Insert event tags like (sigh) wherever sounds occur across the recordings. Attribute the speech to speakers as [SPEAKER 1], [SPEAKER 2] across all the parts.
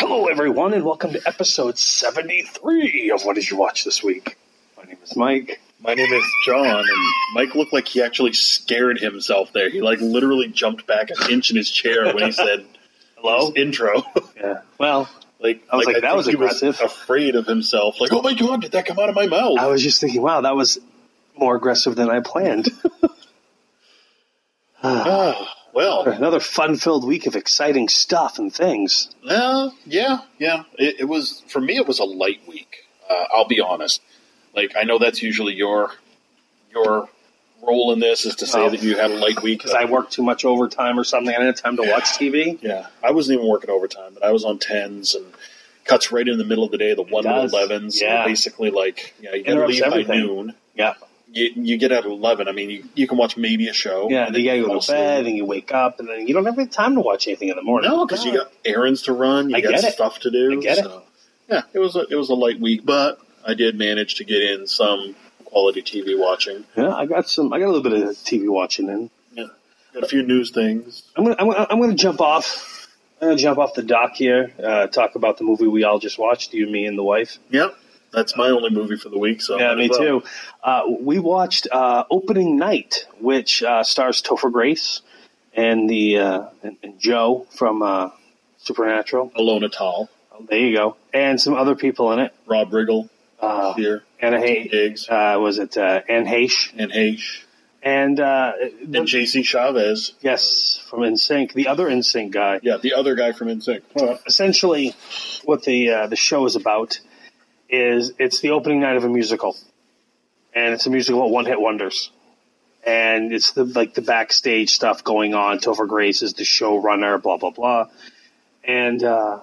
[SPEAKER 1] Hello, everyone, and welcome to episode 73 of What Did You Watch This Week? My name is Mike.
[SPEAKER 2] My name is John, and Mike looked like he actually scared himself there. He like literally jumped back an inch in his chair
[SPEAKER 1] (laughs)
[SPEAKER 2] when he said
[SPEAKER 1] Hello?
[SPEAKER 2] his intro. (laughs)
[SPEAKER 1] Yeah. Well,
[SPEAKER 2] like
[SPEAKER 1] I was like, that
[SPEAKER 2] think
[SPEAKER 1] was
[SPEAKER 2] he
[SPEAKER 1] aggressive.
[SPEAKER 2] afraid of himself. Like, oh my god, did that come out of my mouth?
[SPEAKER 1] I was just thinking, wow, that was more aggressive than
[SPEAKER 2] (laughs)
[SPEAKER 1] I planned.
[SPEAKER 2] Ah,
[SPEAKER 1] (laughs)
[SPEAKER 2] well,
[SPEAKER 1] Another fun filled week of exciting stuff and things.
[SPEAKER 2] uh, yeah, yeah. It, it was for me. It was a light week. Uh, I'll be honest. Like, I know that's usually your your role in this is to say
[SPEAKER 1] Oh.
[SPEAKER 2] that you had a light week
[SPEAKER 1] Because I worked too much overtime or something. I didn't have time to watch TV.
[SPEAKER 2] Yeah, I wasn't even working overtime, but I was on tens and cuts right in the middle of the day, the one to
[SPEAKER 1] does.
[SPEAKER 2] elevens.
[SPEAKER 1] Yeah.
[SPEAKER 2] Yeah. Basically, like yeah, you gotta
[SPEAKER 1] Interrupts
[SPEAKER 2] leave by
[SPEAKER 1] everything.
[SPEAKER 2] noon.
[SPEAKER 1] Yeah.
[SPEAKER 2] You, you get out at eleven. I mean, you, you can watch maybe a show.
[SPEAKER 1] Yeah, and then you
[SPEAKER 2] you
[SPEAKER 1] gotta go
[SPEAKER 2] fall
[SPEAKER 1] to
[SPEAKER 2] asleep.
[SPEAKER 1] bed, and you wake up, and then you don't have any time to watch anything in the morning.
[SPEAKER 2] No, because you got errands to run. You
[SPEAKER 1] I
[SPEAKER 2] got
[SPEAKER 1] get it.
[SPEAKER 2] stuff to do.
[SPEAKER 1] I get it.
[SPEAKER 2] so. Yeah, it was a, it was a light week, but I did manage to get in some quality TV watching.
[SPEAKER 1] Yeah, I got some. I got a little bit of TV watching in.
[SPEAKER 2] Yeah, got a few news things.
[SPEAKER 1] I'm gonna, I'm gonna, I'm gonna jump off. I'm gonna jump off the dock here. Uh, talk about the movie we all just watched. You, me, and the wife.
[SPEAKER 2] Yep, that's my only movie for the week. So
[SPEAKER 1] Yeah,
[SPEAKER 2] might
[SPEAKER 1] me
[SPEAKER 2] as well.
[SPEAKER 1] too. Uh, we watched uh, opening night, which uh, stars Topher Grace and the uh, and, and Joe from uh, Supernatural.
[SPEAKER 2] Alone at all.
[SPEAKER 1] There you go, and some other people in it.
[SPEAKER 2] Rob Riggle
[SPEAKER 1] Uh,
[SPEAKER 2] here.
[SPEAKER 1] Anna Hay,
[SPEAKER 2] Diggs
[SPEAKER 1] uh, was it uh, Anne Heche
[SPEAKER 2] and H.
[SPEAKER 1] and uh,
[SPEAKER 2] and JC Chavez.
[SPEAKER 1] yes from NSYNC, the other NSYNC guy.
[SPEAKER 2] Yeah, the other guy from NSYNC. Well,
[SPEAKER 1] essentially what the uh, the show is about is it's the opening night of a musical, and it's a musical at One Hit Wonders, and it's the like the backstage stuff going on. Topher Grace is the showrunner, blah blah blah, and uh,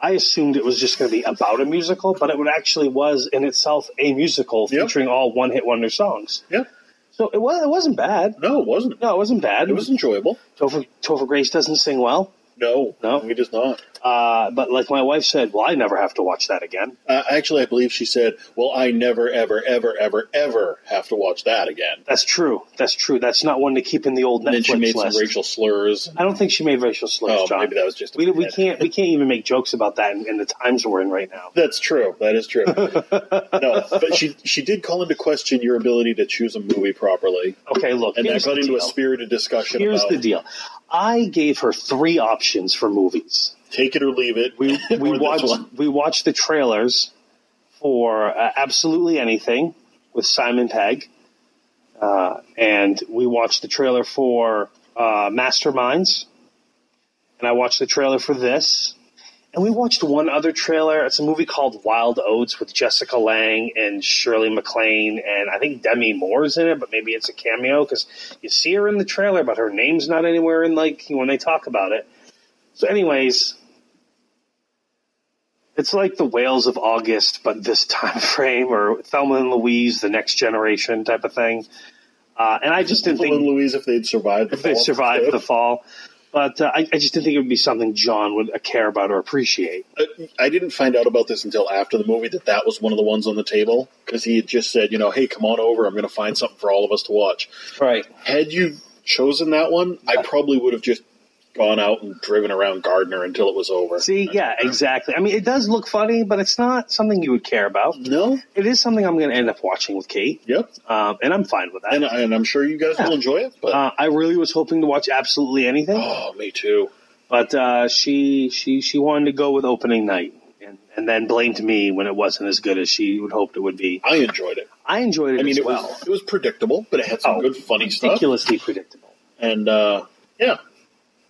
[SPEAKER 1] I assumed it was just going to be about a musical, but it would actually was in itself a musical
[SPEAKER 2] Yep.
[SPEAKER 1] featuring all One Hit Wonder songs.
[SPEAKER 2] yeah.
[SPEAKER 1] So it was it wasn't bad.
[SPEAKER 2] No, it wasn't.
[SPEAKER 1] No, it wasn't bad.
[SPEAKER 2] It was enjoyable.
[SPEAKER 1] Topher, Topher Grace doesn't sing well.
[SPEAKER 2] No,
[SPEAKER 1] No.
[SPEAKER 2] he does not.
[SPEAKER 1] Uh, but like my wife said, well, I never have to watch that again.
[SPEAKER 2] Uh, actually, I believe she said, "Well, I never, ever, ever, ever, ever have to watch that again."
[SPEAKER 1] That's true. That's true. That's not one to keep in the old
[SPEAKER 2] And then she
[SPEAKER 1] Netflix
[SPEAKER 2] made
[SPEAKER 1] list.
[SPEAKER 2] some racial slurs.
[SPEAKER 1] I don't think she made racial slurs,
[SPEAKER 2] Oh,
[SPEAKER 1] John.
[SPEAKER 2] maybe that was just. a
[SPEAKER 1] we, we
[SPEAKER 2] bad-
[SPEAKER 1] can't we can't even make jokes about that in, in the times we're in right now.
[SPEAKER 2] That's true. That is true. no, but she she did call into question your ability to choose a movie properly,
[SPEAKER 1] Okay, look,
[SPEAKER 2] and
[SPEAKER 1] here's
[SPEAKER 2] that got
[SPEAKER 1] the
[SPEAKER 2] into a
[SPEAKER 1] deal.
[SPEAKER 2] spirited discussion
[SPEAKER 1] Here's
[SPEAKER 2] about
[SPEAKER 1] the deal. I gave her three options for movies.
[SPEAKER 2] take it or leave it. (laughs)
[SPEAKER 1] We
[SPEAKER 2] or
[SPEAKER 1] we
[SPEAKER 2] this
[SPEAKER 1] watched
[SPEAKER 2] one.
[SPEAKER 1] we watched the trailers for uh, absolutely anything with Simon Pegg, uh, and we watched the trailer for uh, Masterminds, and I watched the trailer for this, and we watched one other trailer. It's a movie called Wild Oats with Jessica Lange and Shirley MacLaine, and I think Demi Moore's in it, but maybe it's a cameo because you see her in the trailer, but her name's not anywhere in like when they talk about it. So, anyways. It's like the Whales of August, but this (laughs) time frame, or Thelma and Louise, the next generation type of thing. Uh, and I just didn't
[SPEAKER 2] Thelma
[SPEAKER 1] think
[SPEAKER 2] and Louise if they'd survived.
[SPEAKER 1] if they survived the fall. But uh, I, I just didn't think it would be something John would uh, care about or appreciate.
[SPEAKER 2] I- I didn't find out about this until after the movie that that was one of the ones on the table because he had just said, you know, hey, come on over. I'm going to find something for all of us to watch.
[SPEAKER 1] Right.
[SPEAKER 2] Had you chosen that one, I probably would have just gone out and driven around Gardner until it was over.
[SPEAKER 1] See, yeah, exactly. I mean, it does look funny, but it's not something you would care about.
[SPEAKER 2] No?
[SPEAKER 1] It is something I'm going to end up watching with Kate,
[SPEAKER 2] Yep.
[SPEAKER 1] um, and I'm fine with
[SPEAKER 2] And,
[SPEAKER 1] that.
[SPEAKER 2] and I'm sure you guys will enjoy it, but
[SPEAKER 1] Uh, I really was hoping to watch absolutely anything,
[SPEAKER 2] oh, me too.
[SPEAKER 1] but uh, she she she wanted to go with opening night, and, and then blamed me when it wasn't as good as she would hoped it would be.
[SPEAKER 2] I enjoyed it.
[SPEAKER 1] I enjoyed it
[SPEAKER 2] I mean,
[SPEAKER 1] as
[SPEAKER 2] it
[SPEAKER 1] well.
[SPEAKER 2] was it was predictable, but it had some
[SPEAKER 1] Oh,
[SPEAKER 2] good funny stuff.
[SPEAKER 1] Ridiculously predictable.
[SPEAKER 2] And uh, yeah,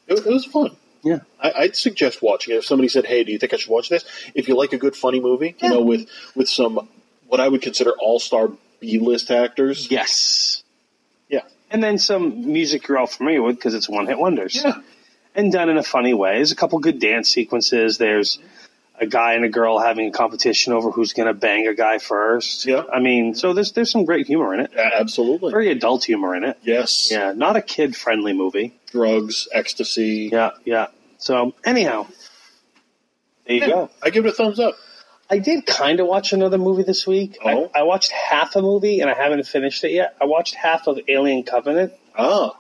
[SPEAKER 2] it, it was fun.
[SPEAKER 1] Yeah,
[SPEAKER 2] I, I'd suggest watching it. If somebody said, "Hey, do you think I should watch this?" If you like a good funny movie, you know, with with some what I would consider all star B list actors,
[SPEAKER 1] Yes.
[SPEAKER 2] yeah,
[SPEAKER 1] And then some music you're all familiar with because it's one hit wonders.
[SPEAKER 2] yeah,
[SPEAKER 1] and done in a funny way. There's a couple good dance sequences. There's a guy and a girl having a competition over who's going to bang a guy first.
[SPEAKER 2] Yeah.
[SPEAKER 1] I mean, so there's there's some great humor in it.
[SPEAKER 2] a- absolutely,
[SPEAKER 1] Very adult humor in it.
[SPEAKER 2] yes,
[SPEAKER 1] Yeah, not a kid friendly movie.
[SPEAKER 2] drugs, ecstasy.
[SPEAKER 1] Yeah, yeah. So anyhow, there you go.
[SPEAKER 2] I give it a thumbs up.
[SPEAKER 1] I did kind of watch another movie this week.
[SPEAKER 2] Oh?
[SPEAKER 1] I, I watched half a movie and I haven't finished it yet. I watched half of Alien Covenant,
[SPEAKER 2] Ah,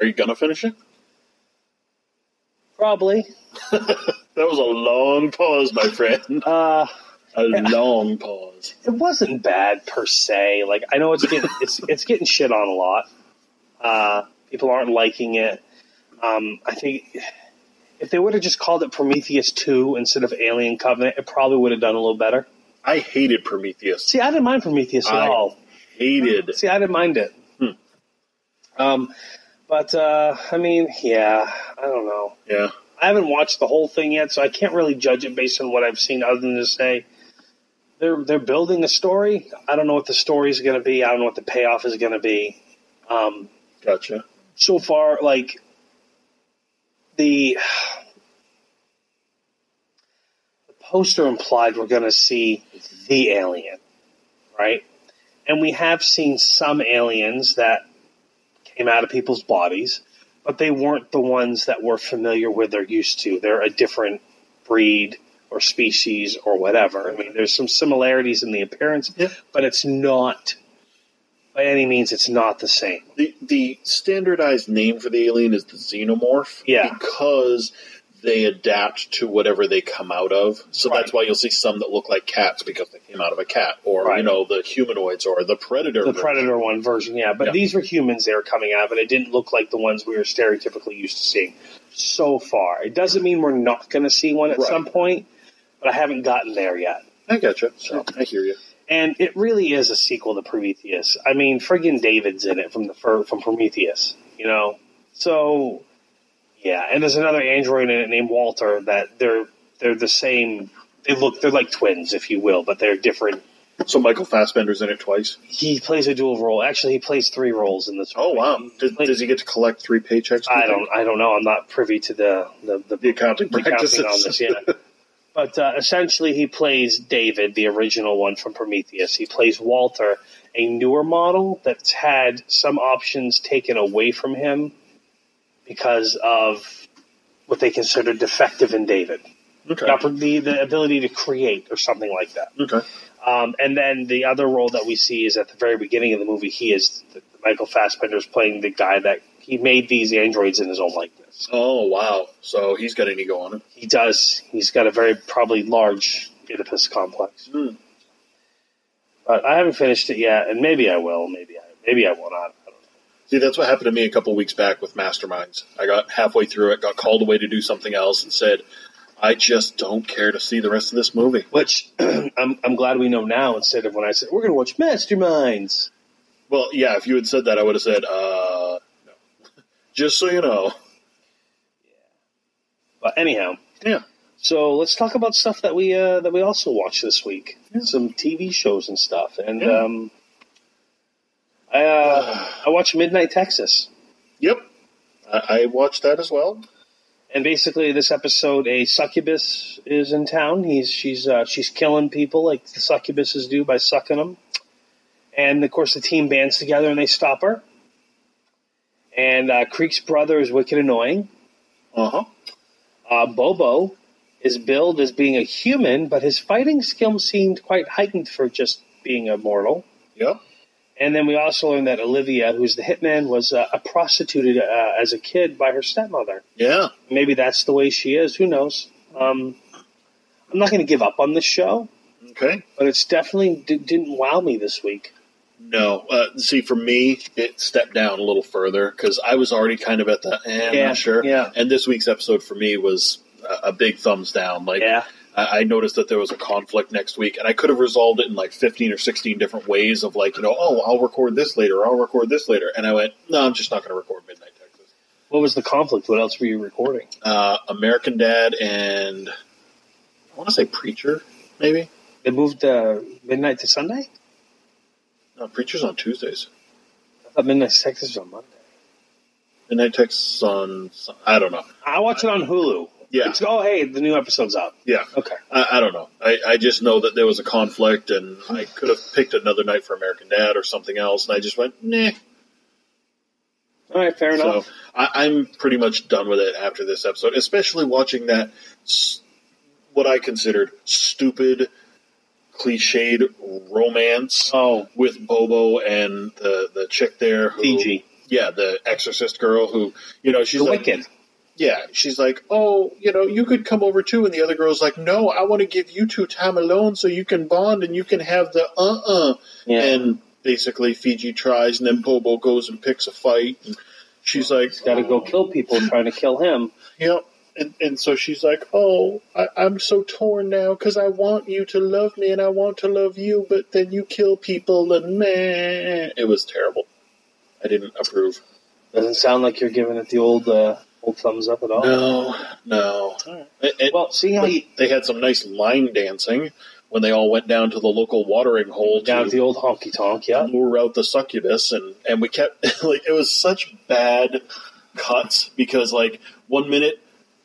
[SPEAKER 2] are you gonna finish it?
[SPEAKER 1] probably.
[SPEAKER 2] That was a long pause, my friend.
[SPEAKER 1] (laughs) Uh,
[SPEAKER 2] a long pause.
[SPEAKER 1] it wasn't bad per se. Like I know it's (laughs) getting it's it's getting shit on a lot. Uh, people aren't liking it. Um, I think if they would have just called it Prometheus Two instead of Alien Covenant, it probably would have done a little better.
[SPEAKER 2] I hated Prometheus.
[SPEAKER 1] See, I didn't mind Prometheus at
[SPEAKER 2] I-
[SPEAKER 1] all.
[SPEAKER 2] Hated.
[SPEAKER 1] See, I didn't mind it. Hmm. Um, but uh, I mean, yeah, I don't know.
[SPEAKER 2] Yeah.
[SPEAKER 1] I haven't watched the whole thing yet, so I can't really judge it based on what I've seen, other than to say they're they're building a story. I don't know what the story is going to be. I don't know what the payoff is going to be. Um,
[SPEAKER 2] Gotcha.
[SPEAKER 1] so far, like the the poster implied we're going to see the alien, right? And we have seen some aliens that came out of people's bodies, but they weren't the ones that we're familiar with or used to. They're a different breed or species or whatever. I mean, there's some similarities in the appearance,
[SPEAKER 2] Yeah.
[SPEAKER 1] but it's not by any means it's not the same.
[SPEAKER 2] The the standardized name for the alien is the xenomorph.
[SPEAKER 1] Yeah.
[SPEAKER 2] Because they adapt to whatever they come out of. So that's
[SPEAKER 1] Right.
[SPEAKER 2] why you'll see some that look like cats because they came out of a cat. Or
[SPEAKER 1] Right.
[SPEAKER 2] you know, the humanoids or the predator.
[SPEAKER 1] the Predator one version, yeah. But
[SPEAKER 2] Yeah.
[SPEAKER 1] these were humans they were coming out of, and it didn't look like the ones we were stereotypically used to seeing so far. It doesn't mean we're not going to see one at
[SPEAKER 2] Right.
[SPEAKER 1] some point, but I haven't gotten there yet.
[SPEAKER 2] I gotcha. So I hear you.
[SPEAKER 1] And it really is a sequel to Prometheus. I mean, friggin' David's in it from the fir- from Prometheus, you know. So, yeah. And there's another android in it named Walter that they're they're the same. They look they're like twins, if you will, but they're different.
[SPEAKER 2] So Michael Fassbender's in it twice.
[SPEAKER 1] He plays a dual role. Actually, he plays three roles in this.
[SPEAKER 2] Oh
[SPEAKER 1] movie.
[SPEAKER 2] wow! Does,
[SPEAKER 1] Like-
[SPEAKER 2] does he get to collect three paychecks? do you
[SPEAKER 1] I
[SPEAKER 2] think?
[SPEAKER 1] don't. I don't know. I'm not privy to the the, the,
[SPEAKER 2] The accounting
[SPEAKER 1] the accounting
[SPEAKER 2] practices.
[SPEAKER 1] on
[SPEAKER 2] (laughs)
[SPEAKER 1] this. Yeah. but uh, essentially, he plays David, the original one from Prometheus. He plays Walter, a newer model that's had some options taken away from him because of what they consider defective in David,
[SPEAKER 2] Okay.
[SPEAKER 1] the, the ability to create or something like that.
[SPEAKER 2] Okay.
[SPEAKER 1] Um, and then the other role that we see is at the very beginning of the movie. He is Michael Fassbender is playing the guy that he made these androids in his own likeness.
[SPEAKER 2] Oh wow! So he's got an ego on him.
[SPEAKER 1] He does. He's got a very probably large Oedipus complex.
[SPEAKER 2] Hmm.
[SPEAKER 1] But I haven't finished it yet, and maybe I will. Maybe I maybe I will not. I don't know.
[SPEAKER 2] See, that's what happened to me a couple weeks back with Masterminds. I got halfway through it, got called away to do something else, and said, "I just don't care to see the rest of this movie."
[SPEAKER 1] Which (clears throat) I'm I'm glad we know now instead of when I said we're going to watch Masterminds.
[SPEAKER 2] Well, yeah, if you had said that, I would have said, "Uh, no." just so you know,
[SPEAKER 1] But anyhow,
[SPEAKER 2] yeah,
[SPEAKER 1] So let's talk about stuff that we uh, that we also watched this week. Some TV shows and stuff. And
[SPEAKER 2] Yeah.
[SPEAKER 1] um, I (sighs) uh, I watched Midnight Texas.
[SPEAKER 2] yep. I, I watched that as well.
[SPEAKER 1] And basically, this episode, a succubus is in town. He's she's uh, she's killing people like the succubuses do by sucking them. And of course, the team bands together and they stop her. And uh, Creek's brother is wicked annoying.
[SPEAKER 2] Uh huh.
[SPEAKER 1] Uh, Bobo is billed as being a human, but his fighting skill seemed quite heightened for just being a mortal.
[SPEAKER 2] Yep.
[SPEAKER 1] And then we also learned that Olivia, who's the hitman, was uh, a prostituted uh, as a kid by her stepmother.
[SPEAKER 2] Yeah.
[SPEAKER 1] Maybe that's the way she is. Who knows? Um, I'm not going to give up on this show,
[SPEAKER 2] Okay.
[SPEAKER 1] but it's definitely d- didn't wow me this week.
[SPEAKER 2] No. Uh, see, for me, it stepped down a little further because I was already kind of at the, eh, I'm
[SPEAKER 1] Yeah,
[SPEAKER 2] not sure.
[SPEAKER 1] yeah.
[SPEAKER 2] And this week's episode for me was a, a big thumbs down. Like,
[SPEAKER 1] Yeah.
[SPEAKER 2] I, I noticed that there was a conflict next week, and I could have resolved it in like 15 or 16 different ways of like, you know, oh, I'll record this later, I'll record this later. And I went, no, I'm just not going to record Midnight Texas.
[SPEAKER 1] What was the conflict? What else were you recording?
[SPEAKER 2] Uh, American Dad and I want to say Preacher, maybe.
[SPEAKER 1] They moved uh, midnight to Sunday.
[SPEAKER 2] No, Preacher's on Tuesdays.
[SPEAKER 1] I thought midnight to Texas was on Monday.
[SPEAKER 2] Midnight Texas on Sun- I don't know.
[SPEAKER 1] I watch it on Hulu.
[SPEAKER 2] Yeah.
[SPEAKER 1] It's, oh, hey, the new episode's out.
[SPEAKER 2] Yeah,
[SPEAKER 1] Okay.
[SPEAKER 2] I, I don't know. I, I just know that there was a conflict, and I could have picked another night for American Dad or something else, and I just went nah.
[SPEAKER 1] All right. Fair
[SPEAKER 2] So
[SPEAKER 1] enough.
[SPEAKER 2] I, I'm pretty much done with it after this episode, especially watching that s- what I considered stupid, cliched romance
[SPEAKER 1] Oh,
[SPEAKER 2] with Bobo and the the chick there, who,
[SPEAKER 1] Fiji.
[SPEAKER 2] yeah, the Exorcist girl, who you know she's
[SPEAKER 1] The
[SPEAKER 2] like,
[SPEAKER 1] Wicked.
[SPEAKER 2] yeah, she's like, oh, you know, you could come over too, and the other girl's like, no, I want to give you two time alone so you can bond and you can have the uh uh
[SPEAKER 1] Yeah.
[SPEAKER 2] and basically Fiji tries, and then Bobo goes and picks a fight, and she's like,
[SPEAKER 1] Got to go
[SPEAKER 2] "Oh."
[SPEAKER 1] kill people trying to kill him.
[SPEAKER 2] Yep. And, and so she's like, Oh, I, I'm so torn now because I want you to love me and I want to love you, but then you kill people and meh. It was terrible. I didn't approve.
[SPEAKER 1] Doesn't sound like you're giving it the old uh, old thumbs up at all.
[SPEAKER 2] No, no. It- it-
[SPEAKER 1] Oh. Well, see how you
[SPEAKER 2] they had some nice line dancing when they all went down to the local watering hole
[SPEAKER 1] down
[SPEAKER 2] to
[SPEAKER 1] at the old honky tonk. Yeah.
[SPEAKER 2] lure out the succubus, and and we kept (laughs) like it was such bad cuts because like one minute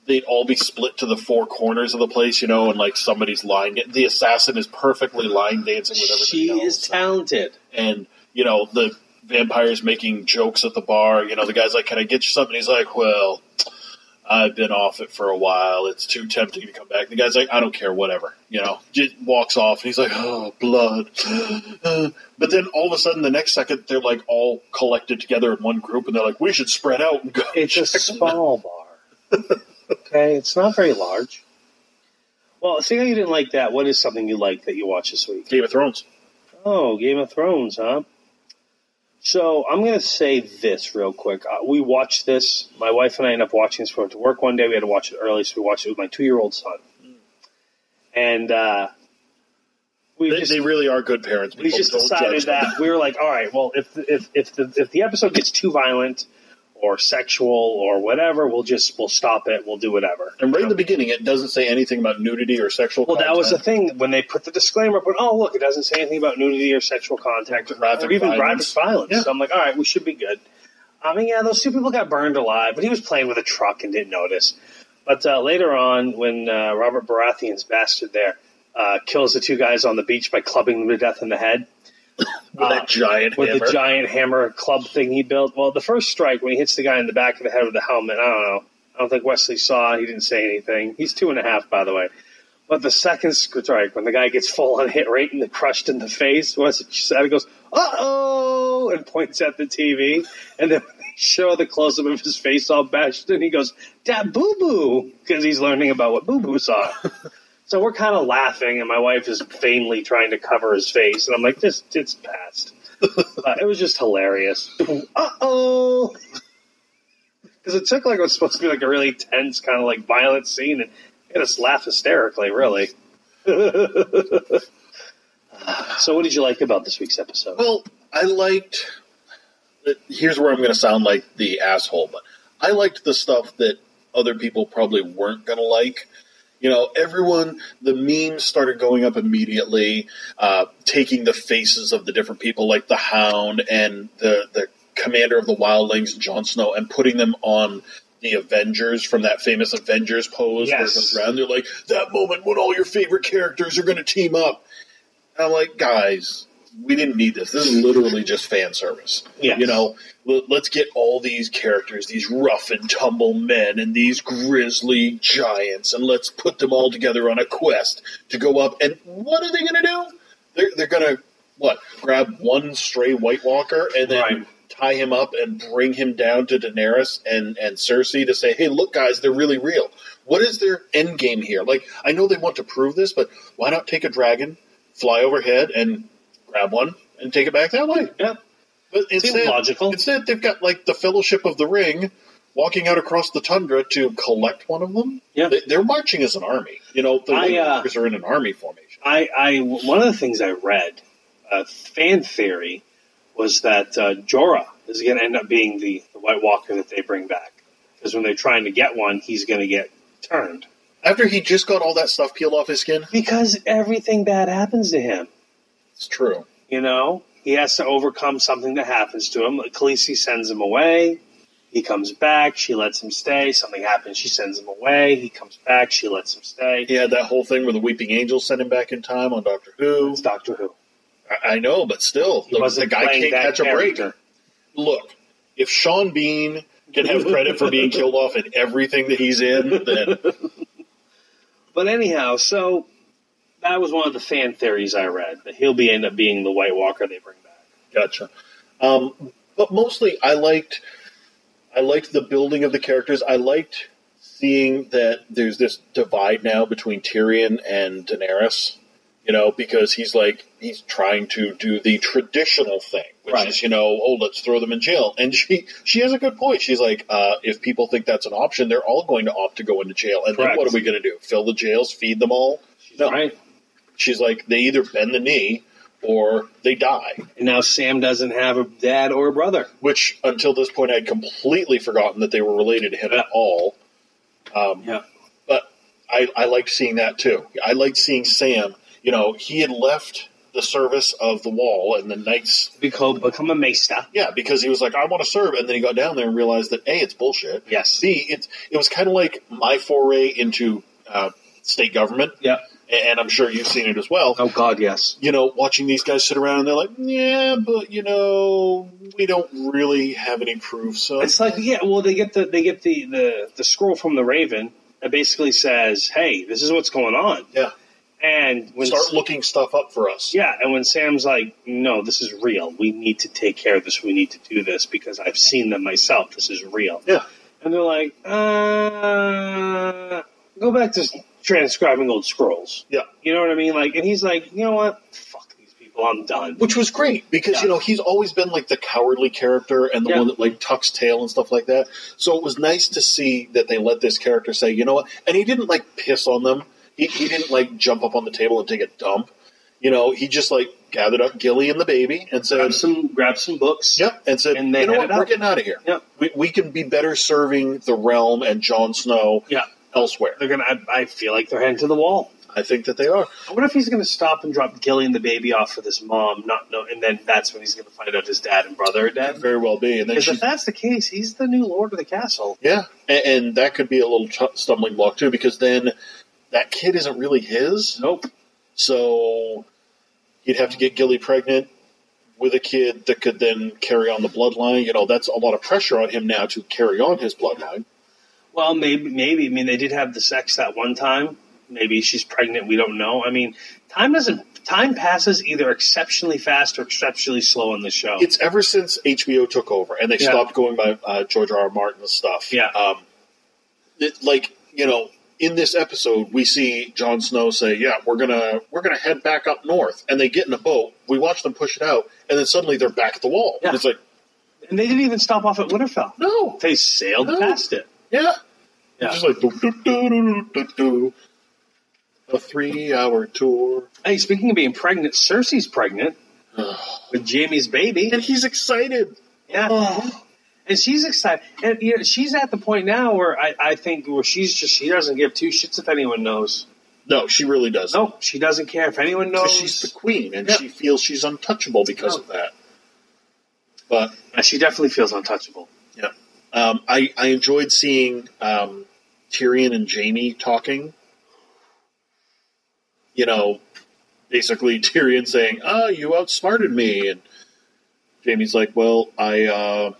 [SPEAKER 2] they'd all be split to the four corners of the place, you know, and like somebody's line. The assassin is perfectly line dancing with everybody
[SPEAKER 1] She
[SPEAKER 2] else,
[SPEAKER 1] is talented.
[SPEAKER 2] and you know the vampire's making jokes at the bar. You know, the guy's like, "Can I get you something?" He's like, "Well." I've been off it for a while. It's too tempting to come back. The guy's like, I don't care, whatever. You know, just walks off and he's like, oh, blood. (gasps) but then all of a sudden, the next second, they're like all collected together in one group and they're like, we should spread out and go.
[SPEAKER 1] It's a
[SPEAKER 2] check them
[SPEAKER 1] small bar. Okay, it's not very large. Well, seeing how you didn't like that, what is something you like that you watch this week?
[SPEAKER 2] out." Game of Thrones.
[SPEAKER 1] Oh, Game of Thrones, huh? So I'm gonna say this real quick. Uh, we watched this. My wife and I ended up watching this. We went to work one day. We had to watch it early, so we watched it with my two-year-old son.
[SPEAKER 2] Hmm.
[SPEAKER 1] And uh, we
[SPEAKER 2] They,
[SPEAKER 1] just
[SPEAKER 2] they really are good parents.
[SPEAKER 1] we
[SPEAKER 2] people.
[SPEAKER 1] just
[SPEAKER 2] Don't
[SPEAKER 1] decided
[SPEAKER 2] judge them.
[SPEAKER 1] that we were like, all right, well, if if if the if the episode gets too violent or sexual or whatever, we'll just we'll stop it. We'll do whatever.
[SPEAKER 2] And right in the beginning, it doesn't say anything about nudity or sexual
[SPEAKER 1] Well, that was the
[SPEAKER 2] content.
[SPEAKER 1] thing when they put the disclaimer up. When, oh, look, it doesn't say anything about nudity or sexual contact or,
[SPEAKER 2] Graphic
[SPEAKER 1] even
[SPEAKER 2] violence.
[SPEAKER 1] graphic violence.
[SPEAKER 2] Yeah.
[SPEAKER 1] So I'm like, all right, we should be good. I mean, yeah, those two people got burned alive, but he was playing with a truck and didn't notice. But uh, later on, when uh, Robert Baratheon's bastard there uh, kills the two guys on the beach by clubbing them to death in the head,
[SPEAKER 2] with that giant
[SPEAKER 1] with
[SPEAKER 2] hammer.
[SPEAKER 1] the giant hammer club thing he built. Well, the first strike when he hits the guy in the back of the head with the helmet, I don't know. I don't think Wesley saw. it. He didn't say anything. He's two and a half, by the way. But the second strike when the guy gets full on hit right in the crushed in the face, Wesley Snipes goes "uh oh" and points at the TV, and then (laughs) they show the close up of his face all bashed, and he goes "that boo boo" because he's learning about what boo boo
[SPEAKER 2] (laughs)
[SPEAKER 1] saw. So we're kind of laughing, and my wife is vainly trying to cover his face, and I'm like, "This, it's past." Uh, it was just hilarious. Uh oh, because it took like it was supposed to be like a really tense, kind of like violent scene, and it us laugh hysterically. Really. (laughs) so, what did you like about this week's episode?
[SPEAKER 2] Well, I liked. Here's where I'm going to sound like the asshole, but I liked the stuff that other people probably weren't going to like. You know, everyone, the memes started going up immediately, uh, taking the faces of the different people, like the Hound and the, the commander of the Wildlings, Jon Snow, and putting them on the Avengers from that famous Avengers pose. where it
[SPEAKER 1] Yes.
[SPEAKER 2] goes around. They're like, that moment when all your favorite characters are going to team up. And I'm like, guys, we didn't need this. This is literally just fan service.
[SPEAKER 1] Yes.
[SPEAKER 2] You know, l- let's get all these characters, these rough and tumble men and these grisly giants, and let's put them all together on a quest to go up. And what are they going to do? They're, they're going to, what, grab one stray White Walker and then
[SPEAKER 1] Right.
[SPEAKER 2] tie him up and bring him down to Daenerys and, and Cersei to say, hey, look, guys, they're really real. What is their end game here? Like, I know they want to prove this, but why not take a dragon, fly overhead, and grab one and take it back that way?
[SPEAKER 1] yeah,
[SPEAKER 2] But instead,
[SPEAKER 1] logical.
[SPEAKER 2] Instead, they've got like the Fellowship of the Ring walking out across the tundra to collect one of them.
[SPEAKER 1] Yeah.
[SPEAKER 2] they, they're marching as an army. You know, the
[SPEAKER 1] I,
[SPEAKER 2] White
[SPEAKER 1] uh,
[SPEAKER 2] Walkers are in an army formation.
[SPEAKER 1] I, I one of the things I read, uh, fan theory, was that uh, Jorah is going to end up being the, the White Walker that they bring back. because when they're trying to get one, he's going to get turned
[SPEAKER 2] After he just got all that stuff peeled off his skin,
[SPEAKER 1] because everything bad happens to him.
[SPEAKER 2] it's true.
[SPEAKER 1] You know, he has to overcome something that happens to him. Khaleesi sends him away. He comes back. She lets him stay. Something happens. She sends him away. He comes back. She lets him stay.
[SPEAKER 2] He had that whole thing where the Weeping Angel sent him back in time on Doctor Who.
[SPEAKER 1] It's Doctor Who.
[SPEAKER 2] I, I know, but still,
[SPEAKER 1] He
[SPEAKER 2] the,
[SPEAKER 1] wasn't
[SPEAKER 2] the guy
[SPEAKER 1] playing
[SPEAKER 2] can't
[SPEAKER 1] that
[SPEAKER 2] catch a break.
[SPEAKER 1] character.
[SPEAKER 2] Look, if Sean Bean can have credit for
[SPEAKER 1] (laughs)
[SPEAKER 2] being killed off in everything that he's in, then
[SPEAKER 1] But anyhow, so that was one of the fan theories I read that he'll be end up being the White Walker they bring back.
[SPEAKER 2] Gotcha. Um, but mostly, I liked I liked the building of the characters. I liked seeing that there's this divide now between Tyrion and Daenerys. You know, because he's like he's trying to do the traditional thing, which
[SPEAKER 1] Right.
[SPEAKER 2] is you know, oh, let's throw them in jail. And she she has a good point. She's like, uh, if people think that's an option, they're all going to opt to go into jail. And then
[SPEAKER 1] Correct.
[SPEAKER 2] what are we going to do? Fill the jails, feed them all? No.
[SPEAKER 1] Right?
[SPEAKER 2] She's like, they either bend the knee or they die
[SPEAKER 1] And now Sam doesn't have a dad or a brother.
[SPEAKER 2] which until this point I had completely forgotten that they were related to him at all.
[SPEAKER 1] Yeah.
[SPEAKER 2] But I, I liked seeing that too. I liked seeing Sam. You know, he had left the service of the Wall and the Knights.
[SPEAKER 1] Become, become a Maester.
[SPEAKER 2] Yeah, because he was like, I want to serve, and then he got down there and realized that a, it's bullshit.
[SPEAKER 1] Yes.
[SPEAKER 2] B, it it was kind of like my foray into uh, state government.
[SPEAKER 1] Yeah.
[SPEAKER 2] and I'm sure you've seen it as well.
[SPEAKER 1] Oh, God, yes.
[SPEAKER 2] you know, watching these guys sit around and they're like, yeah, but you know, we don't really have any proof. So
[SPEAKER 1] It's like, yeah, well, they get the they get the, the, the scroll from the Raven that basically says, hey, this is what's going on.
[SPEAKER 2] yeah,
[SPEAKER 1] And when
[SPEAKER 2] start looking stuff up for us.
[SPEAKER 1] Yeah, and when Sam's like, "No, this is real. We need to take care of this. We need to do this because I've seen them myself. This is real."
[SPEAKER 2] Yeah.
[SPEAKER 1] And they're like, "Uh, go back to s- transcribing old scrolls."
[SPEAKER 2] Yeah.
[SPEAKER 1] You know what I mean? Like, and he's like, "You know what? Fuck these people. I'm done."
[SPEAKER 2] Which was great because
[SPEAKER 1] Yeah.
[SPEAKER 2] you know he's always been like the cowardly character and the
[SPEAKER 1] Yeah.
[SPEAKER 2] one that like tucks tail and stuff like that. So it was nice to see that they let this character say, you know what, and he didn't like piss on them. He, he didn't like jump up on the table and take a dump. You know, he just like gathered up Gilly and the baby and said,
[SPEAKER 1] Grab some, grab some books.
[SPEAKER 2] "Yep," and said,
[SPEAKER 1] And they
[SPEAKER 2] "You know what,
[SPEAKER 1] headed
[SPEAKER 2] we're
[SPEAKER 1] out.
[SPEAKER 2] getting out of here.
[SPEAKER 1] Yeah.
[SPEAKER 2] We, we can be better serving the realm and Jon Snow
[SPEAKER 1] Yeah.
[SPEAKER 2] elsewhere."
[SPEAKER 1] They're gonna. I, I feel like they're heading to the wall.
[SPEAKER 2] I think that they are.
[SPEAKER 1] I wonder if he's gonna stop and drop Gilly and the baby off with his mom. Not know, and then that's when he's gonna find out his dad and brother are dead.
[SPEAKER 2] Very well be, and then
[SPEAKER 1] Because
[SPEAKER 2] she
[SPEAKER 1] if that's the case, he's the new lord of the castle.
[SPEAKER 2] Yeah, and, and that could be a little t- stumbling block too, because then that kid isn't really his.
[SPEAKER 1] Nope.
[SPEAKER 2] So you'd have to get Gilly pregnant with a kid that could then carry on the bloodline. You know, that's a lot of pressure on him now to carry on his bloodline.
[SPEAKER 1] Well, maybe, maybe. I mean, they did have the sex that one time. Maybe she's pregnant. We don't know. I mean, time doesn't. Time passes either exceptionally fast or exceptionally slow on the show.
[SPEAKER 2] It's ever since HBO took over and they
[SPEAKER 1] Yeah.
[SPEAKER 2] stopped going by uh, George R. R. Martin's stuff.
[SPEAKER 1] Yeah.
[SPEAKER 2] Um, it, like you know, in this episode, we see Jon Snow say, "Yeah, we're gonna we're gonna head back up north," and they get in a boat. We watch them push it out, and then suddenly they're back at the wall.
[SPEAKER 1] Yeah.
[SPEAKER 2] It's like
[SPEAKER 1] and they didn't even stop off at Winterfell.
[SPEAKER 2] no,
[SPEAKER 1] They sailed
[SPEAKER 2] No.
[SPEAKER 1] past it.
[SPEAKER 2] yeah,
[SPEAKER 1] Yeah.
[SPEAKER 2] just like do, do, do, do, do, do. a three hour tour,
[SPEAKER 1] Hey, speaking of being pregnant, Cersei's pregnant with Jamie's baby.
[SPEAKER 2] and he's excited.
[SPEAKER 1] Yeah. And she's excited. And you know, she's at the point now where I, I think where she's just she doesn't give two shits if anyone knows.
[SPEAKER 2] No, she really does.
[SPEAKER 1] No, she doesn't care if anyone knows.
[SPEAKER 2] she's the queen, and
[SPEAKER 1] Yeah.
[SPEAKER 2] she feels she's untouchable because
[SPEAKER 1] No.
[SPEAKER 2] of that. But
[SPEAKER 1] Uh, she definitely feels untouchable.
[SPEAKER 2] Yeah. Um, I, I enjoyed seeing um, Tyrion and Jamie talking. You know, basically (laughs) Tyrion saying, "Ah, you outsmarted me," and Jamie's like, "Well, I, uh,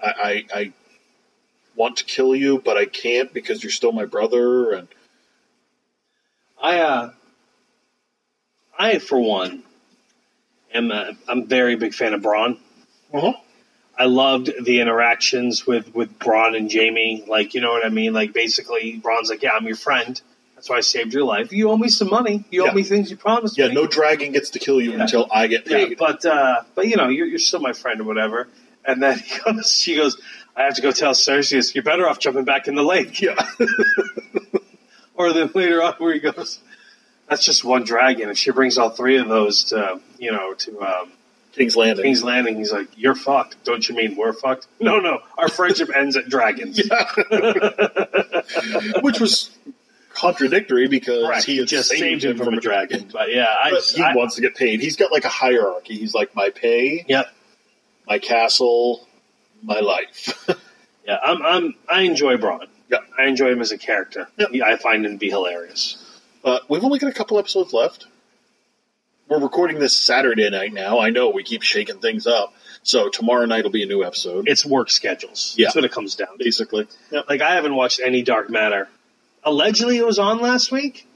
[SPEAKER 2] I, I, I want to kill you, but I can't because you're still my brother." And
[SPEAKER 1] I, uh, I for one, am a, I'm a very big fan of Braun. Uh-huh. I loved the interactions with with Braun and Jamie. Like, you know what I mean? Like, basically, Braun's like, "Yeah, I'm your friend. That's why I saved your life. You owe me some money. You owe
[SPEAKER 2] Yeah.
[SPEAKER 1] me things you promised
[SPEAKER 2] yeah,
[SPEAKER 1] me."
[SPEAKER 2] no dragon gets to kill you
[SPEAKER 1] Yeah.
[SPEAKER 2] until I get
[SPEAKER 1] Yeah,
[SPEAKER 2] paid.
[SPEAKER 1] but uh, but you know, you're, you're still my friend or whatever. And then (laughs) he goes, she goes, "I have to go tell Cersei. You're better off jumping back in the
[SPEAKER 2] (laughs)
[SPEAKER 1] lake." (laughs)
[SPEAKER 2] yeah.
[SPEAKER 1] Or then later on, where he goes, "That's just one dragon. If she brings all three of those to, you know, to um,
[SPEAKER 2] King's Landing.
[SPEAKER 1] King's Landing. He's like, "You're fucked." Don't you mean we're fucked? (laughs) No, no. Our friendship ends at dragons. (laughs)
[SPEAKER 2] Which was contradictory because
[SPEAKER 1] Correct.
[SPEAKER 2] he
[SPEAKER 1] He
[SPEAKER 2] had
[SPEAKER 1] just saved him from a dragon. (laughs) But yeah, I,
[SPEAKER 2] But he
[SPEAKER 1] I-
[SPEAKER 2] wants to get paid. He's got like a hierarchy. He's like my pay,
[SPEAKER 1] Yep.
[SPEAKER 2] my castle, my life. (laughs)
[SPEAKER 1] Yeah, I'm, I'm, I enjoy Braun.
[SPEAKER 2] Yeah.
[SPEAKER 1] I enjoy him as a character.
[SPEAKER 2] Yeah.
[SPEAKER 1] Yeah, I find him to be hilarious.
[SPEAKER 2] But Uh, we've only got a couple episodes left. We're recording this Saturday night now. I know we keep shaking things up. So tomorrow night will be a new episode,
[SPEAKER 1] It's work schedules.
[SPEAKER 2] Yeah.
[SPEAKER 1] That's what it comes down to.
[SPEAKER 2] basically. Yep.
[SPEAKER 1] Like, I haven't watched any Dark Matter. Allegedly, it was on last week,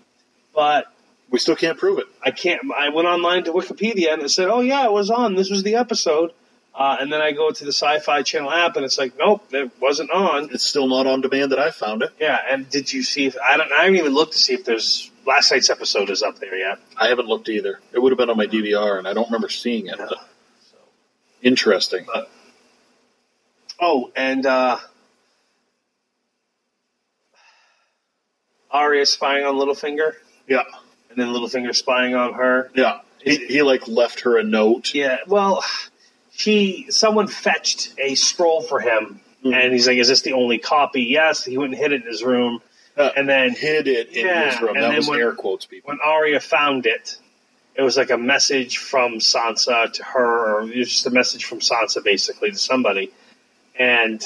[SPEAKER 1] but
[SPEAKER 2] We still can't prove it.
[SPEAKER 1] I can't. I went online to Wikipedia and it said, "Oh yeah, it was on. This was the episode." Uh, and then I go to the Sci-Fi Channel app and it's like, "Nope, it wasn't on."
[SPEAKER 2] It's still not on demand that I found it.
[SPEAKER 1] Yeah, and did you see? If, I don't. I haven't even looked to see if there's last night's episode is up there yet.
[SPEAKER 2] I haven't looked either. It would have been on my DVR, and I don't remember seeing it. but- Interesting.
[SPEAKER 1] Uh, Oh, and uh, Arya spying on Littlefinger,
[SPEAKER 2] Yeah,
[SPEAKER 1] and then Littlefinger spying on her.
[SPEAKER 2] yeah. He, he like left her a note.
[SPEAKER 1] Yeah, well, she someone fetched a scroll for him, and he's like, "Is this the only copy?" Yes, he went and hid it in his room,
[SPEAKER 2] Uh,
[SPEAKER 1] and then
[SPEAKER 2] hid it in
[SPEAKER 1] Yeah,
[SPEAKER 2] his room.
[SPEAKER 1] and
[SPEAKER 2] That
[SPEAKER 1] then
[SPEAKER 2] was
[SPEAKER 1] when-
[SPEAKER 2] air quotes, people.
[SPEAKER 1] when Arya found it, it was like a message from Sansa to her, or it was just a message from Sansa basically to somebody, and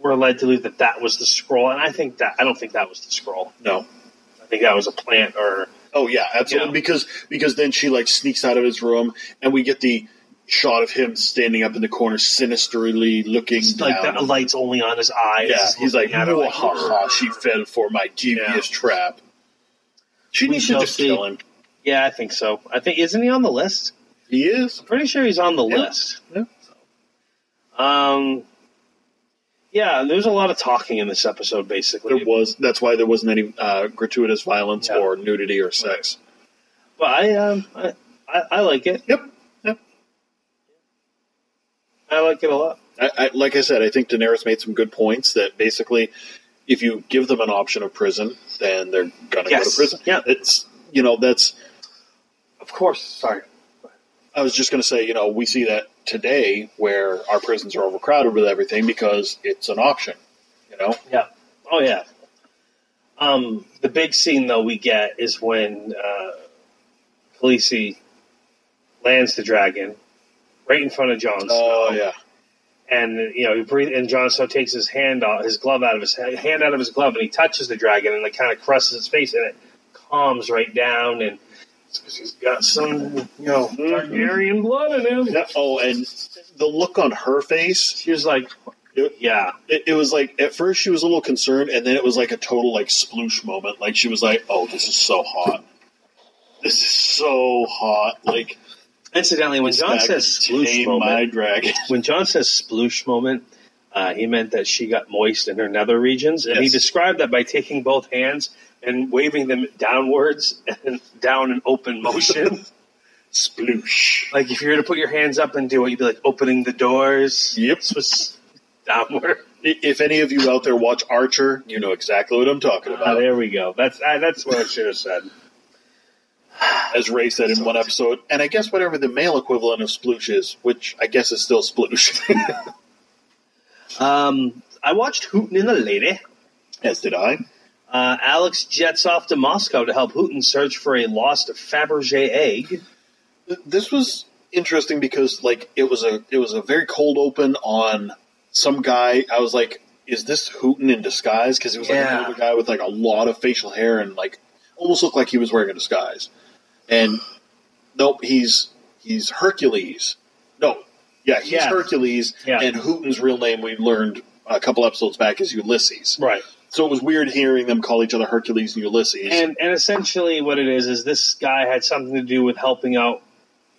[SPEAKER 1] we're led to believe that that was the scroll. And I think that I don't think that was the scroll.
[SPEAKER 2] No.
[SPEAKER 1] I think that was a plant or
[SPEAKER 2] Oh yeah, absolutely.
[SPEAKER 1] Yeah.
[SPEAKER 2] Because because then she like sneaks out of his room, and we get the shot of him standing up in the corner, sinisterly looking
[SPEAKER 1] it's like
[SPEAKER 2] down.
[SPEAKER 1] the lights only on his eyes.
[SPEAKER 2] yeah, he's like,
[SPEAKER 1] Looking at her
[SPEAKER 2] "Whoa, ha, ha, she fell for my devious
[SPEAKER 1] Yeah.
[SPEAKER 2] trap." She
[SPEAKER 1] We
[SPEAKER 2] needs to
[SPEAKER 1] shall
[SPEAKER 2] just
[SPEAKER 1] see.
[SPEAKER 2] kill him.
[SPEAKER 1] yeah, I think so. I think isn't he on the list?
[SPEAKER 2] He is.
[SPEAKER 1] Pretty sure he's on the
[SPEAKER 2] Yeah.
[SPEAKER 1] list.
[SPEAKER 2] Yeah.
[SPEAKER 1] Um, yeah, there's a lot of talking in this episode. Basically,
[SPEAKER 2] There was. That's why there wasn't any uh, gratuitous violence
[SPEAKER 1] Yeah.
[SPEAKER 2] or nudity or sex.
[SPEAKER 1] but I um I, I, I like it.
[SPEAKER 2] Yep. Yep.
[SPEAKER 1] I like it a lot.
[SPEAKER 2] I, I, like I said, I think Daenerys made some good points that basically, if you give them an option of prison, then they're gonna go
[SPEAKER 1] Yes.
[SPEAKER 2] to prison.
[SPEAKER 1] Yeah.
[SPEAKER 2] it's you know that's.
[SPEAKER 1] Of course. Sorry.
[SPEAKER 2] I was just gonna say, you know, we see that today where our prisons are overcrowded with everything because it's an option. You know,
[SPEAKER 1] Yeah. Oh yeah. Um, the big scene though we get is when uh, Khaleesi lands the dragon right in front of Jon Snow,
[SPEAKER 2] oh yeah,
[SPEAKER 1] and you know he breathe, and Jon Snow takes his hand out, his glove out of his ha- hand out of his glove, and he touches the dragon, and it kind of crosses his face, and it calms right down, and it's 'cause he's got some you know Targaryen blood in him.
[SPEAKER 2] Yeah, Oh, and the look on her face,
[SPEAKER 1] She was like, "Yeah,
[SPEAKER 2] it, it was like at first she was a little concerned, and then it was like a total like sploosh moment. Like she was like, "Oh, this is so hot. This is so hot." Like
[SPEAKER 1] Incidentally, when John
[SPEAKER 2] that
[SPEAKER 1] says
[SPEAKER 2] could
[SPEAKER 1] sploosh
[SPEAKER 2] tame
[SPEAKER 1] moment,
[SPEAKER 2] my dragon. (laughs)
[SPEAKER 1] when John says sploosh moment, uh, he meant that she got moist in her nether regions, and he
[SPEAKER 2] Yes.
[SPEAKER 1] described that by taking both hands and waving them downwards (laughs) and down an open motion.
[SPEAKER 2] Sploosh.
[SPEAKER 1] like if you were to put your hands up and do it, you'd be like opening the doors.
[SPEAKER 2] Yep.
[SPEAKER 1] This was (laughs) downward.
[SPEAKER 2] I- If any of you out there watch Archer, you know exactly what I'm talking
[SPEAKER 1] Ah,
[SPEAKER 2] about.
[SPEAKER 1] there we go. That's ah, that's what I should have said.
[SPEAKER 2] As Ray said in one episode, and I guess whatever the male equivalent of sploosh is, which I guess is still sploosh. (laughs)
[SPEAKER 1] Um, I watched Hootin' and the Lady.
[SPEAKER 2] As did I.
[SPEAKER 1] Uh, Alex jets off to Moscow to help Hootin search for a lost Fabergé egg.
[SPEAKER 2] This was interesting because like it was a it was a very cold open on some guy. I was like, is this Hooten in disguise? Because he was like
[SPEAKER 1] Yeah.
[SPEAKER 2] an older guy with like a lot of facial hair and like almost looked like he was wearing a disguise. And nope, he's he's Hercules. No, yeah, he's
[SPEAKER 1] Yeah.
[SPEAKER 2] Hercules.
[SPEAKER 1] Yeah.
[SPEAKER 2] And Hooten's real name we learned a couple episodes back is Ulysses.
[SPEAKER 1] Right.
[SPEAKER 2] So it was weird hearing them call each other Hercules and Ulysses.
[SPEAKER 1] And and essentially what it is is this guy had something to do with helping out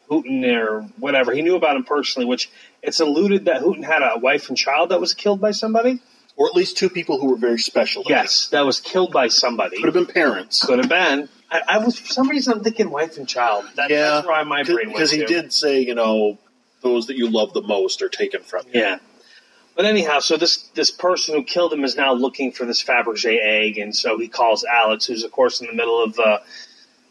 [SPEAKER 1] Hooten or whatever. He knew about him personally, which it's alluded that Hooten had a wife and child that was killed by somebody.
[SPEAKER 2] or at least two people who were very special. to him.
[SPEAKER 1] Yes, that was killed by somebody.
[SPEAKER 2] could have been parents.
[SPEAKER 1] Could have been. I, I was for some reason I'm thinking wife and child. That,
[SPEAKER 2] Yeah,
[SPEAKER 1] that's where my brain went
[SPEAKER 2] because he
[SPEAKER 1] to.
[SPEAKER 2] did say, you know, those that you love the most are taken from you.
[SPEAKER 1] Yeah. But anyhow, so this this person who killed him is now looking for this Fabergé egg, and so he calls Alex, who's of course in the middle of uh,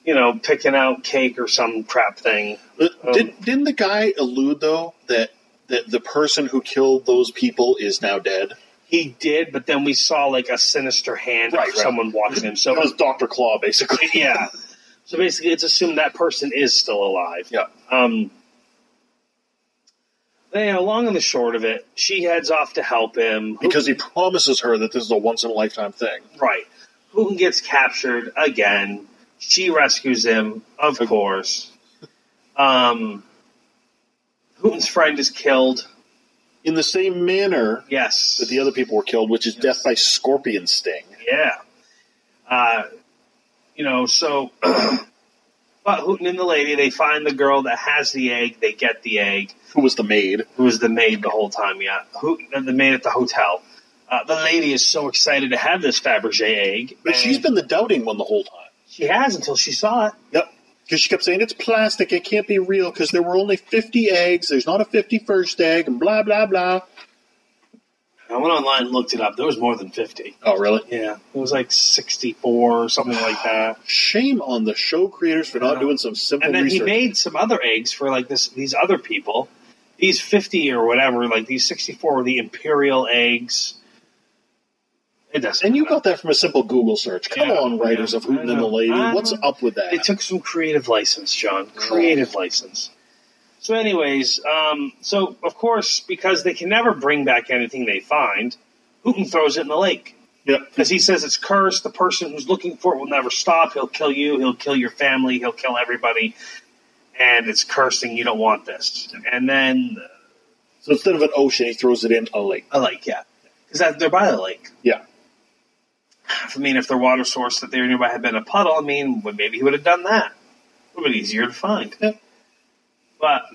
[SPEAKER 1] you know, picking out cake or some crap thing.
[SPEAKER 2] Did, didn't the guy allude though that that the person who killed those people is now dead?
[SPEAKER 1] He did, but then we saw like a sinister hand
[SPEAKER 2] Right,
[SPEAKER 1] of
[SPEAKER 2] right.
[SPEAKER 1] someone watching him. So
[SPEAKER 2] That was Doctor Claw, (laughs) basically.
[SPEAKER 1] yeah. So basically, it's assumed that person is still alive.
[SPEAKER 2] yeah.
[SPEAKER 1] Um, you know, long and the short of it, she heads off to help him
[SPEAKER 2] Because he promises her that this is a once in a lifetime thing.
[SPEAKER 1] Right. Putin gets captured again. She rescues him, of course. Um, Putin's friend is killed.
[SPEAKER 2] In the same manner
[SPEAKER 1] Yes.
[SPEAKER 2] that the other people were killed, which is death by scorpion sting.
[SPEAKER 1] Yeah. Uh, you know, so. (clears throat) but Hooten and the lady, they find the girl that has the egg. They get the egg.
[SPEAKER 2] Who was the maid?
[SPEAKER 1] who was the maid the whole time. Yeah, who the maid at the hotel. Uh, the lady is so excited to have this Fabergé egg,
[SPEAKER 2] But she's
[SPEAKER 1] and
[SPEAKER 2] been the doubting one the whole time.
[SPEAKER 1] she has until she saw it.
[SPEAKER 2] Yep. Because she kept saying it's plastic, it can't be real, because there were only 50 eggs, there's not a 51st egg, and blah, blah, blah.
[SPEAKER 1] I went online and looked it up. There was more than fifty.
[SPEAKER 2] Oh, really?
[SPEAKER 1] Yeah, it was like sixty-four or something like
[SPEAKER 2] (sighs)
[SPEAKER 1] that.
[SPEAKER 2] Shame on the show creators for not
[SPEAKER 1] Yeah.
[SPEAKER 2] doing some simple
[SPEAKER 1] And then
[SPEAKER 2] research.
[SPEAKER 1] he made some other eggs for like this these other people. These fifty or whatever, like these sixty-four were the imperial eggs. It doesn't.
[SPEAKER 2] and you
[SPEAKER 1] matter.
[SPEAKER 2] got that from a simple Google search. Come
[SPEAKER 1] Yeah,
[SPEAKER 2] on, writers
[SPEAKER 1] yeah,
[SPEAKER 2] of Hooten
[SPEAKER 1] I
[SPEAKER 2] and the
[SPEAKER 1] know.
[SPEAKER 2] Lady.
[SPEAKER 1] I
[SPEAKER 2] What's
[SPEAKER 1] know.
[SPEAKER 2] up with that?
[SPEAKER 1] They took some creative license, John. Creative license. So, anyways, um, so of course, because they can never bring back anything they find, Hooten throws it in the lake
[SPEAKER 2] Yep.
[SPEAKER 1] because he says it's cursed. The person who's looking for it will never stop. He'll kill you. He'll kill your family. He'll kill everybody, and it's cursed, and you don't want this. And then
[SPEAKER 2] So instead of an ocean, he throws it in a lake.
[SPEAKER 1] a lake, yeah, because they're by the lake.
[SPEAKER 2] Yeah.
[SPEAKER 1] I mean, if their water source that they were nearby had been a puddle, I mean, well, maybe he would have done that. It would have been easier to find.
[SPEAKER 2] Yeah.
[SPEAKER 1] But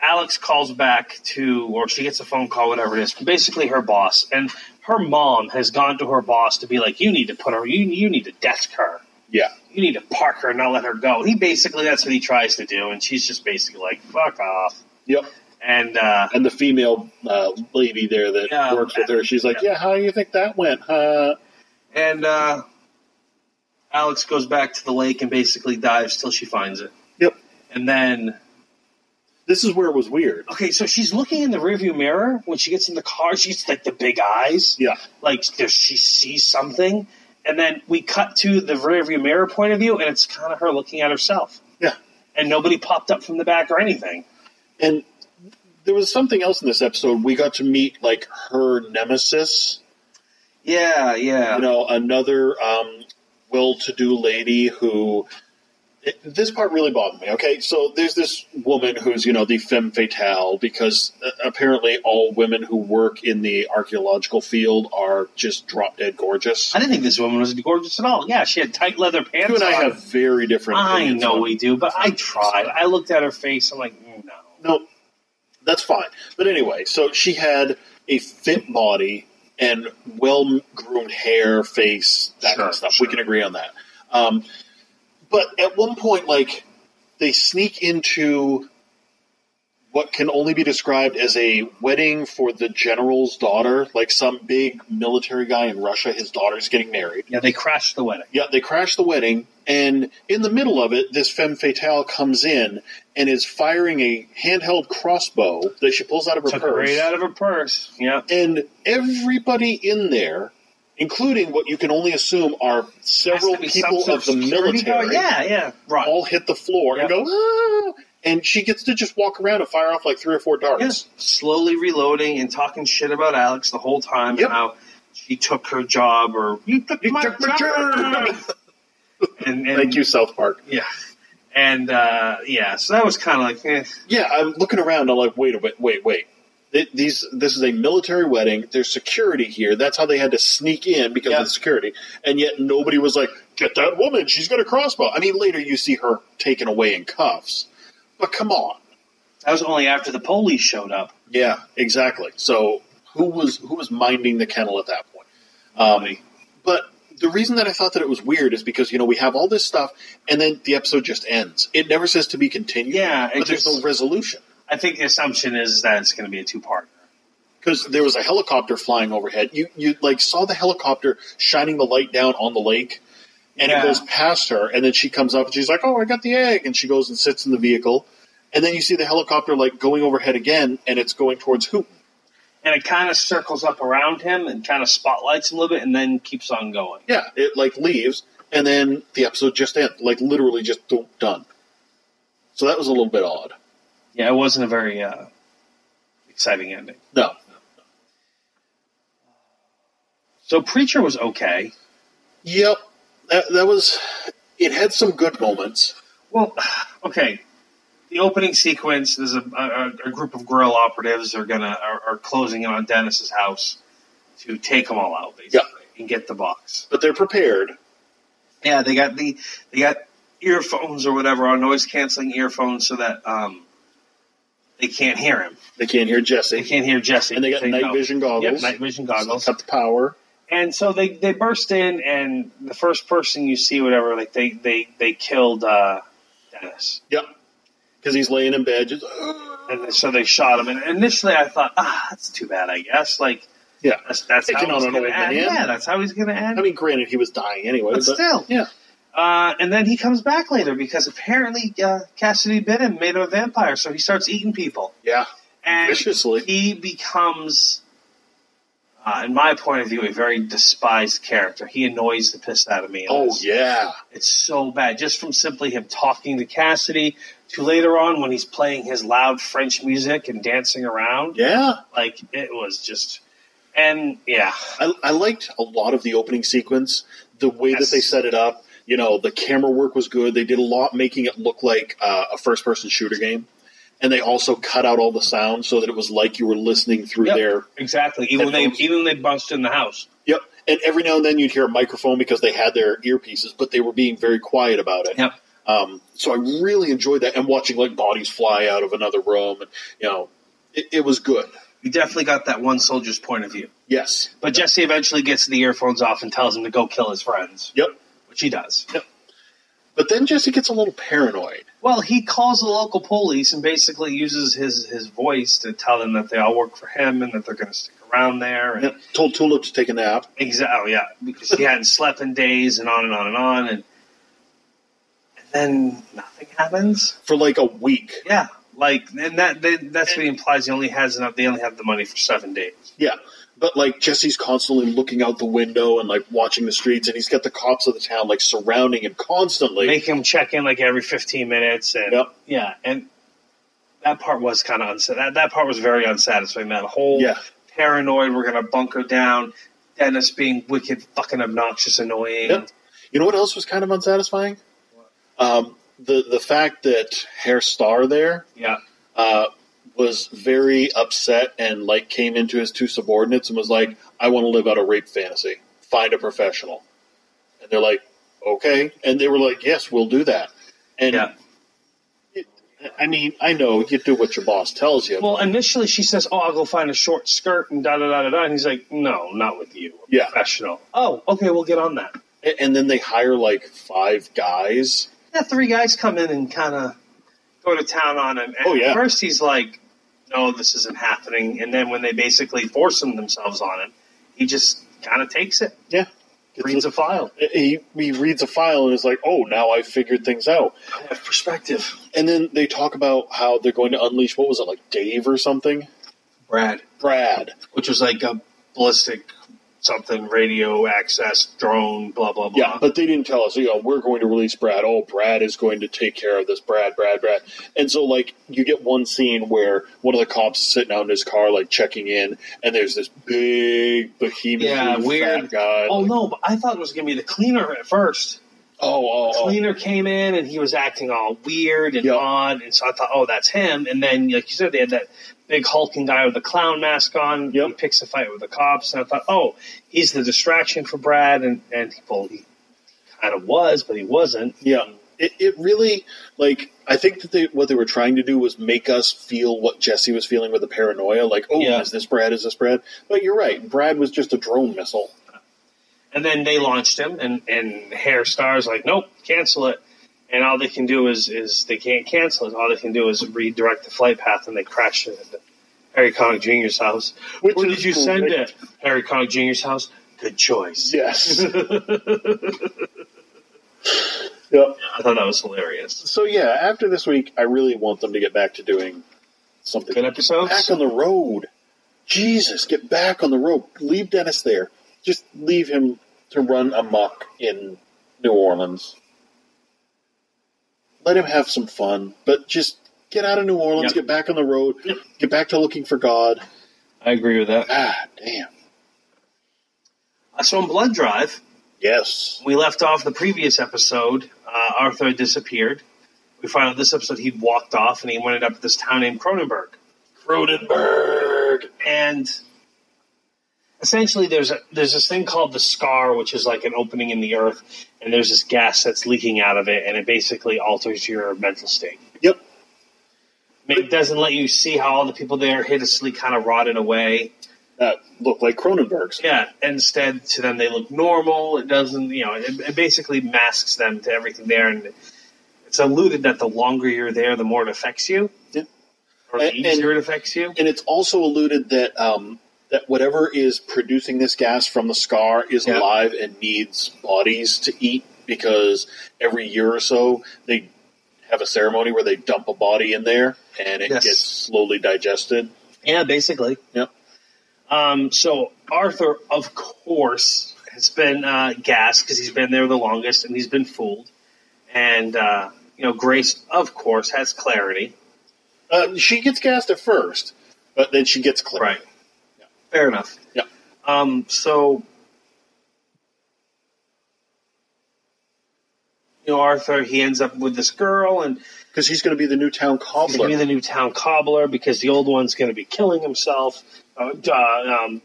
[SPEAKER 1] Alex calls back to, or she gets a phone call, whatever it is, from basically her boss. And her mom has gone to her boss to be like, you need to put her, you, you need to desk her.
[SPEAKER 2] Yeah.
[SPEAKER 1] You need to park her and not let her go. He basically, that's what he tries to do. And she's just basically like, fuck off.
[SPEAKER 2] Yep.
[SPEAKER 1] And, uh,
[SPEAKER 2] And the female uh, lady there that
[SPEAKER 1] Yeah.
[SPEAKER 2] works with her, she's like,
[SPEAKER 1] Yeah.
[SPEAKER 2] yeah. how do you think that went, huh?
[SPEAKER 1] and, uh, Alex goes back to the lake and basically dives till she finds it.
[SPEAKER 2] Yep.
[SPEAKER 1] And then
[SPEAKER 2] This is where it was weird.
[SPEAKER 1] Okay, so she's looking in the rearview mirror when she gets in the car. She gets like the big eyes,
[SPEAKER 2] Yeah.
[SPEAKER 1] like there's, she sees something, and then we cut to the rearview mirror point of view, and it's kind of her looking at herself,
[SPEAKER 2] Yeah.
[SPEAKER 1] and nobody popped up from the back or anything.
[SPEAKER 2] And there was something else in this episode. We got to meet like her nemesis,
[SPEAKER 1] Yeah, yeah,
[SPEAKER 2] you know, another um, well-to-do lady who. it- this part really bothered me. Okay, so there's this woman who's you know the femme fatale because uh, apparently all women who work in the archaeological field are just drop dead gorgeous.
[SPEAKER 1] I didn't think this woman was gorgeous at all. Yeah, she had tight leather pants.
[SPEAKER 2] You and I
[SPEAKER 1] on.
[SPEAKER 2] have very different.
[SPEAKER 1] I
[SPEAKER 2] opinions
[SPEAKER 1] know
[SPEAKER 2] on-
[SPEAKER 1] we do, but I tried. I looked at her face. I'm like, mm, no.
[SPEAKER 2] No, that's fine. But anyway, so she had a fit body and well groomed hair, face, that kind
[SPEAKER 1] Sure,
[SPEAKER 2] of stuff.
[SPEAKER 1] sure.
[SPEAKER 2] We can agree on that. Um, but at one point, like, they sneak into what can only be described as a wedding for the general's daughter, like some big military guy in Russia, his daughter's getting married.
[SPEAKER 1] Yeah, they crashed the wedding.
[SPEAKER 2] Yeah, they crash the wedding, and in the middle of it, this femme fatale comes in and is firing a handheld crossbow that she pulls out of her
[SPEAKER 1] Took her
[SPEAKER 2] purse.
[SPEAKER 1] right out of her purse. Yeah,
[SPEAKER 2] and everybody in there, including what you can only assume are several
[SPEAKER 1] Has to be some
[SPEAKER 2] people
[SPEAKER 1] sort
[SPEAKER 2] of the
[SPEAKER 1] security guard.
[SPEAKER 2] military,
[SPEAKER 1] Yeah, yeah, right.
[SPEAKER 2] all hit the floor and
[SPEAKER 1] Yeah.
[SPEAKER 2] go, "Ah," and she gets to just walk around and fire off like three or four darts.
[SPEAKER 1] Yes, slowly reloading and talking shit about Alex the whole time
[SPEAKER 2] Yep.
[SPEAKER 1] and how she took her job or you took
[SPEAKER 2] You
[SPEAKER 1] my
[SPEAKER 2] took my
[SPEAKER 1] job.
[SPEAKER 2] turn.
[SPEAKER 1] (laughs) And,
[SPEAKER 2] (laughs)
[SPEAKER 1] and
[SPEAKER 2] Thank you, South Park.
[SPEAKER 1] Yeah, and uh, yeah, so that was kind of like eh.
[SPEAKER 2] Yeah, I'm looking around. I'm like, wait, a wait, wait, wait. Th- These, this is a military wedding. There's security here. That's how they had to sneak in because
[SPEAKER 1] Yeah.
[SPEAKER 2] of the security. And yet nobody was like, get that woman. She's got a crossbow. I mean, later you see her taken away in cuffs. But come on.
[SPEAKER 1] that was only after the police showed up.
[SPEAKER 2] Yeah, exactly. So who was who was minding the kennel at that point?
[SPEAKER 1] Um,
[SPEAKER 2] But the reason that I thought that it was weird is because you know we have all this stuff, and then the episode just ends. It never says to be continued.
[SPEAKER 1] Yeah, it
[SPEAKER 2] but there's
[SPEAKER 1] just-
[SPEAKER 2] no resolution.
[SPEAKER 1] I think the assumption is that it's going to be a two part.
[SPEAKER 2] because there was a helicopter flying overhead. You you like saw the helicopter shining the light down on the lake, and
[SPEAKER 1] Yeah.
[SPEAKER 2] it goes past her, and then she comes up and she's like, "Oh, I got the egg," and she goes and sits in the vehicle, and then you see the helicopter like going overhead again, and it's going towards Hooten.
[SPEAKER 1] and it kind of circles up around him and kind of spotlights him a little bit, and then keeps on going.
[SPEAKER 2] Yeah, it like leaves, and then the episode just ends, like literally just done- done. So that was a little bit odd.
[SPEAKER 1] Yeah, it wasn't a very uh, exciting ending.
[SPEAKER 2] No,
[SPEAKER 1] So Preacher was okay.
[SPEAKER 2] yep, that, that was. It had some good moments.
[SPEAKER 1] Well, (sighs) okay. The opening sequence there's a, a, a group of guerrilla operatives are gonna are, are closing in on Dennis's house to take them all out basically and get the box.
[SPEAKER 2] but they're prepared.
[SPEAKER 1] Yeah, they got the they got earphones or whatever, or noise canceling earphones, so that um, they can't hear him.
[SPEAKER 2] They can't hear
[SPEAKER 1] They
[SPEAKER 2] Jesse.
[SPEAKER 1] can't hear Jesse.
[SPEAKER 2] And they got night
[SPEAKER 1] know.
[SPEAKER 2] vision goggles.
[SPEAKER 1] Yep, night vision
[SPEAKER 2] They
[SPEAKER 1] goggles.
[SPEAKER 2] cut the power.
[SPEAKER 1] And so they, they burst in, and the first person you see, whatever, like they they they killed uh, Dennis.
[SPEAKER 2] Yep. Because he's laying in bed. Just, "Ugh."
[SPEAKER 1] and so they shot him. And initially, I thought, ah, that's too bad. I guess like
[SPEAKER 2] yeah.
[SPEAKER 1] that's that's
[SPEAKER 2] Taking
[SPEAKER 1] how he's
[SPEAKER 2] on an
[SPEAKER 1] gonna
[SPEAKER 2] old
[SPEAKER 1] end.
[SPEAKER 2] man.
[SPEAKER 1] Yeah, that's how he's gonna end.
[SPEAKER 2] I mean, granted, he was dying anyway.
[SPEAKER 1] But
[SPEAKER 2] But,
[SPEAKER 1] still.
[SPEAKER 2] Yeah.
[SPEAKER 1] uh, and then he comes back later because apparently uh, Cassidy bit him, made him a vampire, so he starts eating people,
[SPEAKER 2] Yeah.
[SPEAKER 1] and
[SPEAKER 2] Viciously.
[SPEAKER 1] he becomes. Uh, in my point of view, a very despised character. He annoys the piss out of me. in
[SPEAKER 2] Oh,
[SPEAKER 1] this.
[SPEAKER 2] yeah.
[SPEAKER 1] It's so bad. Just from simply him talking to Cassidy to later on when he's playing his loud French music and dancing around.
[SPEAKER 2] Yeah.
[SPEAKER 1] like it was just and yeah
[SPEAKER 2] I, I liked a lot of the opening sequence, the way
[SPEAKER 1] Yes.
[SPEAKER 2] that they set it up. You know, the camera work was good. They did a lot making it look like uh, a first person shooter game. And they also cut out all the sound so that it was like you were listening through
[SPEAKER 1] Yep,
[SPEAKER 2] their
[SPEAKER 1] exactly even when they
[SPEAKER 2] Headphones.
[SPEAKER 1] even when they bust in the house
[SPEAKER 2] Yep. And every now and then you'd hear a microphone because they had their earpieces, but they were being very quiet about it.
[SPEAKER 1] Yep.
[SPEAKER 2] Um, so I really enjoyed that and watching like bodies fly out of another room. And, you know, it, it was good.
[SPEAKER 1] you definitely got that one soldier's point of view
[SPEAKER 2] Yes.
[SPEAKER 1] but jesse eventually gets the earphones off and tells him to go kill his friends
[SPEAKER 2] Yep.
[SPEAKER 1] which he does
[SPEAKER 2] But then Jesse gets a little paranoid.
[SPEAKER 1] well he calls the local police and basically uses his his voice to tell them that they all work for him and that they're going to stick around there and
[SPEAKER 2] Yep. Told Tulip to take a nap.
[SPEAKER 1] Exactly. Yeah, because he hadn't slept in days, and on and on and on, and, and then nothing happens.
[SPEAKER 2] For like a week.
[SPEAKER 1] Yeah, like and that they, that's what he implies. He only has enough. They only have the money for seven days.
[SPEAKER 2] Yeah. But like Jesse's constantly looking out the window and like watching the streets, and he's got the cops of the town like surrounding him constantly.
[SPEAKER 1] Make him check in like every fifteen minutes, and
[SPEAKER 2] Yep.
[SPEAKER 1] yeah, and that part was kind of unsa- that that part was very unsatisfying. That whole
[SPEAKER 2] Yeah.
[SPEAKER 1] paranoid. We're gonna bunker down. Dennis being wicked, fucking obnoxious, annoying.
[SPEAKER 2] Yep. You know what else was kind of unsatisfying? Um, the the fact that Hair Star there
[SPEAKER 1] Yeah.
[SPEAKER 2] uh, was very upset and like came into his two subordinates and was like, "I want to live out a rape fantasy. Find a professional." And they're like, "Okay," and they were like, "Yes, we'll do that." And
[SPEAKER 1] Yeah.
[SPEAKER 2] I mean, I know you do what your boss tells you.
[SPEAKER 1] Well, initially she says, "Oh, I'll go find a short skirt and da da da da da," and he's like, "No, not with you, I'm
[SPEAKER 2] Yeah.
[SPEAKER 1] professional." Oh, okay, we'll get on that.
[SPEAKER 2] A- and then they hire like five guys.
[SPEAKER 1] Yeah, three guys come in and kind of go to town on him. And
[SPEAKER 2] Oh, yeah.
[SPEAKER 1] At first, he's like, "No, this isn't happening," and then when they basically force him themselves on him, he just kind of takes it,
[SPEAKER 2] Yeah,
[SPEAKER 1] reads a file,
[SPEAKER 2] he he reads a file and is like, "Oh, now I figured things out."
[SPEAKER 1] I have perspective.
[SPEAKER 2] And then they talk about how they're going to unleash what was it like Dave or something?
[SPEAKER 1] Brad,
[SPEAKER 2] Brad.
[SPEAKER 1] which was like a ballistic something radio access drone, blah blah blah.
[SPEAKER 2] Yeah, but they didn't tell us, you know, we're going to release Brad. Oh, Brad is going to take care of this Brad, Brad, Brad. And so like you get one scene where one of the cops is sitting out in his car like checking in and there's this big behemoth
[SPEAKER 1] Yeah,
[SPEAKER 2] fat
[SPEAKER 1] weird.
[SPEAKER 2] guy.
[SPEAKER 1] Oh
[SPEAKER 2] like,
[SPEAKER 1] no! But I thought it was gonna be the cleaner at first.
[SPEAKER 2] oh, oh, oh.
[SPEAKER 1] cleaner came in and he was acting all weird and
[SPEAKER 2] Yeah.
[SPEAKER 1] odd, and so I thought, oh, that's him. And then, like you said, they had that big hulking guy with the clown mask on.
[SPEAKER 2] Yep.
[SPEAKER 1] He picks a fight with the cops, and I thought, oh, he's the distraction for Brad, and and he, well, he kind of was, but he wasn't.
[SPEAKER 2] Yeah. It, it really like I think that they, what they were trying to do was make us feel what Jesse was feeling with the paranoia, like oh
[SPEAKER 1] Yeah.
[SPEAKER 2] is this Brad? Is this Brad? But you're right, Brad was just a drone missile.
[SPEAKER 1] And then they launched him, and and Hair Star's like, nope, cancel it. And all they can do is is they can't cancel it. All they can do is redirect the flight path, and they crash it into Harry Connick Jr.'s house.
[SPEAKER 2] Which
[SPEAKER 1] Where
[SPEAKER 2] is
[SPEAKER 1] did you send
[SPEAKER 2] great.
[SPEAKER 1] it? Harry Connick Jr.'s house. Good choice.
[SPEAKER 2] Yes. (laughs) Yep.
[SPEAKER 1] I thought that was hilarious.
[SPEAKER 2] So yeah, after this week, I really want them to get back to doing something.
[SPEAKER 1] Good episodes?
[SPEAKER 2] Back on the road. Jesus, get back on the road. Leave Dennis there. Just leave him to run amok in New Orleans. Let him have some fun, but just get out of New Orleans.
[SPEAKER 1] Yep.
[SPEAKER 2] Get back on the road. Get back to looking for God.
[SPEAKER 1] I agree with that.
[SPEAKER 2] Ah, damn.
[SPEAKER 1] Uh, So in Blood Drive,
[SPEAKER 2] Yes.
[SPEAKER 1] we left off the previous episode. Uh, Arthur had disappeared. We find out this episode he'd walked off and he went up to this town named Cronenberg.
[SPEAKER 2] Cronenberg.
[SPEAKER 1] and essentially there's a, there's this thing called the scar which is like an opening in the earth and there's this gas that's leaking out of it and it basically alters your mental state
[SPEAKER 2] Yep.
[SPEAKER 1] it doesn't let you see how all the people there hideously kind of rotted away
[SPEAKER 2] That looked Uh, like Cronenberg's.
[SPEAKER 1] yeah instead to them they look normal it doesn't you know it, it basically masks them to everything there and it's alluded that the longer you're there the more it affects you
[SPEAKER 2] Yeah.
[SPEAKER 1] or the
[SPEAKER 2] And- and-
[SPEAKER 1] easier it affects you
[SPEAKER 2] and it's also alluded that um, that whatever is producing this gas from the scar is
[SPEAKER 1] Yeah.
[SPEAKER 2] alive and needs bodies to eat because every year or so they have a ceremony where they dump a body in there and it
[SPEAKER 1] Yes.
[SPEAKER 2] gets slowly digested.
[SPEAKER 1] Yeah, basically.
[SPEAKER 2] Yep.
[SPEAKER 1] Um, so Arthur, of course, has been uh, gassed because he's been there the longest and he's been fooled. And uh, you know, Grace, of course, has clarity.
[SPEAKER 2] Uh, she gets gassed at first, but then she gets clear.
[SPEAKER 1] Fair enough.
[SPEAKER 2] Yep.
[SPEAKER 1] Um, so you know, Arthur, he ends up with this girl, and
[SPEAKER 2] Because he's going to be the new town
[SPEAKER 1] he's gonna
[SPEAKER 2] cobbler.
[SPEAKER 1] be the new town cobbler because the old one's gonna be killing himself, uh, duh, um,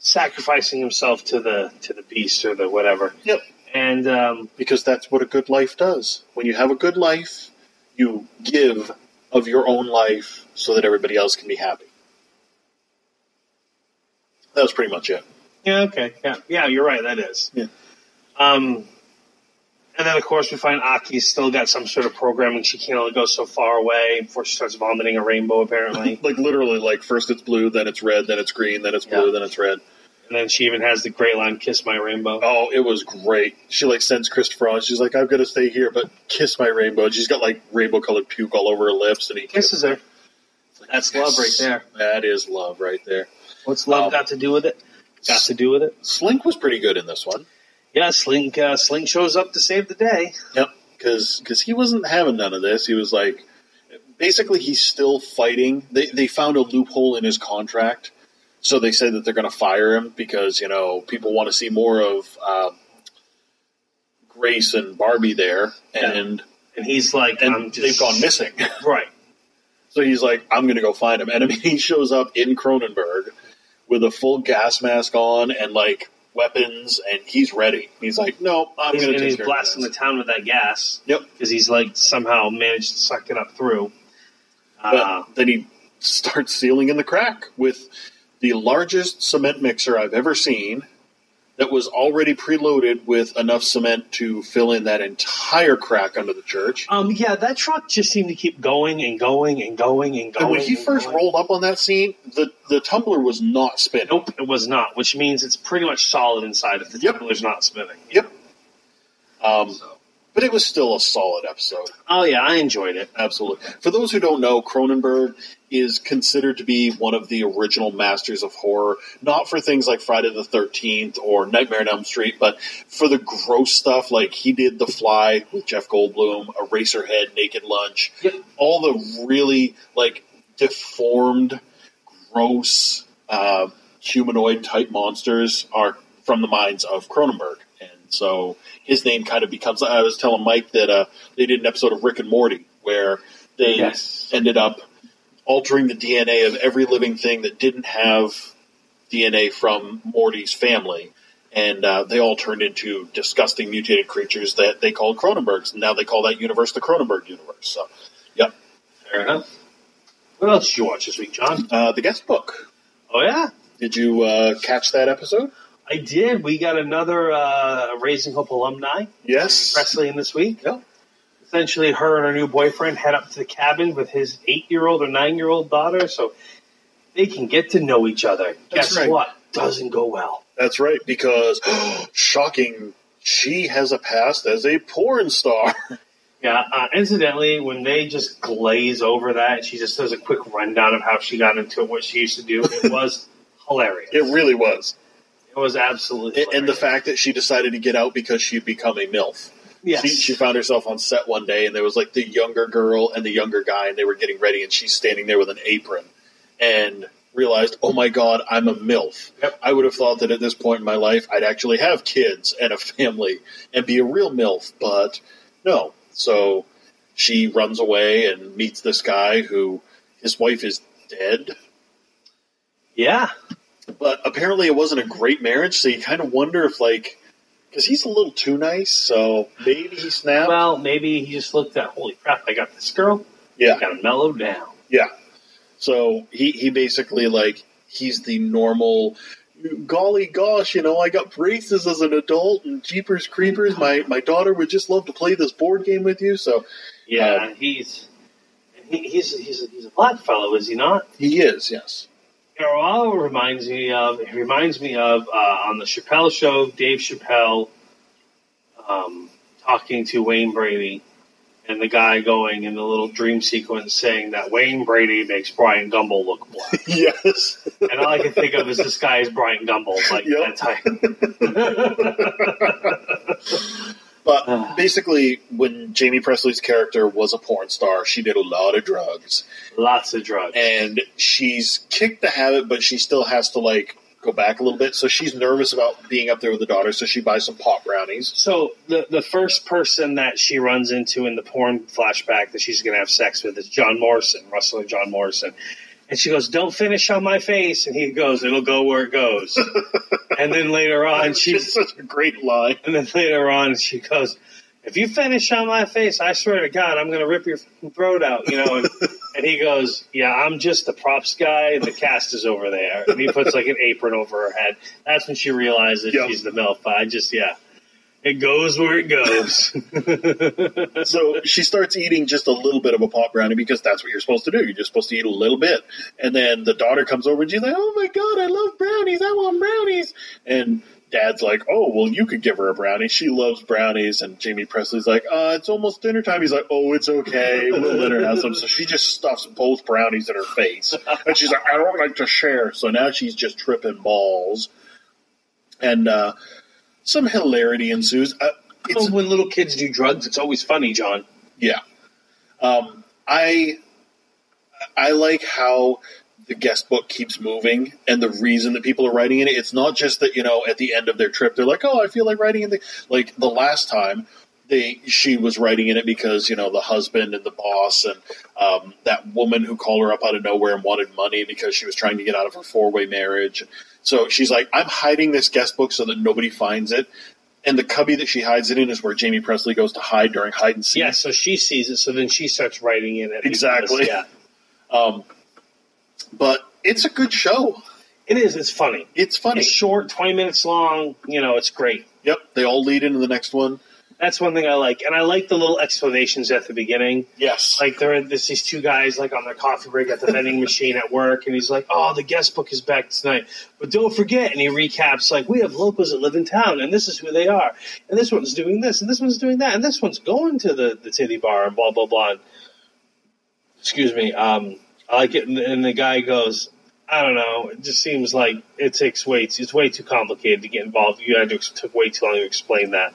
[SPEAKER 1] sacrificing himself to the to the beast or the whatever.
[SPEAKER 2] yep.
[SPEAKER 1] And um,
[SPEAKER 2] Because that's what a good life does. When you have a good life, you give of your own life so that everybody else can be happy. That was pretty much it.
[SPEAKER 1] yeah, okay, yeah, yeah, you're right. That is.
[SPEAKER 2] Yeah.
[SPEAKER 1] Um, and then of course we find Aki's still got some sort of programming. She can only go so far away before she starts vomiting a
[SPEAKER 2] (laughs)
[SPEAKER 1] rainbow, apparently.
[SPEAKER 2] Like literally, like first it's blue, then it's red, then it's green, then it's blue,
[SPEAKER 1] Yeah.
[SPEAKER 2] then it's red.
[SPEAKER 1] and then she even has the great line, "Kiss my rainbow."
[SPEAKER 2] Oh, it was great. She like sends Christopher on. She's like, I've got to stay here, but kiss my rainbow. And she's got like rainbow colored puke all over her lips, and he
[SPEAKER 1] Kisses her. That's love right there.
[SPEAKER 2] That is love right there.
[SPEAKER 1] What's love
[SPEAKER 2] Um,
[SPEAKER 1] got to do with it? Got to do with it.
[SPEAKER 2] Slink was pretty good in this one.
[SPEAKER 1] Yeah, Slink. Uh, Slink shows up to save the day.
[SPEAKER 2] Yep, because he wasn't having none of this. He was like, basically, he's still fighting. They they found a loophole in his contract, so they said that they're going to fire him because you know people want to see more of um, Grace and Barbie there, and
[SPEAKER 1] And he's like,
[SPEAKER 2] and
[SPEAKER 1] I'm just,
[SPEAKER 2] they've gone missing. (laughs)
[SPEAKER 1] Right.
[SPEAKER 2] so he's like, I'm going to go find him, and (laughs) I mean, he shows up in Cronenberg with a full gas mask on and like weapons, and he's ready. He's like, No, I'm
[SPEAKER 1] He's,
[SPEAKER 2] going
[SPEAKER 1] and
[SPEAKER 2] to
[SPEAKER 1] he's
[SPEAKER 2] take care
[SPEAKER 1] blasting
[SPEAKER 2] of
[SPEAKER 1] the
[SPEAKER 2] this.
[SPEAKER 1] town with that gas
[SPEAKER 2] Yep.
[SPEAKER 1] because he's like somehow managed to suck it up through.
[SPEAKER 2] But
[SPEAKER 1] Uh,
[SPEAKER 2] then he starts sealing in the crack with the largest cement mixer I've ever seen that was already preloaded with enough cement to fill in that entire crack under the church.
[SPEAKER 1] um, yeah, that truck just seemed to keep going and going and going and going.
[SPEAKER 2] And when he
[SPEAKER 1] and
[SPEAKER 2] first
[SPEAKER 1] going.
[SPEAKER 2] rolled up on that scene, the, the tumbler was not spinning.
[SPEAKER 1] nope, it was not. Which means it's pretty much solid inside if the
[SPEAKER 2] Yep.
[SPEAKER 1] tumbler's not spinning.
[SPEAKER 2] Yep. Um,
[SPEAKER 1] So.
[SPEAKER 2] but it was still a solid episode.
[SPEAKER 1] Oh yeah, I enjoyed it.
[SPEAKER 2] Absolutely. For those who don't know, Cronenberg is considered to be one of the original masters of horror, not for things like Friday the 13th or Nightmare on Elm Street, but for the gross stuff. Like he did The Fly with Jeff Goldblum, Eraserhead, Naked Lunch,
[SPEAKER 1] Yep.
[SPEAKER 2] all the really like deformed, gross, uh, humanoid type monsters are from the minds of Cronenberg. And so his name kind of becomes. I was telling Mike that uh, they did an episode of Rick and Morty where they
[SPEAKER 1] Yes.
[SPEAKER 2] ended up altering the DNA of every living thing that didn't have DNA from Morty's family. And uh, they all turned into disgusting mutated creatures that they called Cronenbergs. Now they call that universe the Cronenberg universe. So, yeah.
[SPEAKER 1] Fair enough. What else did you watch this week, John?
[SPEAKER 2] Uh, the guest book.
[SPEAKER 1] Oh yeah,
[SPEAKER 2] Did you uh, catch that episode?
[SPEAKER 1] I did. We got another uh, Raising Hope alumni,
[SPEAKER 2] Yes.
[SPEAKER 1] Presley, in this week.
[SPEAKER 2] Yeah.
[SPEAKER 1] essentially her and her new boyfriend head up to the cabin with his eight year old or nine year old daughter, so they can get to know each other.
[SPEAKER 2] That's
[SPEAKER 1] Guess
[SPEAKER 2] right.
[SPEAKER 1] what? Doesn't go well.
[SPEAKER 2] That's right, because (gasps) shocking she has a past as a porn star. (laughs)
[SPEAKER 1] Yeah. Uh, incidentally, when they just glaze over that, she just does a quick rundown of how she got into it, what she used to do.
[SPEAKER 2] (laughs)
[SPEAKER 1] It was hilarious.
[SPEAKER 2] It really was.
[SPEAKER 1] It was absolutely.
[SPEAKER 2] And- And the
[SPEAKER 1] hilarious.
[SPEAKER 2] fact that she decided to get out because she'd become a MILF.
[SPEAKER 1] yes,
[SPEAKER 2] She, she found herself on set one day, and there was like the younger girl and the younger guy, and they were getting ready, and she's standing there with an apron, and realized, oh my god, I'm a milf.
[SPEAKER 1] Yep.
[SPEAKER 2] I would have thought that at this point in my life, I'd actually have kids and a family and be a real milf, but no. So she runs away and meets this guy who his wife is dead,
[SPEAKER 1] yeah.
[SPEAKER 2] but apparently it wasn't a great marriage. So you kind of wonder if like. Because he's a little too nice, so maybe he snapped.
[SPEAKER 1] Well, maybe he just looked at, holy crap, I got this girl.
[SPEAKER 2] yeah,
[SPEAKER 1] I gotta mellow down.
[SPEAKER 2] Yeah. So he, he basically like he's the normal golly gosh, you know, I got braces as an adult and Jeepers Creepers, my, my daughter would just love to play this board game with you, so
[SPEAKER 1] Yeah,
[SPEAKER 2] Um,
[SPEAKER 1] he's he, he's he's he's a black fellow, is he not?
[SPEAKER 2] he is, yes. (laughs)
[SPEAKER 1] Arrow reminds me of it reminds me of uh, on the Chappelle show, Dave Chappelle um, talking to Wayne Brady, and the guy going in the little dream sequence saying that Wayne Brady makes Brian Gumble look black,
[SPEAKER 2] Yes.
[SPEAKER 1] and all I can think of is this guy is Brian Gumble, like
[SPEAKER 2] Yep.
[SPEAKER 1] that type.
[SPEAKER 2] But basically when Jamie Presley's character was a porn star, she did a lot of drugs.
[SPEAKER 1] (laughs) Lots of drugs.
[SPEAKER 2] and she's kicked the habit, but she still has to like go back a little bit. So she's nervous about being up there with the daughter, so she buys some pot brownies.
[SPEAKER 1] So the the first person that she runs into in the porn flashback that she's going to have sex with is John Morrison, wrestler John Morrison, and she goes, "Don't finish on my face," and he goes, "It'll go where it goes." and then later on,
[SPEAKER 2] (laughs) She's
[SPEAKER 1] she's
[SPEAKER 2] such a great line.
[SPEAKER 1] and then later on she goes, "If you finish on my face, I swear to God, I'm going to rip your fucking throat out," you know.
[SPEAKER 2] (laughs)
[SPEAKER 1] And, and he goes, "Yeah, I'm just the props guy. The cast is over there." And he puts like an apron over her head. That's when she realizes
[SPEAKER 2] Yeah.
[SPEAKER 1] she's the MILF. I just yeah. It goes where it goes.
[SPEAKER 2] So she starts eating just a little bit of a pot brownie because that's what you're supposed to do. You're just supposed to eat a little bit. And then the daughter comes over and she's like, Oh my God, I love brownies. I want brownies. And dad's like, Oh, well, you could give her a brownie. She loves brownies. And Jamie Presley's like, uh, It's almost dinner time. He's like, Oh, it's okay. We'll let her have some. So she just stuffs both brownies in her face. And she's like, I don't like to share. So now she's just tripping balls. And uh, some hilarity ensues. Uh, (laughs) it's
[SPEAKER 1] when little kids do drugs, it's always funny, John.
[SPEAKER 2] yeah. Um, I I like how the guest book keeps moving and the reason that people are writing in it. It's not just that, you know, at the end of their trip they're like, Oh, I feel like writing in the like the last time they she was writing in it because, you know, the husband and the boss and um, that woman who called her up out of nowhere and wanted money because she was trying to get out of her four way marriage. So she's like, I'm hiding this guest book so that nobody finds it. And the cubby that she hides it in is where Jamie Presley goes to hide during hide and seek.
[SPEAKER 1] Yeah, so she sees it, so then she starts writing in it.
[SPEAKER 2] Exactly.
[SPEAKER 1] Yeah.
[SPEAKER 2] but it's a good show.
[SPEAKER 1] It is. It's funny.
[SPEAKER 2] It's funny.
[SPEAKER 1] It's short, 20 minutes long. You know, it's great.
[SPEAKER 2] Yep, they all lead into the next one.
[SPEAKER 1] That's one thing I like. And I like the little explanations at the beginning.
[SPEAKER 2] Yes,
[SPEAKER 1] Like there are there's these two guys like on their coffee break at the vending machine at work and he's like, Oh, the guest book is back tonight. But don't forget and he recaps like we have locals that live in town and this is who they are. And this one's doing this and this one's doing that and this one's going to the, the titty bar and blah blah blah. And, excuse me, um I like it and, and the guy goes I don't know. It just seems like it takes way. Too, it's way too complicated to get involved. You had to ex- took way too long to explain that.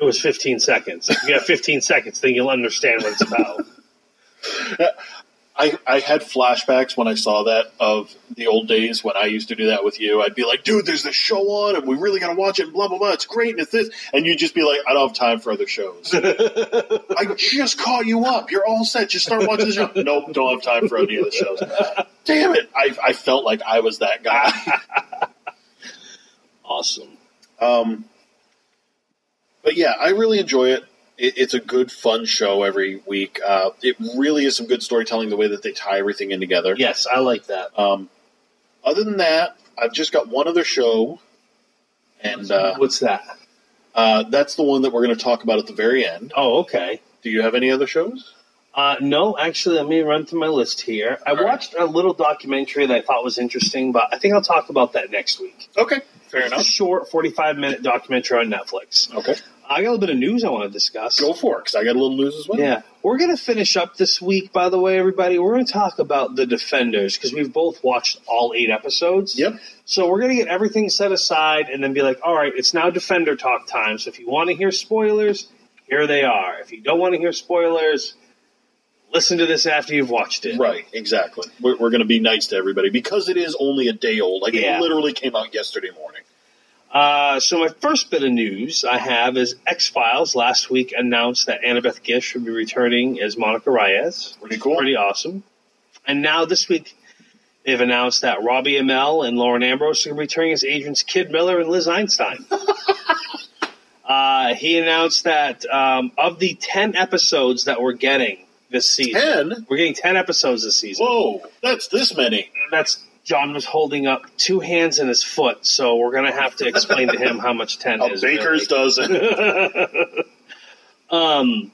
[SPEAKER 1] It was 15 seconds. If you have 15 seconds, then you'll understand what it's about.
[SPEAKER 2] I, I had flashbacks when I saw that of the old days when I used to do that with you. I'd be like, dude, there's this show on and we really got to watch it and blah, blah, blah. It's great and it's this. And you'd just be like, I don't have time for other shows. I just caught you up. You're all set. Just start watching the show. nope, don't have time for any of the shows. Damn it. I, I felt like I was that guy.
[SPEAKER 1] Awesome.
[SPEAKER 2] Um, but yeah, I really enjoy it. it it's a good, fun show every week. Uh, it really is some good storytelling the way that they tie everything in together.
[SPEAKER 1] Yes, I like that.
[SPEAKER 2] Um, other than that, I've just got one other show, and uh,
[SPEAKER 1] What's that?
[SPEAKER 2] uh, that's the one that we're going to talk about at the very end.
[SPEAKER 1] Oh, okay.
[SPEAKER 2] Do you have any other shows?
[SPEAKER 1] Uh, no, actually, let me run through my list here. I
[SPEAKER 2] All right.
[SPEAKER 1] watched a little documentary that I thought was interesting, but I think I'll talk about that next week.
[SPEAKER 2] Okay. Fair
[SPEAKER 1] It's a
[SPEAKER 2] enough.
[SPEAKER 1] short 45 minute documentary on Netflix.
[SPEAKER 2] Okay.
[SPEAKER 1] I got a little bit of news I want to discuss.
[SPEAKER 2] Go for it, because I got a little news as well.
[SPEAKER 1] Yeah. We're going to finish up this week, by the way, everybody. We're going to talk about The Defenders because we've both watched all eight episodes.
[SPEAKER 2] Yep.
[SPEAKER 1] So we're going to get everything set aside and then be like, all right, it's now Defender talk time. So if you want to hear spoilers, here they are. If you don't want to hear spoilers, listen to this after you've watched it.
[SPEAKER 2] Right, exactly. We're, we're going to be nice to everybody because it is only a day old. Like,
[SPEAKER 1] Yeah.
[SPEAKER 2] it literally came out yesterday morning.
[SPEAKER 1] Uh, so my first bit of news I have is X Files last week announced that Annabeth Gish would be returning as Monica Reyes.
[SPEAKER 2] Pretty cool.
[SPEAKER 1] Pretty awesome. And now this week they've announced that Robbie Amell and Lauren Ambrose are returning as agents Kid Miller and Liz
[SPEAKER 2] (laughs)
[SPEAKER 1] Einstein. uh, he announced that um, of the ten episodes that we're getting this season,
[SPEAKER 2] 10?
[SPEAKER 1] we're getting ten episodes this season
[SPEAKER 2] Whoa, that's this many.
[SPEAKER 1] that's John was holding up two hands and his foot, so we're gonna have to explain to him how much ten
[SPEAKER 2] A
[SPEAKER 1] is.
[SPEAKER 2] Oh, baker's
[SPEAKER 1] (laughs)
[SPEAKER 2] dozen.
[SPEAKER 1] Um,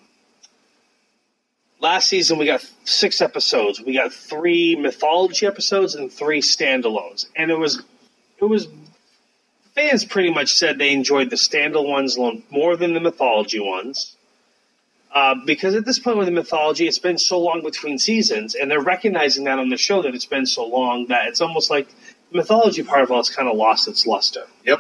[SPEAKER 1] last season we got six episodes. We got three mythology episodes and three standalones, and it was it was fans pretty much said they enjoyed the standalones lo- more than the mythology ones. Uh, because at this point with the mythology, it's been so long between seasons, and they're recognizing that on the show that it's been so long that it's almost like the mythology part of all it's kind of lost its luster.
[SPEAKER 2] yep.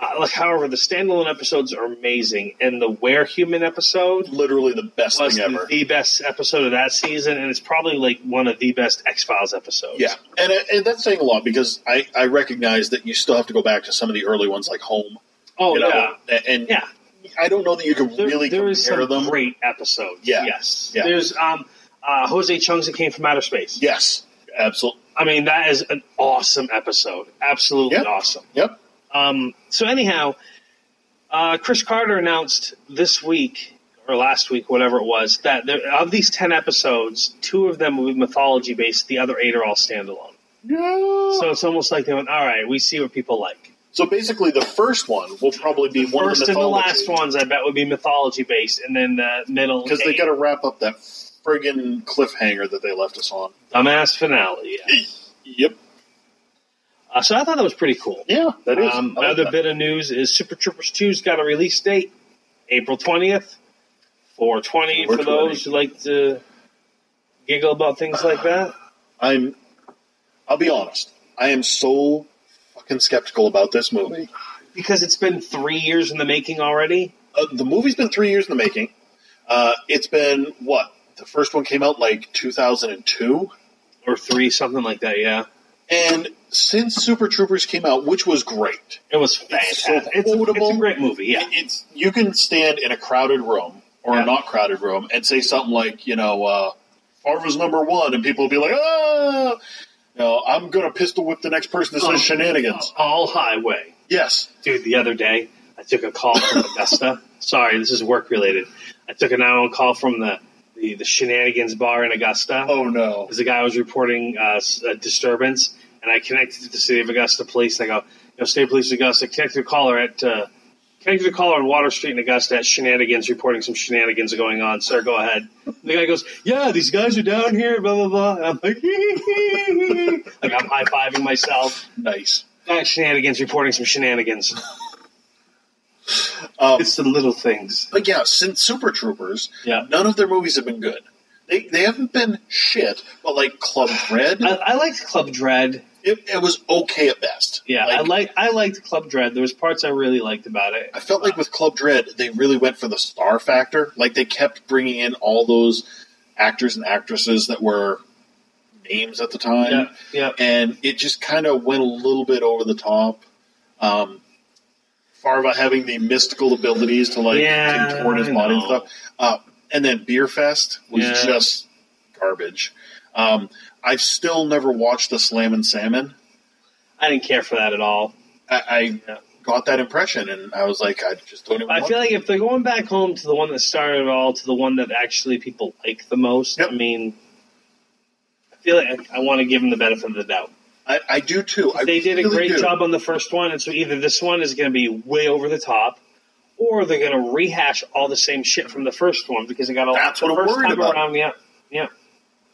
[SPEAKER 1] Uh, like, however, the standalone episodes are amazing, and the Where Human episode
[SPEAKER 2] Literally the best
[SPEAKER 1] was
[SPEAKER 2] thing ever.
[SPEAKER 1] the best episode of that season, and it's probably like one of the best X Files episodes.
[SPEAKER 2] Yeah, and, uh, and that's saying a lot because I, I recognize that you still have to go back to some of the early ones like Home.
[SPEAKER 1] Oh
[SPEAKER 2] you know,
[SPEAKER 1] yeah.
[SPEAKER 2] And, and
[SPEAKER 1] Yeah.
[SPEAKER 2] I don't know that you can
[SPEAKER 1] There,
[SPEAKER 2] really
[SPEAKER 1] there
[SPEAKER 2] compare
[SPEAKER 1] is some
[SPEAKER 2] them.
[SPEAKER 1] great episodes.
[SPEAKER 2] Yeah.
[SPEAKER 1] Yes.
[SPEAKER 2] Yeah.
[SPEAKER 1] There's um uh, Jose Chung's that came from outer space.
[SPEAKER 2] Yes, absolutely.
[SPEAKER 1] I mean that is an awesome episode. Absolutely
[SPEAKER 2] Yep.
[SPEAKER 1] awesome.
[SPEAKER 2] Yep.
[SPEAKER 1] Um, so anyhow, uh, Chris Carter announced this week or last week, whatever it was, that there, of these ten episodes, two of them will be mythology based. The other eight are all standalone. So it's almost like they went, "All right, we see what people like."
[SPEAKER 2] So basically, the first one will probably be one
[SPEAKER 1] First
[SPEAKER 2] of the
[SPEAKER 1] and the
[SPEAKER 2] mythology,
[SPEAKER 1] last ones, I bet, would be mythology based, and then the middle
[SPEAKER 2] because they
[SPEAKER 1] eight,
[SPEAKER 2] got to wrap up that friggin' cliffhanger that they left us on.
[SPEAKER 1] dumbass finale. Yeah.
[SPEAKER 2] Yep.
[SPEAKER 1] Uh, so I thought that was pretty cool.
[SPEAKER 2] Yeah, that is
[SPEAKER 1] Um,
[SPEAKER 2] I like
[SPEAKER 1] another
[SPEAKER 2] that.
[SPEAKER 1] bit of news is Super Troopers 2's got a release date, April 20th, 420 for
[SPEAKER 2] 420.
[SPEAKER 1] those who like to giggle about things like that.
[SPEAKER 2] I'm. I'll be honest. I am so fucking skeptical about this movie.
[SPEAKER 1] Because it's been three years in the making already.
[SPEAKER 2] Uh, the movie's been three years in the making. Uh, it's been what the first one came out like 2002,
[SPEAKER 1] Or three, something like that, yeah.
[SPEAKER 2] and since Super Troopers came out, which was great,
[SPEAKER 1] It was
[SPEAKER 2] It's so
[SPEAKER 1] fantastic. It's, a, it's
[SPEAKER 2] quotable.
[SPEAKER 1] a great movie, yeah.
[SPEAKER 2] it's you can stand in a crowded room or
[SPEAKER 1] Yeah.
[SPEAKER 2] a not crowded room and say something like, you know, uh, Farva's number one, and people will be like, ah, you know, I'm gonna pistol whip the next person
[SPEAKER 1] Oh.
[SPEAKER 2] that says shenanigans.
[SPEAKER 1] All highway.
[SPEAKER 2] Yes,
[SPEAKER 1] Dude, the other day, I took a call from Augusta. (laughs) Sorry, this is work related. I took an hour call from the, the, the shenanigans bar in Augusta.
[SPEAKER 2] oh no,
[SPEAKER 1] because the guy was reporting uh, s- a disturbance, and I connected to the city of Augusta police. And I go, you know, state police Augusta, connected to the caller at uh, connected to the caller on Water Street in Augusta at shenanigans, reporting some shenanigans going on. Sir, go ahead. And the guy goes, yeah, these guys are down here, blah blah blah. And I'm like, (laughs) like I'm high fiving myself.
[SPEAKER 2] nice.
[SPEAKER 1] Guy at shenanigans, reporting some shenanigans.
[SPEAKER 2] Um,
[SPEAKER 1] It's the little things.
[SPEAKER 2] But yeah, since Super Troopers,
[SPEAKER 1] Yeah.
[SPEAKER 2] none of their movies have been good. They they haven't been shit, but like Club Dread,
[SPEAKER 1] I, I liked Club Dread.
[SPEAKER 2] it, it was okay at best.
[SPEAKER 1] Yeah, I like I liked Club Dread. There was parts I really liked about it.
[SPEAKER 2] I felt like with Club Dread, they really went for the star factor. Like they kept bringing in all those actors and actresses that were names at the time,
[SPEAKER 1] Yeah, yeah.
[SPEAKER 2] and it just kind of went a little bit over the top. Um, Farva having the mystical abilities to like
[SPEAKER 1] Yeah,
[SPEAKER 2] contort his
[SPEAKER 1] I
[SPEAKER 2] body and
[SPEAKER 1] know.
[SPEAKER 2] stuff, uh, and then Beer Fest was
[SPEAKER 1] Yeah.
[SPEAKER 2] just garbage. Um, I've still never watched the Slam and Salmon.
[SPEAKER 1] I didn't care for that at all.
[SPEAKER 2] I, I
[SPEAKER 1] Yeah.
[SPEAKER 2] got that impression, and I was like, I just don't even.
[SPEAKER 1] I
[SPEAKER 2] want
[SPEAKER 1] feel like if they're going back home to the one that started it all, to the one that actually people like the most,
[SPEAKER 2] Yep.
[SPEAKER 1] I mean, I feel like I, I want to give them the benefit of the doubt.
[SPEAKER 2] I, I do too. I
[SPEAKER 1] They did a
[SPEAKER 2] really
[SPEAKER 1] great
[SPEAKER 2] do.
[SPEAKER 1] job on the first one, and so either this one is going to be way over the top, or they're going to rehash all the same shit from the first one because they got a lot
[SPEAKER 2] That's what
[SPEAKER 1] the
[SPEAKER 2] I'm
[SPEAKER 1] first
[SPEAKER 2] worried
[SPEAKER 1] time
[SPEAKER 2] about.
[SPEAKER 1] around. Yeah, yeah.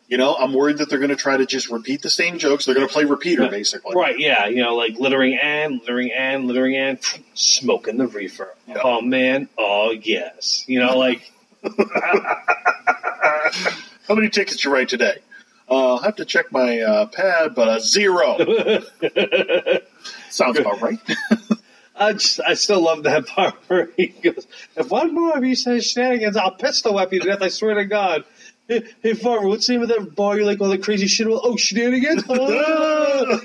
[SPEAKER 2] You know, I'm worried that they're going to try to just repeat the same jokes. They're going to play repeater, basically.
[SPEAKER 1] Right, yeah, you know, like littering and littering and littering and (sniffs) smoking the reefer.
[SPEAKER 2] Yeah.
[SPEAKER 1] Oh man, oh yes. You know, like
[SPEAKER 2] How many tickets you write today? Uh, I'll have to check my uh, pad, but uh,
[SPEAKER 1] (laughs)
[SPEAKER 2] zero. Sounds about right.
[SPEAKER 1] I just, I still love that (laughs) part where he goes, if one more of you says shenanigans, I'll pistol whip you to death, I swear to God. Hey, hey farmer, what's the name of that bar you like all the crazy shit about? Oh, (laughs) shenanigans?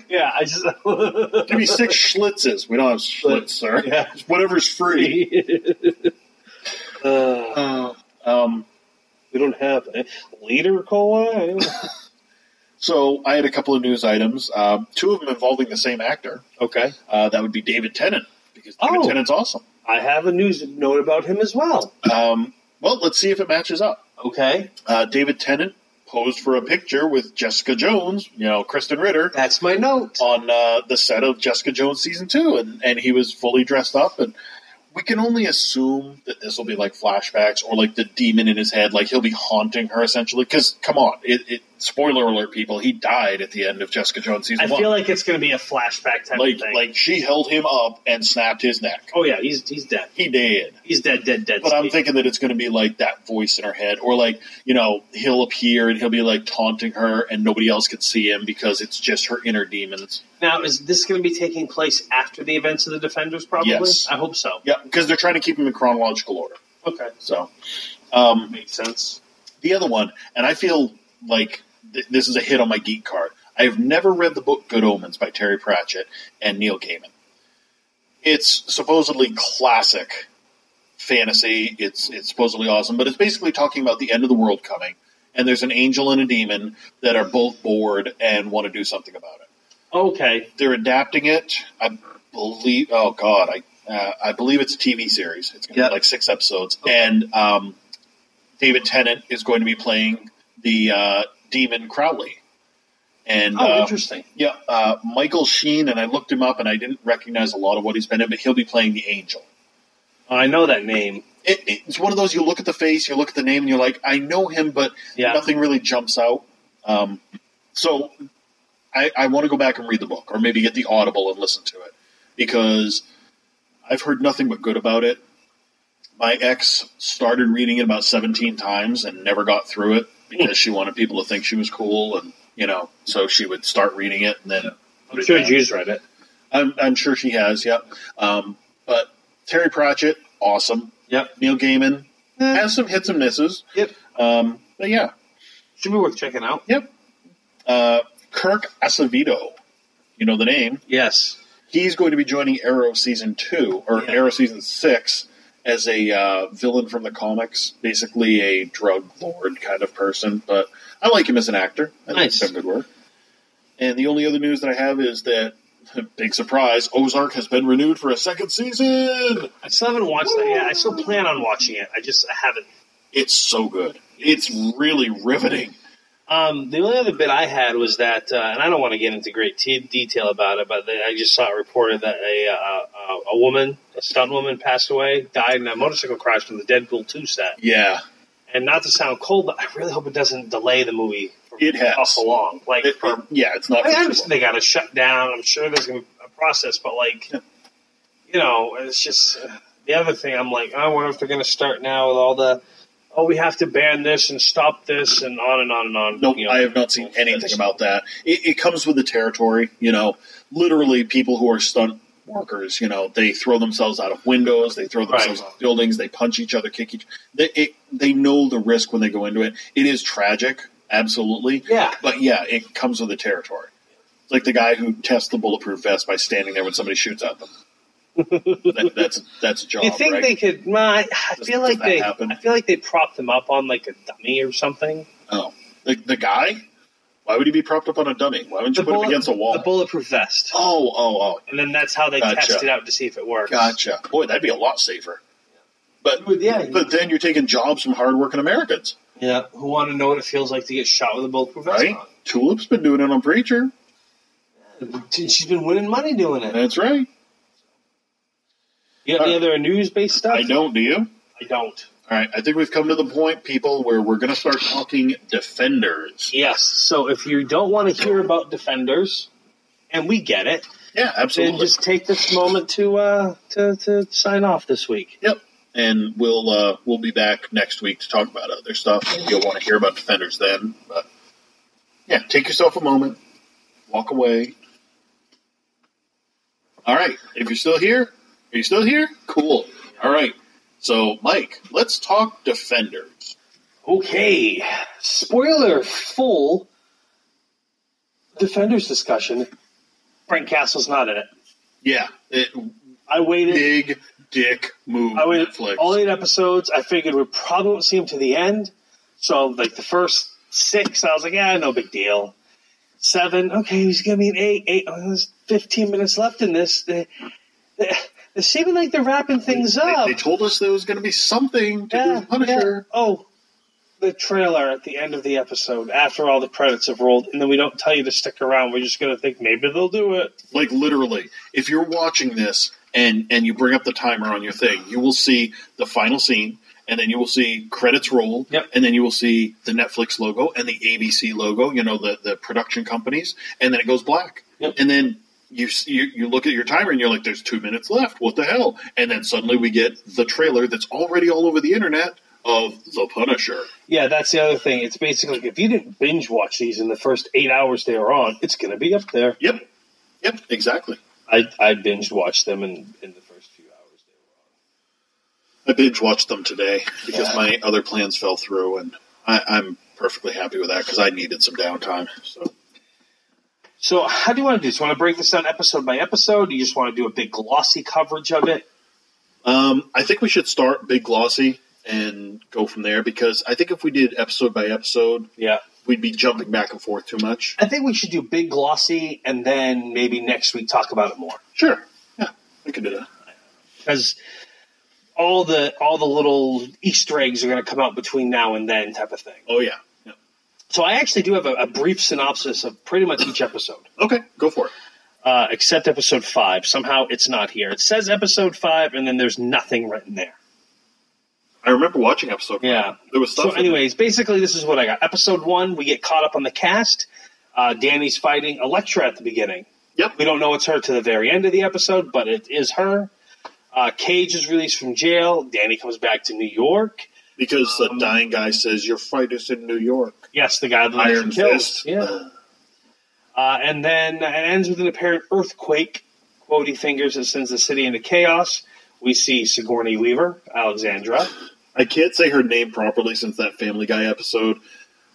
[SPEAKER 1] yeah, I just (laughs)
[SPEAKER 2] Give me six schlitzes. We don't have schlitz, sir.
[SPEAKER 1] Yeah.
[SPEAKER 2] It's Whatever's free.
[SPEAKER 1] uh,
[SPEAKER 2] Uh, um,
[SPEAKER 1] we don't have leader cola. (laughs)
[SPEAKER 2] so I had a couple of news items, um, two of them involving the same actor.
[SPEAKER 1] okay.
[SPEAKER 2] Uh, that would be David Tennant, because David
[SPEAKER 1] Oh.
[SPEAKER 2] Tennant's awesome.
[SPEAKER 1] I have a news note about him as well.
[SPEAKER 2] Um, well, let's see if it matches up.
[SPEAKER 1] Okay.
[SPEAKER 2] Uh, David Tennant posed for a picture with Jessica Jones, you know, Kristen Ritter,
[SPEAKER 1] That's my note.
[SPEAKER 2] on uh, the set of Jessica Jones season two, and, and he was fully dressed up. And we can only assume that this will be like flashbacks or like the demon in his head, like he'll be haunting her essentially. Because come on, it, it spoiler alert, people, he died at the end of Jessica Jones season
[SPEAKER 1] I
[SPEAKER 2] one.
[SPEAKER 1] feel like it's going to be a flashback type
[SPEAKER 2] like
[SPEAKER 1] of thing.
[SPEAKER 2] like she held him up and snapped his neck.
[SPEAKER 1] oh yeah, he's he's dead.
[SPEAKER 2] He did.
[SPEAKER 1] He's dead, dead, dead.
[SPEAKER 2] But I'm
[SPEAKER 1] Steve.
[SPEAKER 2] thinking that it's going to be like that voice in her head, or like you know he'll appear and he'll be like taunting her, and nobody else can see him because it's just her inner demons.
[SPEAKER 1] now is this going to be taking place after the events of the Defenders? Probably.
[SPEAKER 2] Yes.
[SPEAKER 1] I hope so.
[SPEAKER 2] Yeah, because they're trying to keep him in chronological order.
[SPEAKER 1] Okay,
[SPEAKER 2] So um,
[SPEAKER 1] makes sense.
[SPEAKER 2] the other one, and I feel like th- this is a hit on my geek card. I have never read the book Good Omens by Terry Pratchett and Neil Gaiman. It's supposedly classic fantasy. It's it's supposedly awesome, but it's basically talking about the end of the world coming, and there's an angel and a demon that are both bored and want to do something about it
[SPEAKER 1] Okay,
[SPEAKER 2] they're adapting it. I believe. Oh God, I uh, I believe it's a TV series. It's going to
[SPEAKER 1] Yeah.
[SPEAKER 2] be like six episodes, and um, David Tennant is going to be playing the uh, demon Crowley. And
[SPEAKER 1] Oh,
[SPEAKER 2] uh,
[SPEAKER 1] interesting.
[SPEAKER 2] Yeah, uh, Michael Sheen, and I looked him up, and I didn't recognize a lot of what he's been in, but he'll be playing the angel.
[SPEAKER 1] I know that name.
[SPEAKER 2] It, it's one of those you look at the face, you look at the name, and you're like, I know him, but
[SPEAKER 1] Yeah.
[SPEAKER 2] nothing really jumps out. Um, so I, I want to go back and read the book, or maybe get the Audible and listen to it, because I've heard nothing but good about it. My ex started reading it about 17 times and never got through it because she wanted people to think she was cool, and you know, so she would start reading it and then. put
[SPEAKER 1] I'm
[SPEAKER 2] it
[SPEAKER 1] sure
[SPEAKER 2] down.
[SPEAKER 1] Jews read it.
[SPEAKER 2] I'm, I'm sure she has. Yep. Um, but Terry Pratchett, awesome.
[SPEAKER 1] Yep.
[SPEAKER 2] Neil Gaiman
[SPEAKER 1] Eh.
[SPEAKER 2] has some hits and misses.
[SPEAKER 1] Yep.
[SPEAKER 2] Um, but yeah,
[SPEAKER 1] Should be worth checking out.
[SPEAKER 2] yep. Uh, Kirk Acevedo, you know the name.
[SPEAKER 1] Yes.
[SPEAKER 2] He's going to be joining Arrow season two or
[SPEAKER 1] Yeah.
[SPEAKER 2] Arrow season six as a uh, villain from the comics, basically a drug lord kind of person. But I like him as an actor. I think he's
[SPEAKER 1] Nice.
[SPEAKER 2] done good work. And the only other news that I have is that (laughs) big surprise, Ozark has been renewed for a second season.
[SPEAKER 1] I still haven't watched that yet. I still plan on watching it. I just I haven't.
[SPEAKER 2] It's so good. It's really riveting.
[SPEAKER 1] Um, the only other bit I had was that, uh, and I don't want to get into great t- detail about it, but they, I just saw it reported that a uh, uh, a woman, a stunt woman, passed away, died in a motorcycle crash from the Deadpool two set.
[SPEAKER 2] Yeah.
[SPEAKER 1] And not to sound cold, but I really hope it doesn't delay the movie. For
[SPEAKER 2] It has.
[SPEAKER 1] awful long. Like,
[SPEAKER 2] It-
[SPEAKER 1] for,
[SPEAKER 2] yeah, it's not.
[SPEAKER 1] I
[SPEAKER 2] for
[SPEAKER 1] understand
[SPEAKER 2] too
[SPEAKER 1] they got to shut down. I'm sure there's going to be a process, but like, you know, it's just uh, the other thing. I'm like, I wonder if they're going to start now with all the, oh, we have to ban this and stop this and on and on and on.
[SPEAKER 2] long.
[SPEAKER 1] you
[SPEAKER 2] No,
[SPEAKER 1] know.
[SPEAKER 2] I have not seen anything about that. It, it comes with the territory, you know. Literally, people who are stunt workers, you know, they throw themselves out of windows, they throw themselves
[SPEAKER 1] Right.
[SPEAKER 2] off buildings, they punch each other, kick each. They it, they know the risk when they go into it. It is tragic, absolutely.
[SPEAKER 1] Yeah.
[SPEAKER 2] but yeah, it comes with the territory. It's like the guy who tests the bulletproof vest by standing there when somebody shoots
[SPEAKER 1] (laughs)
[SPEAKER 2] at them. that, that's that's a job.
[SPEAKER 1] You think
[SPEAKER 2] right?
[SPEAKER 1] they could? Nah, I, I
[SPEAKER 2] Does-
[SPEAKER 1] feel
[SPEAKER 2] does
[SPEAKER 1] like
[SPEAKER 2] that
[SPEAKER 1] they.
[SPEAKER 2] happen?
[SPEAKER 1] I feel like they propped them up on like a dummy or something.
[SPEAKER 2] Oh, the, the guy? Why would he be propped up on a dummy? Why wouldn't you put him against a wall?
[SPEAKER 1] The bulletproof vest,
[SPEAKER 2] oh, oh, oh.
[SPEAKER 1] and then that's how they
[SPEAKER 2] Gotcha.
[SPEAKER 1] test it out to see if it works.
[SPEAKER 2] Gotcha. Boy, that'd be a lot safer. But
[SPEAKER 1] Well, yeah, you-
[SPEAKER 2] but then you're taking jobs from hardworking Americans,
[SPEAKER 1] Yeah, who want to know what it feels like to get shot with a bulletproof vest?
[SPEAKER 2] right? Tulip's been doing it on Preacher.
[SPEAKER 1] on? She's been winning money doing it.
[SPEAKER 2] That's right.
[SPEAKER 1] You got any other news based stuff?
[SPEAKER 2] I don't, do you?
[SPEAKER 1] I don't.
[SPEAKER 2] All right, I think we've come to the point, people, where we're going to start talking defenders.
[SPEAKER 1] Yes. So if you don't want to hear about defenders, and we get it,
[SPEAKER 2] Yeah,
[SPEAKER 1] then
[SPEAKER 2] absolutely.
[SPEAKER 1] just take this moment to uh, to to sign off this week.
[SPEAKER 2] Yep. And we'll uh, we'll be back next week to talk about other stuff. Maybe You'll want to hear about defenders then. But yeah, take yourself a moment, walk away. All right. If you're still here, are you still here? Cool. All right. So, Mike, let's talk defenders.
[SPEAKER 1] Okay. Spoiler full defenders discussion. Brent Castle's not in it.
[SPEAKER 2] Yeah, it,
[SPEAKER 1] I waited.
[SPEAKER 2] big dick move.
[SPEAKER 1] I waited
[SPEAKER 2] Netflix.
[SPEAKER 1] all eight episodes. I figured we probably won't see him to the end. So like the first six, I was like, yeah, no big deal. Seven, okay, he's gonna be an eight. Eight. oh, there's 15 minutes left in this. They, they, they're seeming like they're wrapping things
[SPEAKER 2] they,
[SPEAKER 1] up.
[SPEAKER 2] they told us there was going to be something to do
[SPEAKER 1] yeah,
[SPEAKER 2] with Punisher.
[SPEAKER 1] yeah. Oh, the trailer at the end of the episode after all the credits have rolled, and then we don't tell you to stick around. We're just gonna think maybe they'll do it.
[SPEAKER 2] like literally if you're watching this and and you bring up the timer on your thing you will see the final scene and then you will see credits roll
[SPEAKER 1] Yep.
[SPEAKER 2] and then you will see the netflix logo and the abc logo you know the, the production companies and then it goes black
[SPEAKER 1] Yep.
[SPEAKER 2] and then you, s- you you look at your timer and you're like there's two minutes left what the hell and then suddenly we get the trailer that's already all over the internet of the punisher
[SPEAKER 1] Yeah, that's the other thing. It's basically like, if you didn't binge watch these in the first eight hours they were on, it's gonna be up there.
[SPEAKER 2] yep yep exactly
[SPEAKER 1] I, I binge watched them in, in the first few hours.
[SPEAKER 2] I binge watched them today because
[SPEAKER 1] Yeah.
[SPEAKER 2] my other plans fell through, and I, I'm perfectly happy with that because I needed some downtime. So
[SPEAKER 1] So how do you want to do this? Want to break this down episode by episode? Do you just want to do a big glossy coverage of it?
[SPEAKER 2] um, I think we should start big glossy and go from there because I think if we did episode by episode,
[SPEAKER 1] Yeah.
[SPEAKER 2] we'd be jumping back and forth too much.
[SPEAKER 1] I think we should do big glossy and then maybe next week talk about it more.
[SPEAKER 2] Sure, yeah, we could do that.
[SPEAKER 1] Because all the all the little Easter eggs are gonna come out between now and then type of thing.
[SPEAKER 2] Oh yeah, yeah.
[SPEAKER 1] So I actually do have a, a brief synopsis of pretty much each episode.
[SPEAKER 2] okay, go for it.
[SPEAKER 1] Uh, except episode five. Somehow it's not here. It says episode five and then there's nothing written there.
[SPEAKER 2] I remember watching episode. one.
[SPEAKER 1] Yeah.
[SPEAKER 2] there was stuff.
[SPEAKER 1] So,
[SPEAKER 2] in
[SPEAKER 1] anyways, basically, this is what I got. Episode one, we get caught up on the cast. Uh, Danny's fighting Elektra at the beginning.
[SPEAKER 2] there. yep,
[SPEAKER 1] We don't know it's her to the very end of the episode, but it is her. Uh, Cage is released from jail. Danny comes back to New York.
[SPEAKER 2] because
[SPEAKER 1] um,
[SPEAKER 2] the dying guy says your fight is in New York.
[SPEAKER 1] Yes, the guy that Iron
[SPEAKER 2] Iron
[SPEAKER 1] kills.
[SPEAKER 2] Fist.
[SPEAKER 1] Yeah. Uh, and then it ends with an apparent earthquake. Quoddy fingers that sends the city into chaos. We see Sigourney Weaver, Alexandra.
[SPEAKER 2] I can't say her name properly since that Family Guy episode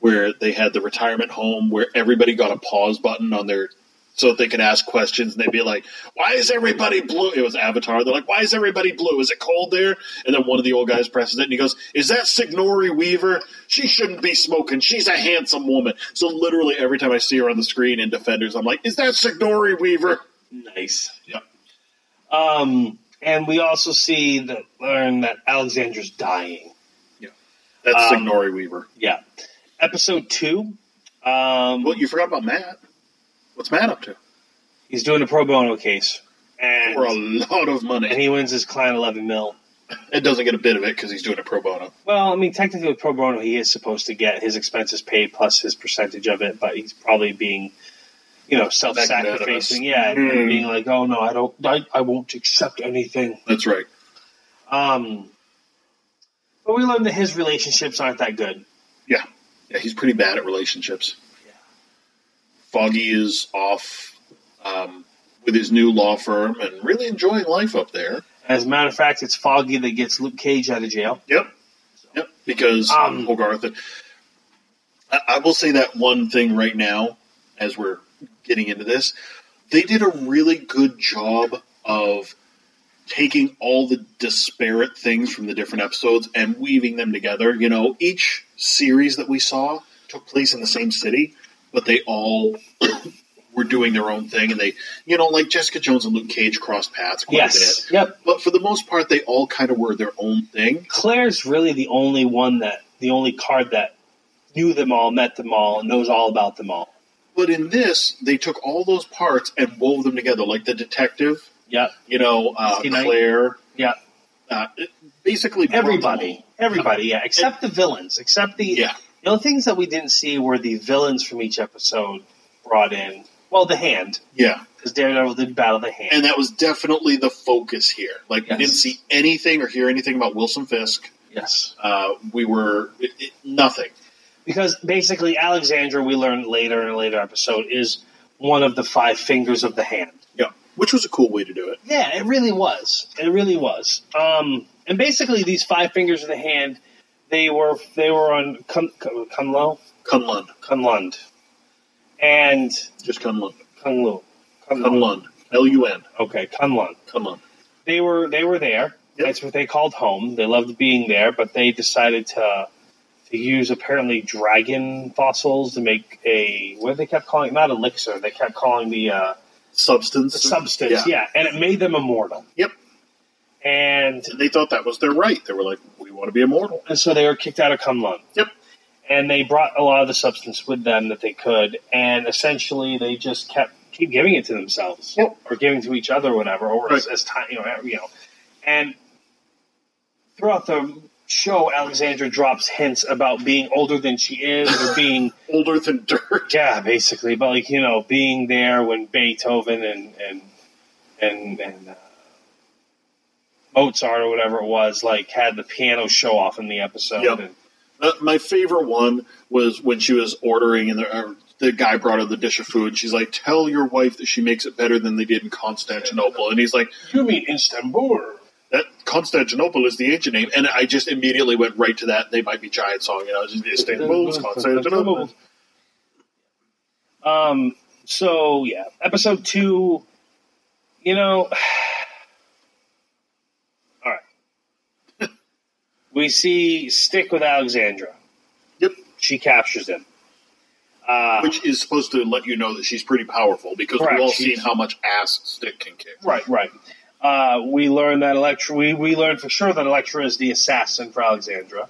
[SPEAKER 2] where they had the retirement home where everybody got a pause button on their so that they could ask questions and they'd be like, Why is everybody blue? It was Avatar. They're like, Why is everybody blue? Is it cold there? And then one of the old guys presses it and he goes, Is that Signori Weaver? She shouldn't be smoking. She's a handsome woman. So literally every time I see her on the screen in Defenders, I'm like, Is that Signori Weaver?
[SPEAKER 1] Nice.
[SPEAKER 2] Yep.
[SPEAKER 1] Um, and we also see that learn that Alexandra's dying.
[SPEAKER 2] That's
[SPEAKER 1] Um,
[SPEAKER 2] Signori Weaver.
[SPEAKER 1] Yeah. Episode two. Um,
[SPEAKER 2] Well, you forgot about Matt. What's Matt up to?
[SPEAKER 1] he's doing a pro bono case, and
[SPEAKER 2] For a lot of money.
[SPEAKER 1] and he wins his client eleven mil.
[SPEAKER 2] and doesn't get a bit of it because he's doing it pro bono.
[SPEAKER 1] Well, I mean, technically with pro bono, he is supposed to get his expenses paid plus his percentage of it, but he's probably being, you know, self-sacrificing. Yeah, and
[SPEAKER 2] Hmm.
[SPEAKER 1] being like, oh no, I don't, I, I won't accept anything.
[SPEAKER 2] That's right.
[SPEAKER 1] Um, but we learned that his relationships aren't that good.
[SPEAKER 2] Yeah, yeah, he's pretty bad at relationships. Foggy is off um, with his new law firm and really enjoying life up there.
[SPEAKER 1] As a matter of fact, it's Foggy that gets Luke Cage out of jail.
[SPEAKER 2] Yep, yep. Because
[SPEAKER 1] Um,
[SPEAKER 2] Hogarth. I, I will say that one thing right now, as we're getting into this, they did a really good job of taking all the disparate things from the different episodes and weaving them together. You know, each series that we saw took place in the same city, but they all (coughs) were doing their own thing. And they, you know, like Jessica Jones and Luke Cage crossed paths quite
[SPEAKER 1] Yes.
[SPEAKER 2] a bit.
[SPEAKER 1] Yep.
[SPEAKER 2] But for the most part, they all kind of were their own thing.
[SPEAKER 1] Claire's really the only one that the only card that knew them all, met them all, and knows all about them all.
[SPEAKER 2] But in this, they took all those parts and wove them together, like the detective,
[SPEAKER 1] Yep.
[SPEAKER 2] you know, uh,
[SPEAKER 1] Misty Knight.
[SPEAKER 2] Claire,
[SPEAKER 1] Yep.
[SPEAKER 2] Nah, it basically, brought
[SPEAKER 1] Everybody,
[SPEAKER 2] them
[SPEAKER 1] everybody, yeah, except the villains, except the
[SPEAKER 2] Yeah.
[SPEAKER 1] the only things that we didn't see were the villains from each episode brought in. Well, the hand
[SPEAKER 2] all- Yeah.
[SPEAKER 1] because Daredevil did battle the hand.
[SPEAKER 2] And that was definitely the focus here. Like,
[SPEAKER 1] Yes.
[SPEAKER 2] we didn't see anything or hear anything about Wilson Fisk.
[SPEAKER 1] yes,
[SPEAKER 2] Uh, we were it, it, nothing.
[SPEAKER 1] because basically Alexandra, we learn later in a later episode, is one of the five fingers of the hand.
[SPEAKER 2] Yeah. Which was a cool way to do it.
[SPEAKER 1] Yeah, it really was. It really was. Um, and basically, these five fingers of the hand, they were they were on Kun- Kun- Kunlo,
[SPEAKER 2] Kunlun.
[SPEAKER 1] Kunlund, and
[SPEAKER 2] Just Kunlun.
[SPEAKER 1] Kunlu, Mm-hmm.
[SPEAKER 2] Kunlun. L U N.
[SPEAKER 1] Okay, Kunlun.
[SPEAKER 2] Kunlun.
[SPEAKER 1] They were they were there.
[SPEAKER 2] Yep.
[SPEAKER 1] That's what they called home. They loved being there, but they decided to to use apparently dragon fossils to make a what they kept calling not elixir. They kept calling the uh,
[SPEAKER 2] Substance.
[SPEAKER 1] the substance. yeah, and it made them immortal.
[SPEAKER 2] Yep.
[SPEAKER 1] And
[SPEAKER 2] And they thought that was their right. They were like, we want to be immortal.
[SPEAKER 1] and so they were kicked out of Kunlun.
[SPEAKER 2] Yep.
[SPEAKER 1] and they brought a lot of the substance with them that they could, and essentially they just kept keep giving it to themselves
[SPEAKER 2] Yep.
[SPEAKER 1] or giving to each other, whatever, or as,
[SPEAKER 2] Right.
[SPEAKER 1] as time, you know, you know. And throughout the show, Alexandra drops hints about being older than she is, or
[SPEAKER 2] (laughs)
[SPEAKER 1] being
[SPEAKER 2] Older than dirt.
[SPEAKER 1] yeah, basically, but like you know, being there when Beethoven and and and and uh, Mozart or whatever it was, like had the piano show off in the episode.
[SPEAKER 2] Yep.
[SPEAKER 1] And,
[SPEAKER 2] Uh, my favorite one was when she was ordering, and the, uh, the guy brought her the dish of food. She's like, "Tell your wife that she makes it better than they did in Constantinople." And he's like,
[SPEAKER 1] you mean Istanbul?
[SPEAKER 2] "That Constantinople is the ancient name." And I just immediately went right to that. They might be giant song, you know, just Istanbul, is Constantinople.
[SPEAKER 1] Um. So yeah, episode two. You know, (sighs) all right. (laughs) we see stick with Alexandra.
[SPEAKER 2] Yep,
[SPEAKER 1] She captures him.
[SPEAKER 2] which is supposed to let you know that she's pretty powerful because
[SPEAKER 1] Ah. Correct.
[SPEAKER 2] we've all
[SPEAKER 1] She's-
[SPEAKER 2] seen how much ass Stick can kick.
[SPEAKER 1] Right. Right. Uh, we learn that Electra. We, we learn for sure that Electra is the assassin for Alexandra.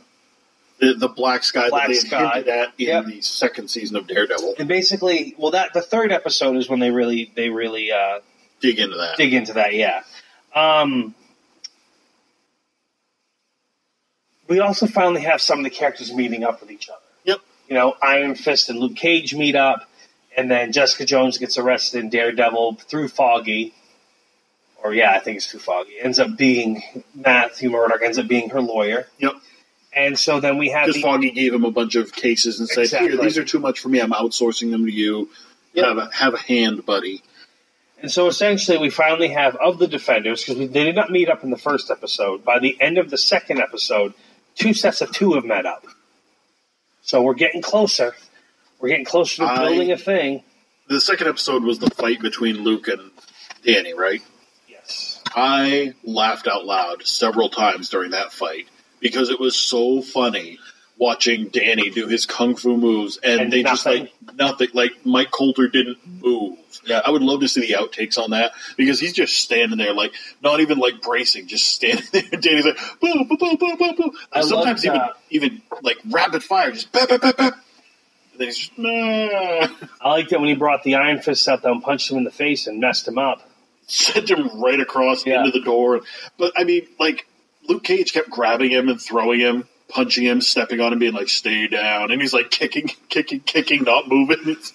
[SPEAKER 2] The, the black sky
[SPEAKER 1] Black
[SPEAKER 2] that they
[SPEAKER 1] sky.
[SPEAKER 2] hinted at in
[SPEAKER 1] Yep.
[SPEAKER 2] the second season of Daredevil.
[SPEAKER 1] And basically, well, that the third episode is when they really they really uh,
[SPEAKER 2] Dig into that.
[SPEAKER 1] dig into that. Yeah. Um, we also finally have some of the characters meeting up with each other.
[SPEAKER 2] Yep.
[SPEAKER 1] You know, Iron Fist and Luke Cage meet up, and then Jessica Jones gets arrested in Daredevil through Foggy. Or yeah, I think it's through Foggy. Ends up being Matthew Murdock ends up being her lawyer,
[SPEAKER 2] Yep.
[SPEAKER 1] and so then we have
[SPEAKER 2] Because
[SPEAKER 1] the,
[SPEAKER 2] Foggy gave him a bunch of cases and said,
[SPEAKER 1] Exactly.
[SPEAKER 2] "Here, these are too much for me. I'm outsourcing them to you.
[SPEAKER 1] Yeah.
[SPEAKER 2] Have a have a hand, buddy."
[SPEAKER 1] And so essentially, we finally have of the defenders because they did not meet up in the first episode. By the end of the second episode, two sets of two have met up. So we're getting closer. We're getting closer to
[SPEAKER 2] I-
[SPEAKER 1] building a thing.
[SPEAKER 2] The second episode was the fight between Luke and Danny, right?
[SPEAKER 1] Yes.
[SPEAKER 2] I laughed out loud several times during that fight because it was so funny watching Danny do his kung fu moves and,
[SPEAKER 1] And
[SPEAKER 2] they just
[SPEAKER 1] nothing.
[SPEAKER 2] like nothing like Mike Coulter didn't move. Yeah, I would love to see the outtakes on that because he's just standing there like not even like bracing, just standing (laughs) there. Danny's like boo boo boo boo boo boo.
[SPEAKER 1] I love
[SPEAKER 2] Sometimes even
[SPEAKER 1] that.
[SPEAKER 2] even like rapid fire, just bap bap bap bap. And then he's just nah.
[SPEAKER 1] I liked it when he brought the Iron Fist out there and punched him in the face and messed him up.
[SPEAKER 2] sent him right across
[SPEAKER 1] Yeah.
[SPEAKER 2] into the door. But I mean, like Luke Cage kept grabbing him and throwing him, punching him, stepping on him, being like, "Stay down," and he's like kicking, kicking, kicking, not moving. (laughs) It's-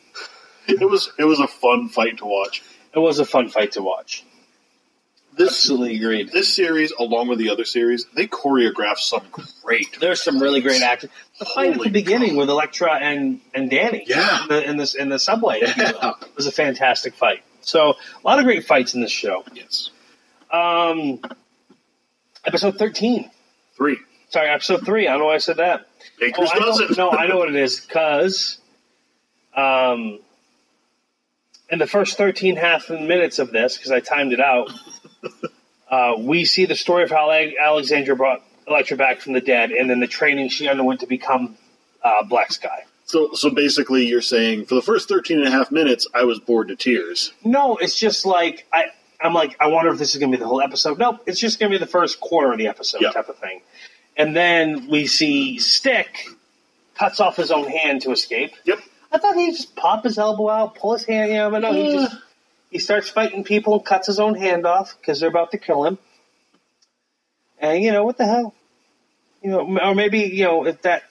[SPEAKER 2] it was it was a fun fight to watch.
[SPEAKER 1] It was a fun fight to watch.
[SPEAKER 2] This
[SPEAKER 1] agreed.
[SPEAKER 2] this series, along with the other series, they choreographed some great.
[SPEAKER 1] There's some really great action. The fight at
[SPEAKER 2] Holy
[SPEAKER 1] the beginning
[SPEAKER 2] cow.
[SPEAKER 1] with Elektra and, and Danny.
[SPEAKER 2] Yeah.
[SPEAKER 1] In the, in, this, in the subway. if you will.
[SPEAKER 2] Yeah.
[SPEAKER 1] It was a fantastic fight. So, a lot of great fights in this show.
[SPEAKER 2] Yes,
[SPEAKER 1] Um, episode 13.
[SPEAKER 2] three.
[SPEAKER 1] Sorry, episode 3. I don't know why I said that. Oh,
[SPEAKER 2] Baker's
[SPEAKER 1] I know,
[SPEAKER 2] dozen.
[SPEAKER 1] no, I know what it is. Because um, in the first 13 half minutes of this, because I timed it out, uh, we see the story of how Ale- Alexandra brought Electra back from the dead and then the training she underwent to become uh, Black Sky.
[SPEAKER 2] (laughs) So, so basically, you're saying for the first 13 and a half minutes, I was bored to tears.
[SPEAKER 1] No, it's just like I. I'm like, I wonder if this is going to be the whole episode. Nope, it's just going to be the first quarter of the episode
[SPEAKER 2] Yeah.
[SPEAKER 1] type of thing. And then we see Stick cuts off his own hand to escape.
[SPEAKER 2] Yep.
[SPEAKER 1] I thought he'd just pop his elbow out, pull his hand out, but no, he just he starts fighting people and cuts his own hand off because they're about to kill him. And you know what the hell? You know, or maybe you know if that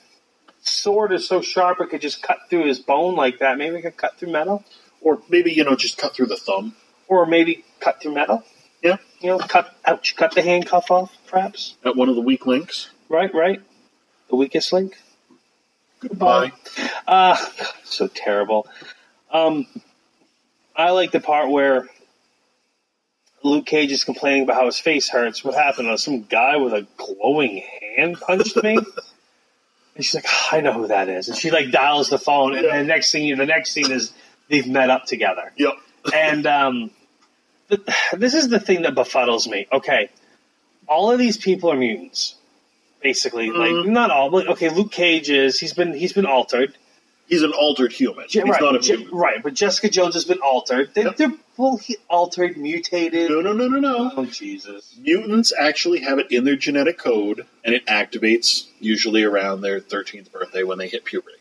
[SPEAKER 1] sword is so sharp it could just cut through his bone like that. Maybe it could cut through metal,
[SPEAKER 2] Or maybe, you know, just cut through the thumb.
[SPEAKER 1] or maybe cut through metal.
[SPEAKER 2] Yeah.
[SPEAKER 1] You know, cut ouch, cut the handcuff off, perhaps.
[SPEAKER 2] At one of the weak links.
[SPEAKER 1] Right, right. The weakest link.
[SPEAKER 2] Goodbye.
[SPEAKER 1] Uh, (laughs) so terrible. Um, I like the part where Luke Cage is complaining about how his face hurts. What happened? Uh, Some guy with a glowing hand punched me. and she's like, "Ah, I know who that is. And she like dials the phone, and
[SPEAKER 2] Yeah.
[SPEAKER 1] the next thing, you, the next scene is they've met up together.
[SPEAKER 2] Yep.
[SPEAKER 1] And um, th- this is the thing that befuddles me. Okay, all of these people are mutants, basically. Like
[SPEAKER 2] Mm-hmm.
[SPEAKER 1] not all, but okay, Luke Cage is. He's been he's been altered.
[SPEAKER 2] He's an altered human.
[SPEAKER 1] Je-
[SPEAKER 2] He's not a
[SPEAKER 1] Je-
[SPEAKER 2] mutant.
[SPEAKER 1] right, but Jessica Jones has been altered. They,
[SPEAKER 2] Yep.
[SPEAKER 1] They're well, he, altered, mutated.
[SPEAKER 2] No, no, no, no, no.
[SPEAKER 1] Oh Jesus!
[SPEAKER 2] Mutants actually have it in their genetic code, and it activates usually around their 13th birthday when they hit puberty.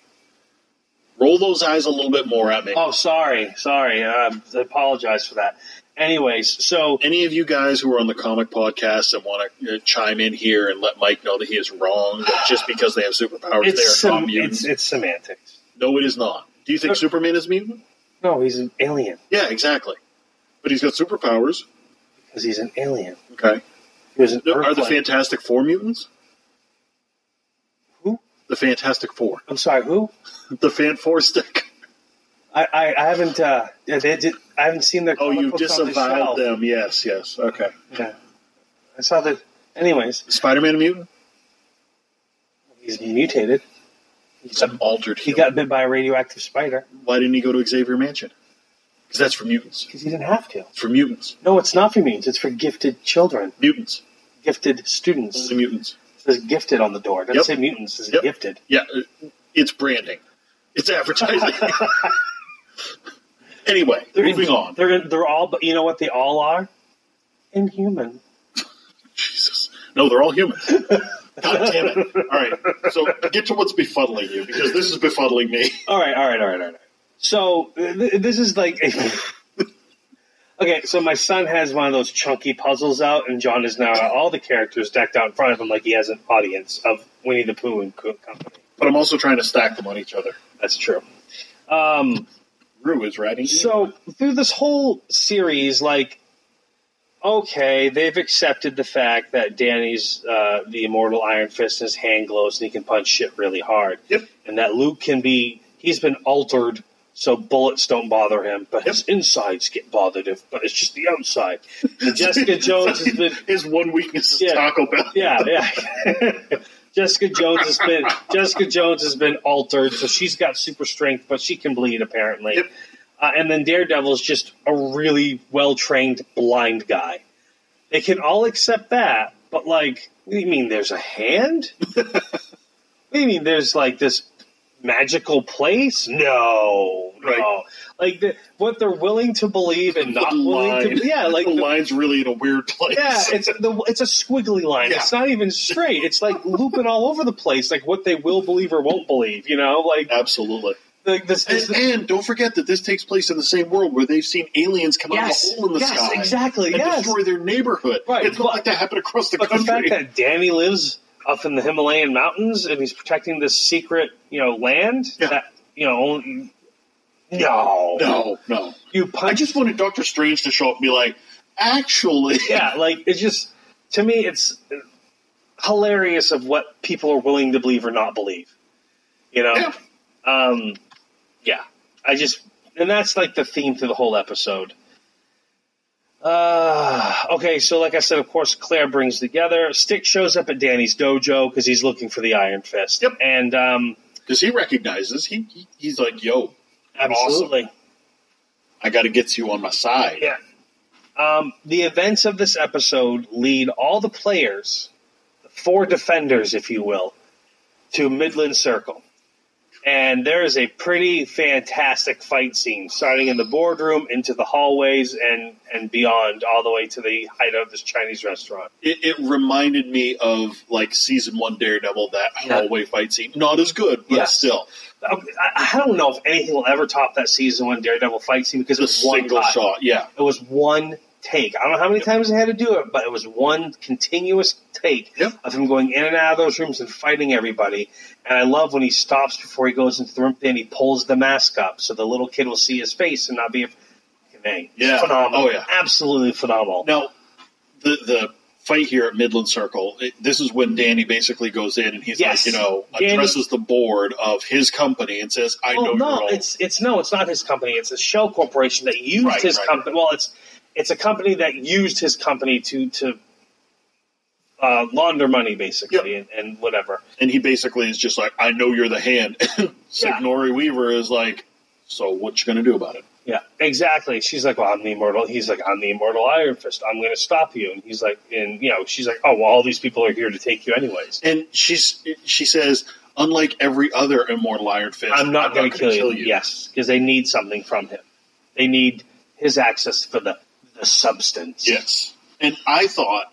[SPEAKER 2] Roll those eyes a little bit more at me.
[SPEAKER 1] Oh, sorry, sorry. Um, I apologize for that. Anyways, so
[SPEAKER 2] Any of you guys who are on the comic podcast and want to chime in here and let Mike know that he is wrong, that just because they have superpowers, they are
[SPEAKER 1] it's,
[SPEAKER 2] not
[SPEAKER 1] sem-
[SPEAKER 2] mutants.
[SPEAKER 1] it's it's semantics.
[SPEAKER 2] no, it is not. Do you think
[SPEAKER 1] Uh,
[SPEAKER 2] Superman is mutant?
[SPEAKER 1] No, he's an alien
[SPEAKER 2] Yeah, exactly. But he's got superpowers.
[SPEAKER 1] because he's an alien.
[SPEAKER 2] Okay.
[SPEAKER 1] He was an
[SPEAKER 2] No, are the
[SPEAKER 1] Earthling.
[SPEAKER 2] Fantastic Four mutants?
[SPEAKER 1] Who?
[SPEAKER 2] The Fantastic Four.
[SPEAKER 1] I'm sorry, who?
[SPEAKER 2] The Fan Four stick.
[SPEAKER 1] I, I, I haven't uh, yeah, they did, I haven't seen their.
[SPEAKER 2] Oh,
[SPEAKER 1] comic
[SPEAKER 2] you
[SPEAKER 1] books on the shelf.
[SPEAKER 2] disavowed them. Yes, yes. Okay.
[SPEAKER 1] Yeah, I saw that. Anyways,
[SPEAKER 2] Spider Man mutant?
[SPEAKER 1] he's mutated.
[SPEAKER 2] He's an altered
[SPEAKER 1] He
[SPEAKER 2] human.
[SPEAKER 1] got bit by a radioactive spider
[SPEAKER 2] Why didn't he go to Xavier Mansion? Because that's for mutants.
[SPEAKER 1] because he didn't have to.
[SPEAKER 2] It's for mutants.
[SPEAKER 1] No, it's not for mutants. It's for gifted children,
[SPEAKER 2] Mutants.
[SPEAKER 1] gifted students.
[SPEAKER 2] Only
[SPEAKER 1] It
[SPEAKER 2] mutants.
[SPEAKER 1] says gifted on the door. It doesn't
[SPEAKER 2] Yep.
[SPEAKER 1] say mutants. It says
[SPEAKER 2] Yep.
[SPEAKER 1] gifted.
[SPEAKER 2] Yeah, it- it's branding. It's
[SPEAKER 1] (laughs)
[SPEAKER 2] advertising. anyway, moving on.
[SPEAKER 1] They're they're all. But you know what? They all are inhuman.
[SPEAKER 2] Jesus. No, they're all
[SPEAKER 1] (laughs)
[SPEAKER 2] human. God damn it. All right. So get to what's befuddling you because this is befuddling me.
[SPEAKER 1] All right, all right, all right, all right. So th- th- this is like (laughs) a. Okay, so my son has one of those chunky puzzles out, and John is now all the characters decked out in front of him like he has an audience of Winnie the Pooh and Co- Company.
[SPEAKER 2] But I'm also trying to stack them on each other.
[SPEAKER 1] That's true. Um,
[SPEAKER 2] Rue is writing.
[SPEAKER 1] so through this whole series, like, okay, they've accepted the fact that Danny's uh, the immortal Iron Fist, and his hand glows, and he can punch shit really hard,
[SPEAKER 2] Yep.
[SPEAKER 1] and that Luke can be he's been altered. So bullets don't bother him, but his insides get bothered if, but it's just the outside.
[SPEAKER 2] (laughs)
[SPEAKER 1] And Jessica Jones has been
[SPEAKER 2] His one weakness is
[SPEAKER 1] Yeah.
[SPEAKER 2] Taco Bell. (laughs)
[SPEAKER 1] yeah, yeah. (laughs) Jessica Jones has been Jessica Jones has been altered, so she's got super strength, but she can bleed apparently.
[SPEAKER 2] Yep.
[SPEAKER 1] Uh, and then Daredevil's just a really well trained blind guy. They can all accept that, but like, what do you mean? There's
[SPEAKER 2] (laughs)
[SPEAKER 1] a hand? what do you mean? There's like this magical place? No,
[SPEAKER 2] Right.
[SPEAKER 1] no. Like the, what they're willing to believe and not
[SPEAKER 2] The
[SPEAKER 1] willing
[SPEAKER 2] line.
[SPEAKER 1] to, yeah, like
[SPEAKER 2] the,
[SPEAKER 1] the-
[SPEAKER 2] line's really in a weird place.
[SPEAKER 1] yeah, it's the it's a squiggly line.
[SPEAKER 2] Yeah.
[SPEAKER 1] It's not even straight. It's like looping all over the place, like what they will believe or won't believe. You know, like
[SPEAKER 2] (laughs) absolutely.
[SPEAKER 1] like this.
[SPEAKER 2] And,
[SPEAKER 1] this
[SPEAKER 2] and don't forget that this takes place in the same world where they've seen aliens come
[SPEAKER 1] yes,
[SPEAKER 2] out of a hole in the
[SPEAKER 1] yes,
[SPEAKER 2] sky
[SPEAKER 1] exactly.
[SPEAKER 2] and
[SPEAKER 1] Yes,
[SPEAKER 2] destroy their neighborhood.
[SPEAKER 1] Right,
[SPEAKER 2] It's not
[SPEAKER 1] but-
[SPEAKER 2] like that happened across the
[SPEAKER 1] but the
[SPEAKER 2] country.
[SPEAKER 1] fact that Danny lives up in the Himalayan mountains and he's protecting this secret, you know, land
[SPEAKER 2] Yeah.
[SPEAKER 1] that you know. Only, no,
[SPEAKER 2] no, no.
[SPEAKER 1] You
[SPEAKER 2] I
[SPEAKER 1] punch
[SPEAKER 2] just wanted Doctor Strange to show up and be like, actually,
[SPEAKER 1] (laughs) yeah, like it's just to me, it's hilarious of what people are willing to believe or not believe. You know,
[SPEAKER 2] (laughs) Yeah.
[SPEAKER 1] um, yeah. I just and that's like the theme through the whole episode. Uh, okay, so like I said, of course, Claire brings together. Stick shows up at Danny's dojo because he's looking for the Iron Fist.
[SPEAKER 2] Yep.
[SPEAKER 1] and um,
[SPEAKER 2] because he recognizes he, he he's like, yo,
[SPEAKER 1] absolutely.
[SPEAKER 2] I got to get you on my side.
[SPEAKER 1] Yeah. Um, the events of this episode lead all the players, the four defenders, if you will, to Midland Circle. And there is a pretty fantastic fight scene starting in the boardroom, into the hallways, and, and beyond, all the way to the height of this Chinese restaurant.
[SPEAKER 2] It, it reminded me of like season one Daredevil that hallway fight scene. Not as good, but
[SPEAKER 1] Yes.
[SPEAKER 2] still
[SPEAKER 1] I, I don't know if anything will ever top that season one Daredevil fight scene because it
[SPEAKER 2] the
[SPEAKER 1] was one
[SPEAKER 2] single
[SPEAKER 1] guy.
[SPEAKER 2] shot. Yeah,
[SPEAKER 1] It was one take. I don't know how many times they had to do it, but it was one continuous take
[SPEAKER 2] Yep.
[SPEAKER 1] of him going in and out of those rooms and fighting everybody. And I love when he stops before he goes into the room and he pulls the mask up so the little kid will see his face and not be. af- Man,
[SPEAKER 2] Yeah.
[SPEAKER 1] phenomenal.
[SPEAKER 2] Oh, yeah.
[SPEAKER 1] absolutely phenomenal.
[SPEAKER 2] Now, the the fight here at Midland Circle. It, this is when Danny basically goes in and he's
[SPEAKER 1] Yes.
[SPEAKER 2] like, you know,
[SPEAKER 1] Danny-
[SPEAKER 2] addresses the board of his company and says, "I know
[SPEAKER 1] Well,
[SPEAKER 2] your
[SPEAKER 1] no,
[SPEAKER 2] role."
[SPEAKER 1] it's it's no, it's not his company. It's a shell corporation that used
[SPEAKER 2] Right,
[SPEAKER 1] his
[SPEAKER 2] right,
[SPEAKER 1] company. Well, it's it's a company that used his company to to uh, launder money, basically, and, and whatever.
[SPEAKER 2] and he basically is just like, "I know you're the hand." (laughs) Signori Weaver is like, "So what you gonna do about it?"
[SPEAKER 1] Yeah, exactly. She's like, "Well, I'm the immortal." He's like, "I'm the immortal Iron Fist. I'm going to stop you." And he's like, "And you know," she's like, "Oh, well, all these people are here to take you, anyways."
[SPEAKER 2] And she's she says, "Unlike every other immortal Iron Fist,
[SPEAKER 1] I'm not going to
[SPEAKER 2] gonna
[SPEAKER 1] kill, you. Yes, because they need something from him. They need his access for the the substance.
[SPEAKER 2] Yes. And I thought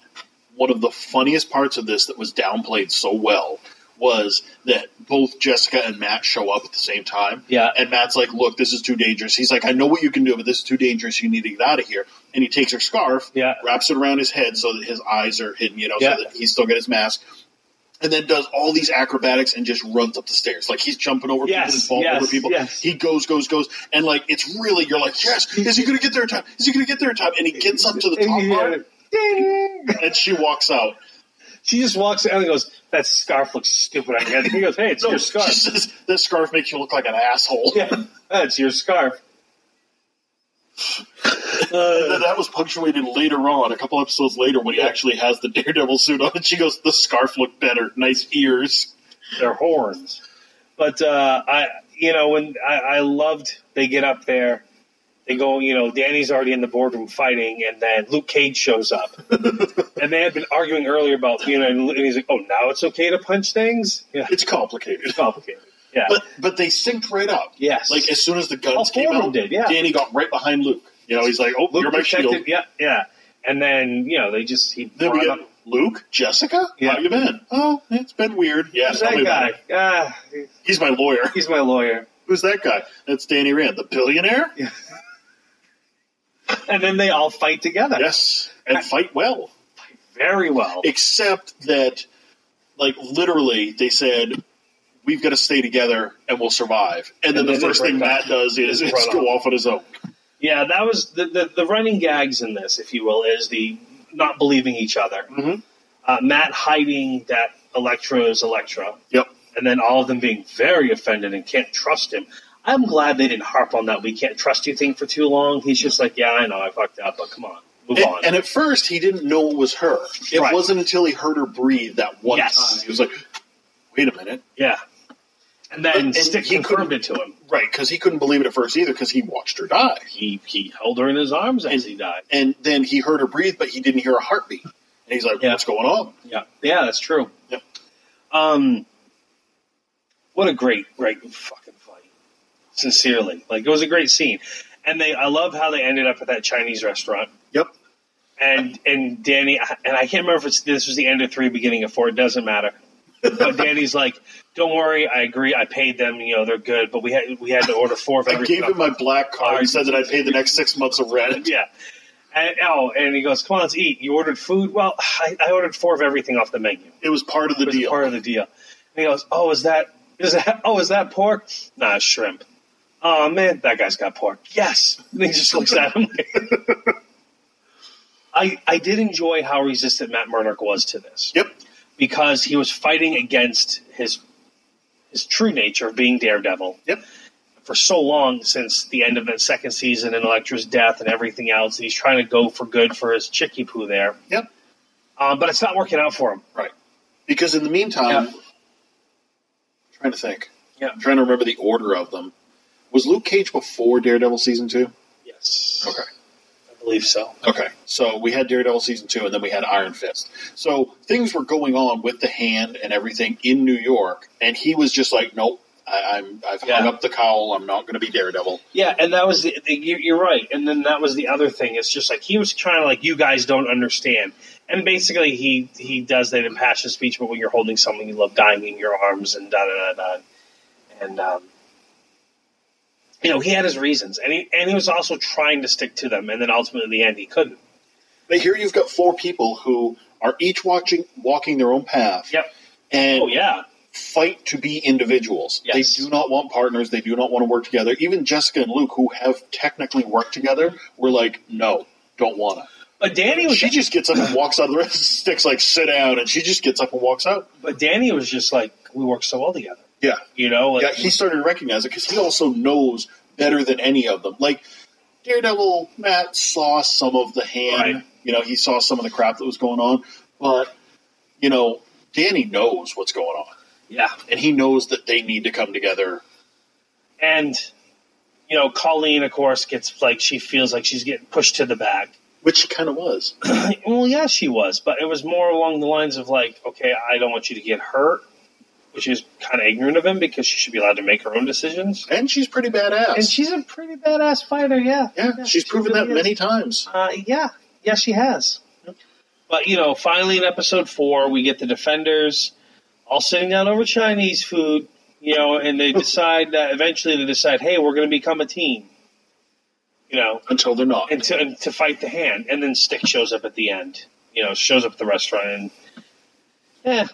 [SPEAKER 2] one of the funniest parts of this that was downplayed so well was that both Jessica and Matt show up at the same time.
[SPEAKER 1] Yeah.
[SPEAKER 2] Uh, And Matt's like, look, this is too dangerous. He's like, I know what you can do, but this is too dangerous. You need to get out of here. And he takes her scarf,
[SPEAKER 1] Yeah.
[SPEAKER 2] wraps it around his head so that his eyes are hidden, you know,
[SPEAKER 1] Yeah.
[SPEAKER 2] so that he's still got his mask. And then does all these acrobatics and just runs up the stairs. Like he's jumping over
[SPEAKER 1] Yes,
[SPEAKER 2] people and falling
[SPEAKER 1] yes,
[SPEAKER 2] over people.
[SPEAKER 1] yes.
[SPEAKER 2] He goes, goes, goes. And like, it's really, you're like, yes, is he going to get there in time? Is he going to get there in time? And he gets up to the top
[SPEAKER 1] And you
[SPEAKER 2] part
[SPEAKER 1] hear it, "Ding."
[SPEAKER 2] and she walks out.
[SPEAKER 1] (laughs) She just walks out and goes, "That scarf looks stupid." I guess he goes, "Hey, it's your
[SPEAKER 2] She
[SPEAKER 1] scarf."
[SPEAKER 2] says, "This scarf makes you look like an asshole."
[SPEAKER 1] yeah, that's your scarf.
[SPEAKER 2] And then that was punctuated later on, a couple episodes later, when he actually has the (laughs) daredevil suit on, and she goes, "The scarf looked better. Nice ears."
[SPEAKER 1] They're horns. But uh, I, you know, when I, I loved, they get up there. They go, you know, Danny's already in the boardroom fighting, and then Luke Cage shows up.
[SPEAKER 2] (laughs)
[SPEAKER 1] and they had been arguing earlier about, you know, and, Lu- and he's like, "Oh, now it's okay to punch things." Yeah,
[SPEAKER 2] It's complicated,
[SPEAKER 1] it's complicated. Yeah,
[SPEAKER 2] but but they synced right up.
[SPEAKER 1] Yes.
[SPEAKER 2] like as soon as the guns
[SPEAKER 1] Oh,
[SPEAKER 2] came
[SPEAKER 1] Foreman
[SPEAKER 2] out,
[SPEAKER 1] did, yeah.
[SPEAKER 2] Danny got right behind Luke. You know, he's like, "Oh,
[SPEAKER 1] Luke
[SPEAKER 2] you're my
[SPEAKER 1] protected-
[SPEAKER 2] shield."
[SPEAKER 1] Yeah, yeah. And then you know they just he
[SPEAKER 2] Then we
[SPEAKER 1] brought
[SPEAKER 2] get
[SPEAKER 1] up-
[SPEAKER 2] Luke, Jessica.
[SPEAKER 1] Yeah.
[SPEAKER 2] How you been? Oh, it's been weird. Yeah,
[SPEAKER 1] Who's
[SPEAKER 2] tell me
[SPEAKER 1] that
[SPEAKER 2] about
[SPEAKER 1] guy?
[SPEAKER 2] it.
[SPEAKER 1] Ah,
[SPEAKER 2] He's my lawyer.
[SPEAKER 1] he's my lawyer.
[SPEAKER 2] (laughs) Who's that guy? That's Danny Rand, the billionaire.
[SPEAKER 1] And then they all fight together.
[SPEAKER 2] Yes, and fight well.
[SPEAKER 1] Very well.
[SPEAKER 2] except that like literally they said we've got to stay together and we'll survive and then
[SPEAKER 1] And
[SPEAKER 2] the
[SPEAKER 1] then
[SPEAKER 2] first
[SPEAKER 1] they
[SPEAKER 2] thing
[SPEAKER 1] break
[SPEAKER 2] matt
[SPEAKER 1] up.
[SPEAKER 2] does is,
[SPEAKER 1] Just
[SPEAKER 2] is
[SPEAKER 1] run
[SPEAKER 2] go off on his own
[SPEAKER 1] yeah, that was the, the, the running gags in this, if you will, is the not believing each other.
[SPEAKER 2] Mhm.
[SPEAKER 1] Uh, Matt hiding that Electra is Electra,
[SPEAKER 2] yep
[SPEAKER 1] and then all of them being very offended and can't trust him. I'm glad they didn't harp on that we can't trust you thing for too long. He's just like, yeah, I know, I fucked up, but come on, move
[SPEAKER 2] and,
[SPEAKER 1] on.
[SPEAKER 2] and at first he didn't know it was her it
[SPEAKER 1] Right.
[SPEAKER 2] wasn't until he heard her breathe that one
[SPEAKER 1] Yes.
[SPEAKER 2] time he was like wait a minute
[SPEAKER 1] yeah. And then
[SPEAKER 2] And- and
[SPEAKER 1] Stick
[SPEAKER 2] he
[SPEAKER 1] confirmed
[SPEAKER 2] couldn't-
[SPEAKER 1] it to him.
[SPEAKER 2] right because he couldn't believe it at first either because he watched her die
[SPEAKER 1] He, he held her in his arms as he died.
[SPEAKER 2] and then he heard her breathe but he didn't hear a heartbeat and he's like
[SPEAKER 1] Yeah.
[SPEAKER 2] what's going on
[SPEAKER 1] Yeah, yeah, that's true.
[SPEAKER 2] Yep.
[SPEAKER 1] Um, what a great, great fucking fight. Sincerely, like it was a great scene, and they. I love how they ended up at that Chinese restaurant,
[SPEAKER 2] yep
[SPEAKER 1] and and Danny and I can't remember if it's this was the end of three, beginning of four. It doesn't matter. But Danny's like, "Don't worry, I agree. I paid them. You know, they're good. But we had we had to order four of
[SPEAKER 2] i
[SPEAKER 1] everything."
[SPEAKER 2] gave him my black card he said that i paid the next six months of rent
[SPEAKER 1] Yeah. And, oh, and he goes, "Come on, let's eat. You ordered food. Well, (sighs) I, I ordered four of everything off the menu.
[SPEAKER 2] it was part of the
[SPEAKER 1] was
[SPEAKER 2] deal
[SPEAKER 1] part of the deal. And he goes, "Oh, is that is that (laughs) oh is that pork? Nah, it's shrimp. Oh man, that guy's got pork. Yes." (laughs) And he just looks at him. like- (laughs) I I did enjoy how resistant Matt Murdock was to this
[SPEAKER 2] yep
[SPEAKER 1] because he was fighting against his his true nature of being Daredevil
[SPEAKER 2] yep
[SPEAKER 1] for so long since the end of that second season and Elektra's death and everything else. And he's trying to go for good for his chicky poo there,
[SPEAKER 2] Yep.
[SPEAKER 1] um, but it's not working out for him.
[SPEAKER 2] Right. Because in the meantime,
[SPEAKER 1] Yeah.
[SPEAKER 2] I'm trying to think.
[SPEAKER 1] Yeah.
[SPEAKER 2] I'm trying to remember the order of them. Was Luke Cage before Daredevil season two?
[SPEAKER 1] Yes. I believe so.
[SPEAKER 2] Okay. So we had Daredevil season two, and then we had Iron Fist. So things were going on with the hand and everything in New York, and he was just like, "Nope, I, I'm I've hung
[SPEAKER 1] Yeah.
[SPEAKER 2] up the cowl. I'm not going to be Daredevil."
[SPEAKER 1] Yeah, and that was the, the you- you're right. And then that was the other thing. It's just like he was trying to like you guys don't understand. And basically he he does that impassioned speech, but when you're holding someone you love dying in your arms and da da da da. And um, you know he had his reasons, and he and he was also trying to stick to them, and then ultimately in the end he couldn't.
[SPEAKER 2] But here you've got four people who are each watching walking their own path.
[SPEAKER 1] Yep.
[SPEAKER 2] And
[SPEAKER 1] Oh yeah.
[SPEAKER 2] fight to be individuals.
[SPEAKER 1] Yes.
[SPEAKER 2] They do not want partners. They do not want to work together. Even Jessica and Luke, who have technically worked together, were like, no, don't want to.
[SPEAKER 1] But Danny was
[SPEAKER 2] She just gets up and walks out. The rest of the sticks like, sit down. And she just gets up and walks out.
[SPEAKER 1] but Danny was just like we work so well together.
[SPEAKER 2] Yeah.
[SPEAKER 1] You know, like
[SPEAKER 2] Yeah, he started to recognize it because he also knows better than any of them. Like, Daredevil, Matt saw some of the hand.
[SPEAKER 1] Right.
[SPEAKER 2] You know, he saw some of the crap that was going on. But, you know, Danny knows what's going on.
[SPEAKER 1] yeah.
[SPEAKER 2] And he knows that they need to come together
[SPEAKER 1] And you know, Colleen of course gets like she feels like she's getting pushed to the back.
[SPEAKER 2] which she kind of was.
[SPEAKER 1] Well, yeah, she was, but it was more along the lines of like, okay, I don't want you to get hurt, which is kind of ignorant of him because she should be allowed to make her own decisions.
[SPEAKER 2] And she's pretty badass.
[SPEAKER 1] And she's a pretty badass fighter, yeah.
[SPEAKER 2] yeah, she's
[SPEAKER 1] she
[SPEAKER 2] proven
[SPEAKER 1] really
[SPEAKER 2] that
[SPEAKER 1] is.
[SPEAKER 2] many times.
[SPEAKER 1] Uh, yeah, yeah, she has. But you know, finally in episode four, we get the defenders all sitting down over Chinese food, you know, and (laughs) they decide that eventually they decide, hey, we're going to become a team, you know,
[SPEAKER 2] Until they're not.
[SPEAKER 1] and to and to fight the hand. And then Stick shows up at the end, you know, shows up at the restaurant, and yeah.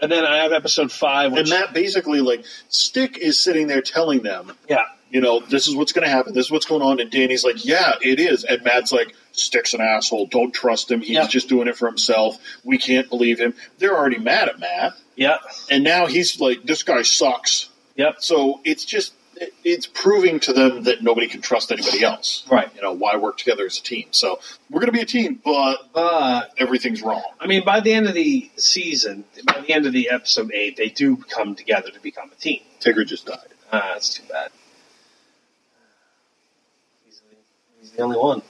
[SPEAKER 1] And then I have episode five,
[SPEAKER 2] And
[SPEAKER 1] which
[SPEAKER 2] that basically, like, Stick is sitting there telling them,
[SPEAKER 1] yeah,
[SPEAKER 2] you know, this is what's going to happen. This is what's going on. And Danny's like, yeah, it is. And Matt's like, Stick's an asshole. Don't trust him. He's
[SPEAKER 1] Yeah.
[SPEAKER 2] just doing it for himself. We can't believe him. They're already mad at Matt.
[SPEAKER 1] yeah,
[SPEAKER 2] And now he's like, this guy sucks.
[SPEAKER 1] yep,
[SPEAKER 2] So it's just, it- it's proving to them that nobody can trust anybody else.
[SPEAKER 1] right.
[SPEAKER 2] You know, why work together as a team? So we're going to be a team, but
[SPEAKER 1] Uh,
[SPEAKER 2] everything's wrong.
[SPEAKER 1] I mean, by the end of the season, by the end of the episode eight, they do come together to become a team.
[SPEAKER 2] Tigger just died.
[SPEAKER 1] Uh, that's too bad. He's the, he's the only one.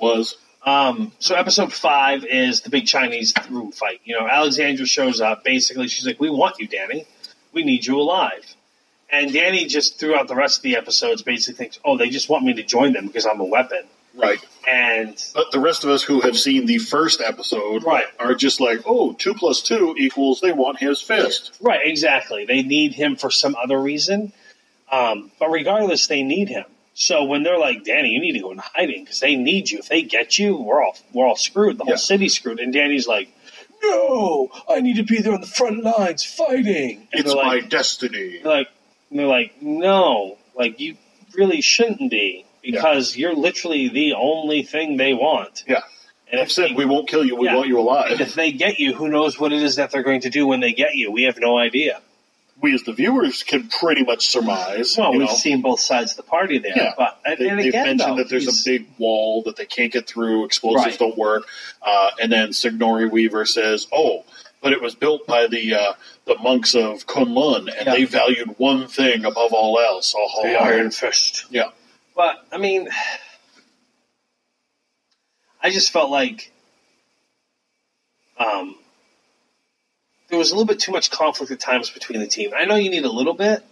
[SPEAKER 2] Was
[SPEAKER 1] Um, so episode five is the big Chinese room fight. You know, Alexandra shows up. Basically, she's like, "We want you, Danny. We need you alive." And Danny just throughout the rest of the episodes basically thinks, "Oh, they just want me to join them because I'm a weapon."
[SPEAKER 2] right.
[SPEAKER 1] And
[SPEAKER 2] But the rest of us who have seen the first episode
[SPEAKER 1] Right.
[SPEAKER 2] are just like, oh, two plus two equals they want his fist.
[SPEAKER 1] Right, exactly. They need him for some other reason. Um, but regardless, they need him. So when they're like, Danny, you need to go in hiding because they need you. If they get you, we're all we're all screwed. The whole
[SPEAKER 2] Yeah.
[SPEAKER 1] city's screwed. And Danny's like, No, I need to be there on the front lines fighting. And
[SPEAKER 2] It's
[SPEAKER 1] they're
[SPEAKER 2] my
[SPEAKER 1] like,
[SPEAKER 2] destiny.
[SPEAKER 1] they're like, and they're like, No, like you really shouldn't be because you're literally the only thing they want.
[SPEAKER 2] Yeah.
[SPEAKER 1] And
[SPEAKER 2] I've
[SPEAKER 1] if
[SPEAKER 2] said
[SPEAKER 1] they-
[SPEAKER 2] we won't kill you, we
[SPEAKER 1] Yeah.
[SPEAKER 2] want you
[SPEAKER 1] and
[SPEAKER 2] alive.
[SPEAKER 1] if they get you, who knows what it is that they're going to do when they get you? We have no idea.
[SPEAKER 2] We as the viewers can pretty much surmise.
[SPEAKER 1] Well,
[SPEAKER 2] you
[SPEAKER 1] we've
[SPEAKER 2] know.
[SPEAKER 1] seen both sides of the party there,
[SPEAKER 2] Yeah.
[SPEAKER 1] but and,
[SPEAKER 2] They,
[SPEAKER 1] and
[SPEAKER 2] they've
[SPEAKER 1] again,
[SPEAKER 2] mentioned
[SPEAKER 1] though,
[SPEAKER 2] that there's
[SPEAKER 1] he's-
[SPEAKER 2] a big wall that they can't get through, explosives
[SPEAKER 1] Right.
[SPEAKER 2] don't work. Uh, and then Signori Weaver says, oh, but it was built by the uh, the monks of Kunlun, and
[SPEAKER 1] Yeah.
[SPEAKER 2] they valued one thing above all else, a whole iron.
[SPEAKER 1] fist.
[SPEAKER 2] Yeah.
[SPEAKER 1] But I mean, I just felt like um, there was a little bit too much conflict at times between the team. I know you need a little bit.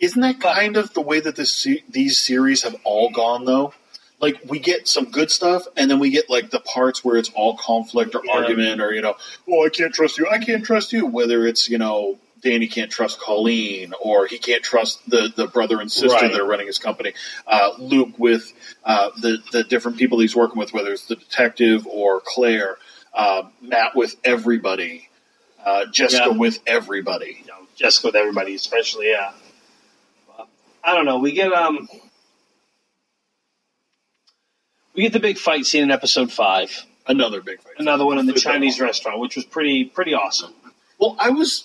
[SPEAKER 2] Isn't that kind of the way that this se- these series have all gone though? Like we get some good stuff, and then we get like the parts where it's all conflict or
[SPEAKER 1] Yeah.
[SPEAKER 2] argument, or you know, oh, I can't trust you, I can't trust you. Whether it's you know, Danny can't trust Colleen, or he can't trust the the brother and sister
[SPEAKER 1] Right.
[SPEAKER 2] that are running his company. Uh, Luke with uh, the the different people he's working with, whether it's the detective or Claire, uh, Matt with everybody, uh, Jessica
[SPEAKER 1] Yeah.
[SPEAKER 2] with everybody.
[SPEAKER 1] you know, just with everybody, especially yeah. But, I don't know. We get um, we get the big fight scene in episode five.
[SPEAKER 2] Another big fight.
[SPEAKER 1] Another one in the
[SPEAKER 2] Super
[SPEAKER 1] Chinese
[SPEAKER 2] awesome.
[SPEAKER 1] restaurant, which was pretty pretty awesome.
[SPEAKER 2] Well, I was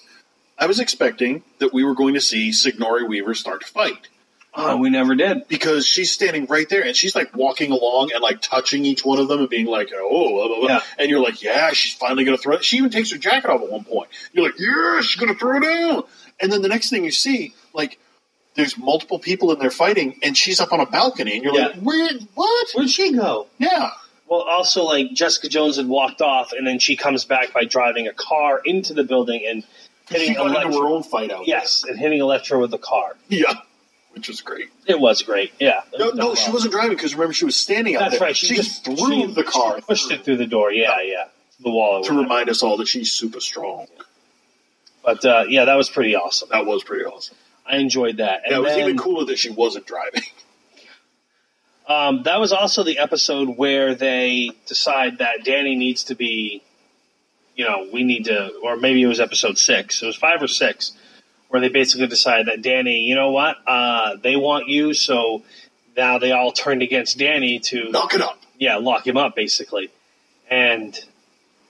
[SPEAKER 2] I was expecting that we were going to see Signori Weaver start to fight
[SPEAKER 1] Oh, we never did.
[SPEAKER 2] because she's standing right there and she's like walking along and like touching each one of them and being like, oh, blah, blah, blah.
[SPEAKER 1] Yeah.
[SPEAKER 2] and you're like, yeah, she's finally going to throw it. She even takes her jacket off at one point. You're like, yeah, she's going to throw down. And then the next thing you see, like, there's multiple people in there fighting and she's up on a balcony and you're
[SPEAKER 1] Yeah.
[SPEAKER 2] like, where, what?
[SPEAKER 1] Where'd she go?
[SPEAKER 2] Yeah.
[SPEAKER 1] Well, also like Jessica Jones had walked off, and then she comes back by driving a car into the building and
[SPEAKER 2] She
[SPEAKER 1] hitting
[SPEAKER 2] got into her
[SPEAKER 1] Electra.
[SPEAKER 2] own fight out.
[SPEAKER 1] Yes, and hitting Electra with the car.
[SPEAKER 2] there. Yeah. Which was great.
[SPEAKER 1] It was great. Yeah.
[SPEAKER 2] No, no, she wasn't driving because remember she was standing out
[SPEAKER 1] That's
[SPEAKER 2] there.
[SPEAKER 1] right. She, just
[SPEAKER 2] threw
[SPEAKER 1] she-
[SPEAKER 2] the car
[SPEAKER 1] she pushed it through the door. Yeah, yeah, to the wall. or
[SPEAKER 2] to
[SPEAKER 1] whatever.
[SPEAKER 2] remind us all that she's super strong.
[SPEAKER 1] But uh, yeah, that was pretty awesome.
[SPEAKER 2] That was pretty awesome.
[SPEAKER 1] I enjoyed that. And
[SPEAKER 2] Yeah, it was
[SPEAKER 1] then,
[SPEAKER 2] even cooler that she wasn't driving.
[SPEAKER 1] Um, that was also the episode where they decide that Danny needs to be, you know, we need to, or maybe it was episode six. It was five or six, where they basically decide that Danny, you know what, uh, they want you, so now they all turned against Danny
[SPEAKER 2] (laughs)
[SPEAKER 1] to,
[SPEAKER 2] Knock it up.
[SPEAKER 1] yeah, lock him up basically, and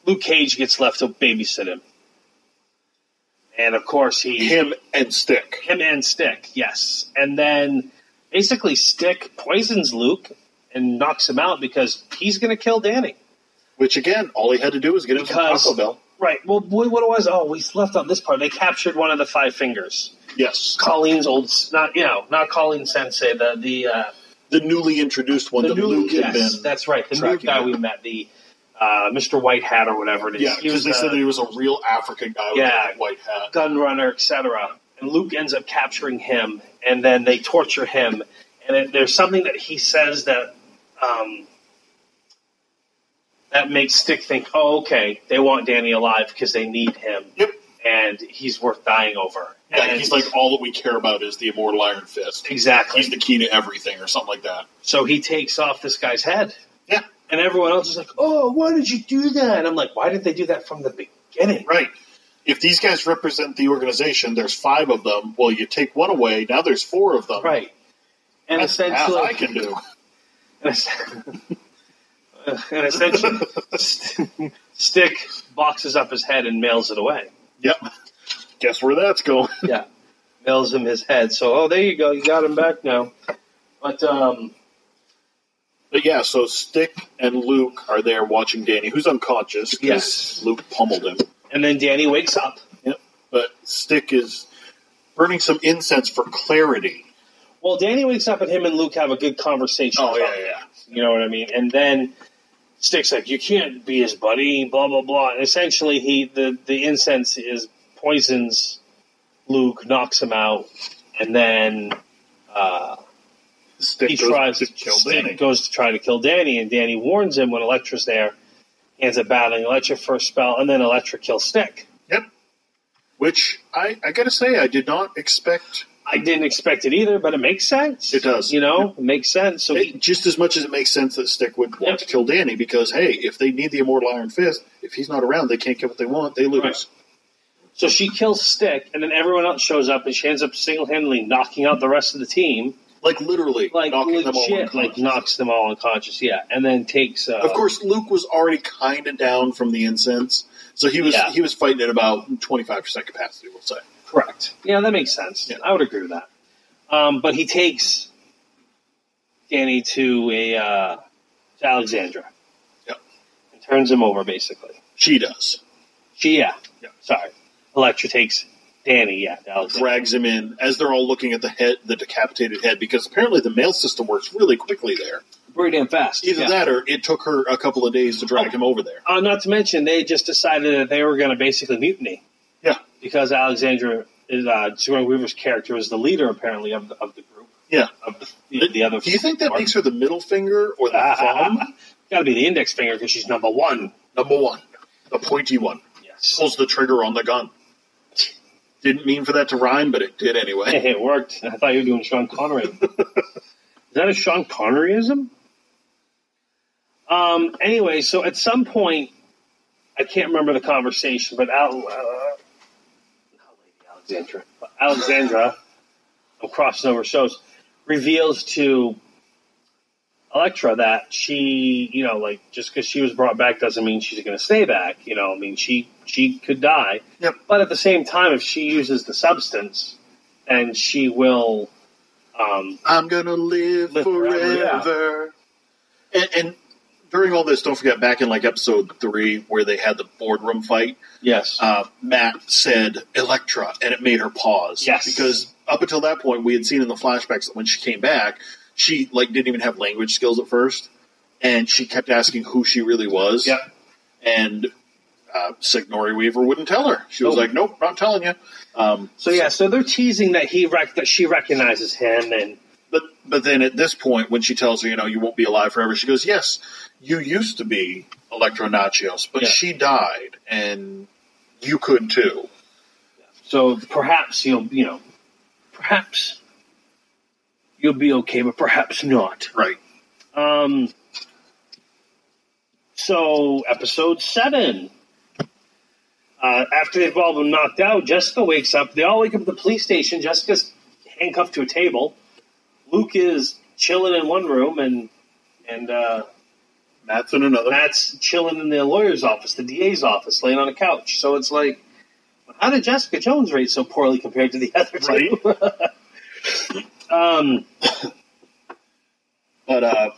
[SPEAKER 1] Luke Cage gets left to babysit him, and of course he
[SPEAKER 2] Him and Stick.
[SPEAKER 1] him and Stick, yes. And then basically Stick poisons Luke and knocks him out because he's going to kill Danny.
[SPEAKER 2] Which again, all he had to do was get him from
[SPEAKER 1] Because
[SPEAKER 2] Taco Bell.
[SPEAKER 1] right, well, what what it was? Oh, we left out this part. They captured one of the five fingers.
[SPEAKER 2] Yes,
[SPEAKER 1] Colleen's old, not you know, not Colleen Sensei, the the uh,
[SPEAKER 2] the newly introduced one
[SPEAKER 1] the
[SPEAKER 2] that
[SPEAKER 1] new
[SPEAKER 2] Luke had
[SPEAKER 1] yes,
[SPEAKER 2] been.
[SPEAKER 1] that's right, the new
[SPEAKER 2] tracking
[SPEAKER 1] guy
[SPEAKER 2] him.
[SPEAKER 1] we met, the uh, Mister White Hat or whatever it is.
[SPEAKER 2] yeah,
[SPEAKER 1] he was
[SPEAKER 2] because
[SPEAKER 1] uh,
[SPEAKER 2] they
[SPEAKER 1] the
[SPEAKER 2] said that he was a real African guy with
[SPEAKER 1] Yeah.
[SPEAKER 2] a big white hat.
[SPEAKER 1] gun runner, etc. And Luke ends up capturing him, and then they torture him. And it, there's something that he says that um, that makes Stick think, "Oh, okay, they want Danny alive because they need him,
[SPEAKER 2] Yep.
[SPEAKER 1] and he's worth dying over."
[SPEAKER 2] Yeah,
[SPEAKER 1] And-
[SPEAKER 2] he's like all that we care about is the immortal Iron Fist.
[SPEAKER 1] exactly.
[SPEAKER 2] He's the key to everything, or something like that.
[SPEAKER 1] so he takes off this guy's head,
[SPEAKER 2] Yeah,
[SPEAKER 1] and everyone else is like, "Oh, why did you do that?" And I'm like, "Why did they do that from the beginning?"
[SPEAKER 2] right. If these guys represent the organization, there's five of them. Well, you take one away, now there's four of them.
[SPEAKER 1] Right. And
[SPEAKER 2] That's half
[SPEAKER 1] essentially,
[SPEAKER 2] I can do.
[SPEAKER 1] and (laughs) essentially, st- Stick boxes up his head and mails it away.
[SPEAKER 2] Yep. Guess where that's going.
[SPEAKER 1] Yeah, mails him his head. So, oh, there you go, you got him back now. But um,
[SPEAKER 2] But yeah, so Stick and Luke are there watching Danny, who's unconscious. 'cause
[SPEAKER 1] Yes.
[SPEAKER 2] Luke pummeled him.
[SPEAKER 1] and then Danny wakes up.
[SPEAKER 2] Yep. But Stick is burning some incense for clarity.
[SPEAKER 1] Well, Danny wakes up, and him and Luke have a good conversation. about it.
[SPEAKER 2] Oh, yeah.
[SPEAKER 1] you know what I mean. And then Stick's like, "You can't be his buddy." Blah blah blah. And essentially, he the the incense is poisons Luke, knocks him out, and then. Uh,
[SPEAKER 2] Stick
[SPEAKER 1] he
[SPEAKER 2] goes
[SPEAKER 1] tries
[SPEAKER 2] to kill
[SPEAKER 1] Stick
[SPEAKER 2] Danny.
[SPEAKER 1] goes to try to kill Danny, and Danny warns him when Electra's there. He ends up battling Electra first spell, and then Electra kills Stick.
[SPEAKER 2] Yep. Which I, I gotta say, I did not expect
[SPEAKER 1] I didn't expect it either, but it makes sense.
[SPEAKER 2] It does.
[SPEAKER 1] you know, it makes sense. So
[SPEAKER 2] it,
[SPEAKER 1] he,
[SPEAKER 2] just as much as it makes sense that Stick would want
[SPEAKER 1] Yep.
[SPEAKER 2] to kill Danny because hey, if they need the immortal Iron Fist, if he's not around, they can't get what they want. They lose.
[SPEAKER 1] Right. so she kills Stick, and then everyone else shows up, and she ends up single handedly knocking out the rest of the team,
[SPEAKER 2] Like literally,
[SPEAKER 1] like
[SPEAKER 2] knocking them all
[SPEAKER 1] legit, like
[SPEAKER 2] unconscious.
[SPEAKER 1] knocks them all unconscious. Yeah, and then takes. Uh,
[SPEAKER 2] Of course, Luke was already kind of down from the incense, so he was
[SPEAKER 1] Yeah.
[SPEAKER 2] he was fighting at about twenty five percent capacity. We'll say.
[SPEAKER 1] Correct. Yeah, that makes sense.
[SPEAKER 2] Yeah.
[SPEAKER 1] I would agree with that. Um, but he takes Danny to a uh, to Alexandra
[SPEAKER 2] Yep.
[SPEAKER 1] and turns him over, basically.
[SPEAKER 2] She does
[SPEAKER 1] She, yeah,
[SPEAKER 2] Yeah.
[SPEAKER 1] sorry. Electra takes Danny, yeah, to Alexandra.
[SPEAKER 2] drags him in as they're all looking at the head, the decapitated head, because apparently the mail system works really quickly there.
[SPEAKER 1] Pretty damn fast.
[SPEAKER 2] Either
[SPEAKER 1] yeah.
[SPEAKER 2] that, or it took her a couple of days to drag
[SPEAKER 1] Oh.
[SPEAKER 2] him over there.
[SPEAKER 1] Uh, not to mention, they just decided that they were going to basically mutiny
[SPEAKER 2] Yeah,
[SPEAKER 1] because Alexandra is uh, Sigourney Weaver's character is the leader apparently of the, of the group
[SPEAKER 2] yeah.
[SPEAKER 1] of the, the, the other. Ah,
[SPEAKER 2] Do you think that
[SPEAKER 1] (laughs)
[SPEAKER 2] makes her the middle finger or the thumb?
[SPEAKER 1] Got to be the index finger because she's number one.
[SPEAKER 2] Number one, the pointy one
[SPEAKER 1] Yes.
[SPEAKER 2] pulls the trigger on the gun. Didn't mean for that to rhyme, but it did anyway.
[SPEAKER 1] (laughs) Hey, it worked. I thought you were doing Sean Connery. Is that a Sean Conneryism? Um. Anyway, so at some point, I can't remember the conversation, but Al, uh, not Lady Alexandra, but Alexandra, I'm crossing over shows, reveals to Electra that she, you know, like just because she was brought back doesn't mean she's going to stay back. You know, I mean, she she could die.
[SPEAKER 2] Yep.
[SPEAKER 1] But at the same time, if she uses the substance, and she will. Um,
[SPEAKER 2] I'm gonna live,
[SPEAKER 1] Live forever,
[SPEAKER 2] forever. And, and during all this, don't forget back in like episode three where they had the boardroom fight.
[SPEAKER 1] yes.
[SPEAKER 2] Uh, Matt said Electra, and it made her pause.
[SPEAKER 1] Yes.
[SPEAKER 2] because up until that point, we had seen in the flashbacks that when she came back, she like didn't even have language skills at first, and she kept asking who she really was.
[SPEAKER 1] yep.
[SPEAKER 2] and uh, Signori Weaver wouldn't tell her. She was
[SPEAKER 1] Nope.
[SPEAKER 2] like, "Nope, not telling you." Um,
[SPEAKER 1] So yeah. So they're teasing that he rec- that she recognizes him, and
[SPEAKER 2] But but then at this point, when she tells her, you know, you won't be alive forever, she goes, "Yes, you used to be Electronachios, but
[SPEAKER 1] Yeah.
[SPEAKER 2] she died, and you could too."
[SPEAKER 1] so perhaps you'll you know, perhaps you'll be okay, but perhaps not.
[SPEAKER 2] Right.
[SPEAKER 1] Um, so, episode seven. Uh, after they've all been knocked out, Jessica wakes up. They all wake up at the police station. Jessica's handcuffed to a table. Luke is chilling in one room, and and uh,
[SPEAKER 2] Matt's in another.
[SPEAKER 1] Matt's chilling in the lawyer's office, the DA's office, laying on a couch. So it's like, how did Jessica Jones rate so poorly compared to the (laughs) other
[SPEAKER 2] (laughs)
[SPEAKER 1] two? um,
[SPEAKER 2] (coughs) But uh,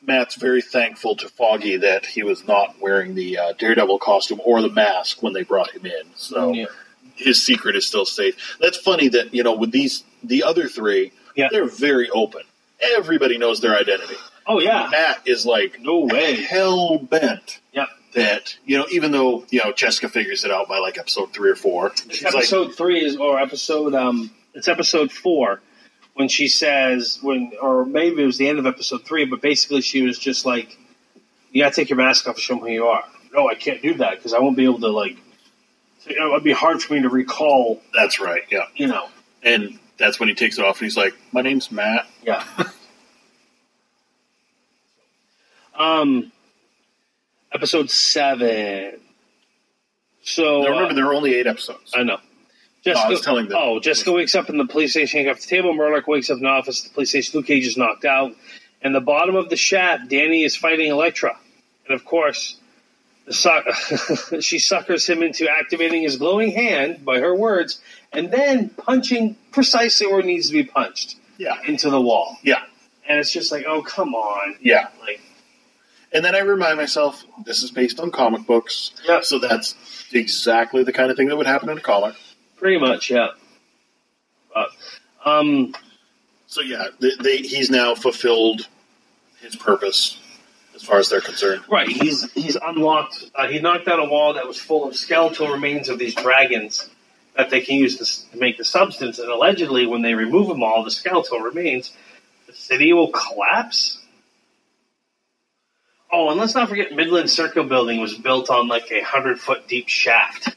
[SPEAKER 2] Matt's very thankful to Foggy that he was not wearing the uh, Daredevil costume or the mask when they brought him in. So
[SPEAKER 1] Oh, Yeah.
[SPEAKER 2] his secret is still safe. That's funny that you know with these the other three,
[SPEAKER 1] Yeah.
[SPEAKER 2] they're very open. Everybody knows their identity.
[SPEAKER 1] oh yeah,
[SPEAKER 2] Matt is like
[SPEAKER 1] No way.
[SPEAKER 2] hell bent
[SPEAKER 1] yeah.
[SPEAKER 2] that you know even though you know Jessica figures it out by like episode three or four, she's like
[SPEAKER 1] episode three is or episode um it's episode four when she says when or maybe it was the end of episode three but basically she was just like you gotta take your mask off and show them who you are no i can't do that because i won't be able to like it would be hard for me to recall
[SPEAKER 2] that's right, yeah.
[SPEAKER 1] you know
[SPEAKER 2] And that's when he takes it off and he's like, my name's Matt.
[SPEAKER 1] yeah (laughs) um episode seven so
[SPEAKER 2] Now,
[SPEAKER 1] uh,
[SPEAKER 2] remember there are only eight episodes.
[SPEAKER 1] I know. Jessica,
[SPEAKER 2] I was telling them.
[SPEAKER 1] Oh, Jessica wakes up in the police station, handcuffed to the table. Murdoch wakes up in the office. The police station. Luke Cage is knocked out. And the bottom of the shaft, Danny is fighting Elektra, and of course, the suck- (laughs) she suckers him into activating his glowing hand by her words, and then punching precisely where it needs to be punched
[SPEAKER 2] yeah,
[SPEAKER 1] into the wall.
[SPEAKER 2] yeah,
[SPEAKER 1] And it's just like, oh come on,
[SPEAKER 2] yeah.
[SPEAKER 1] like
[SPEAKER 2] And then I remind myself this is based on comic books.
[SPEAKER 1] Yeah.
[SPEAKER 2] So that's exactly the kind of thing that would happen in a comic.
[SPEAKER 1] pretty much, yeah. But, um,
[SPEAKER 2] So yeah, they, they, he's now fulfilled his purpose as far as they're concerned.
[SPEAKER 1] Right, he's he's unlocked. Uh, he knocked down a wall that was full of skeletal remains of these dragons that they can use to, s- to make the substance. And allegedly, when they remove them all, the skeletal remains, the city will collapse. Oh, and let's not forget, Midland Circle Building was built on like a hundred foot deep shaft.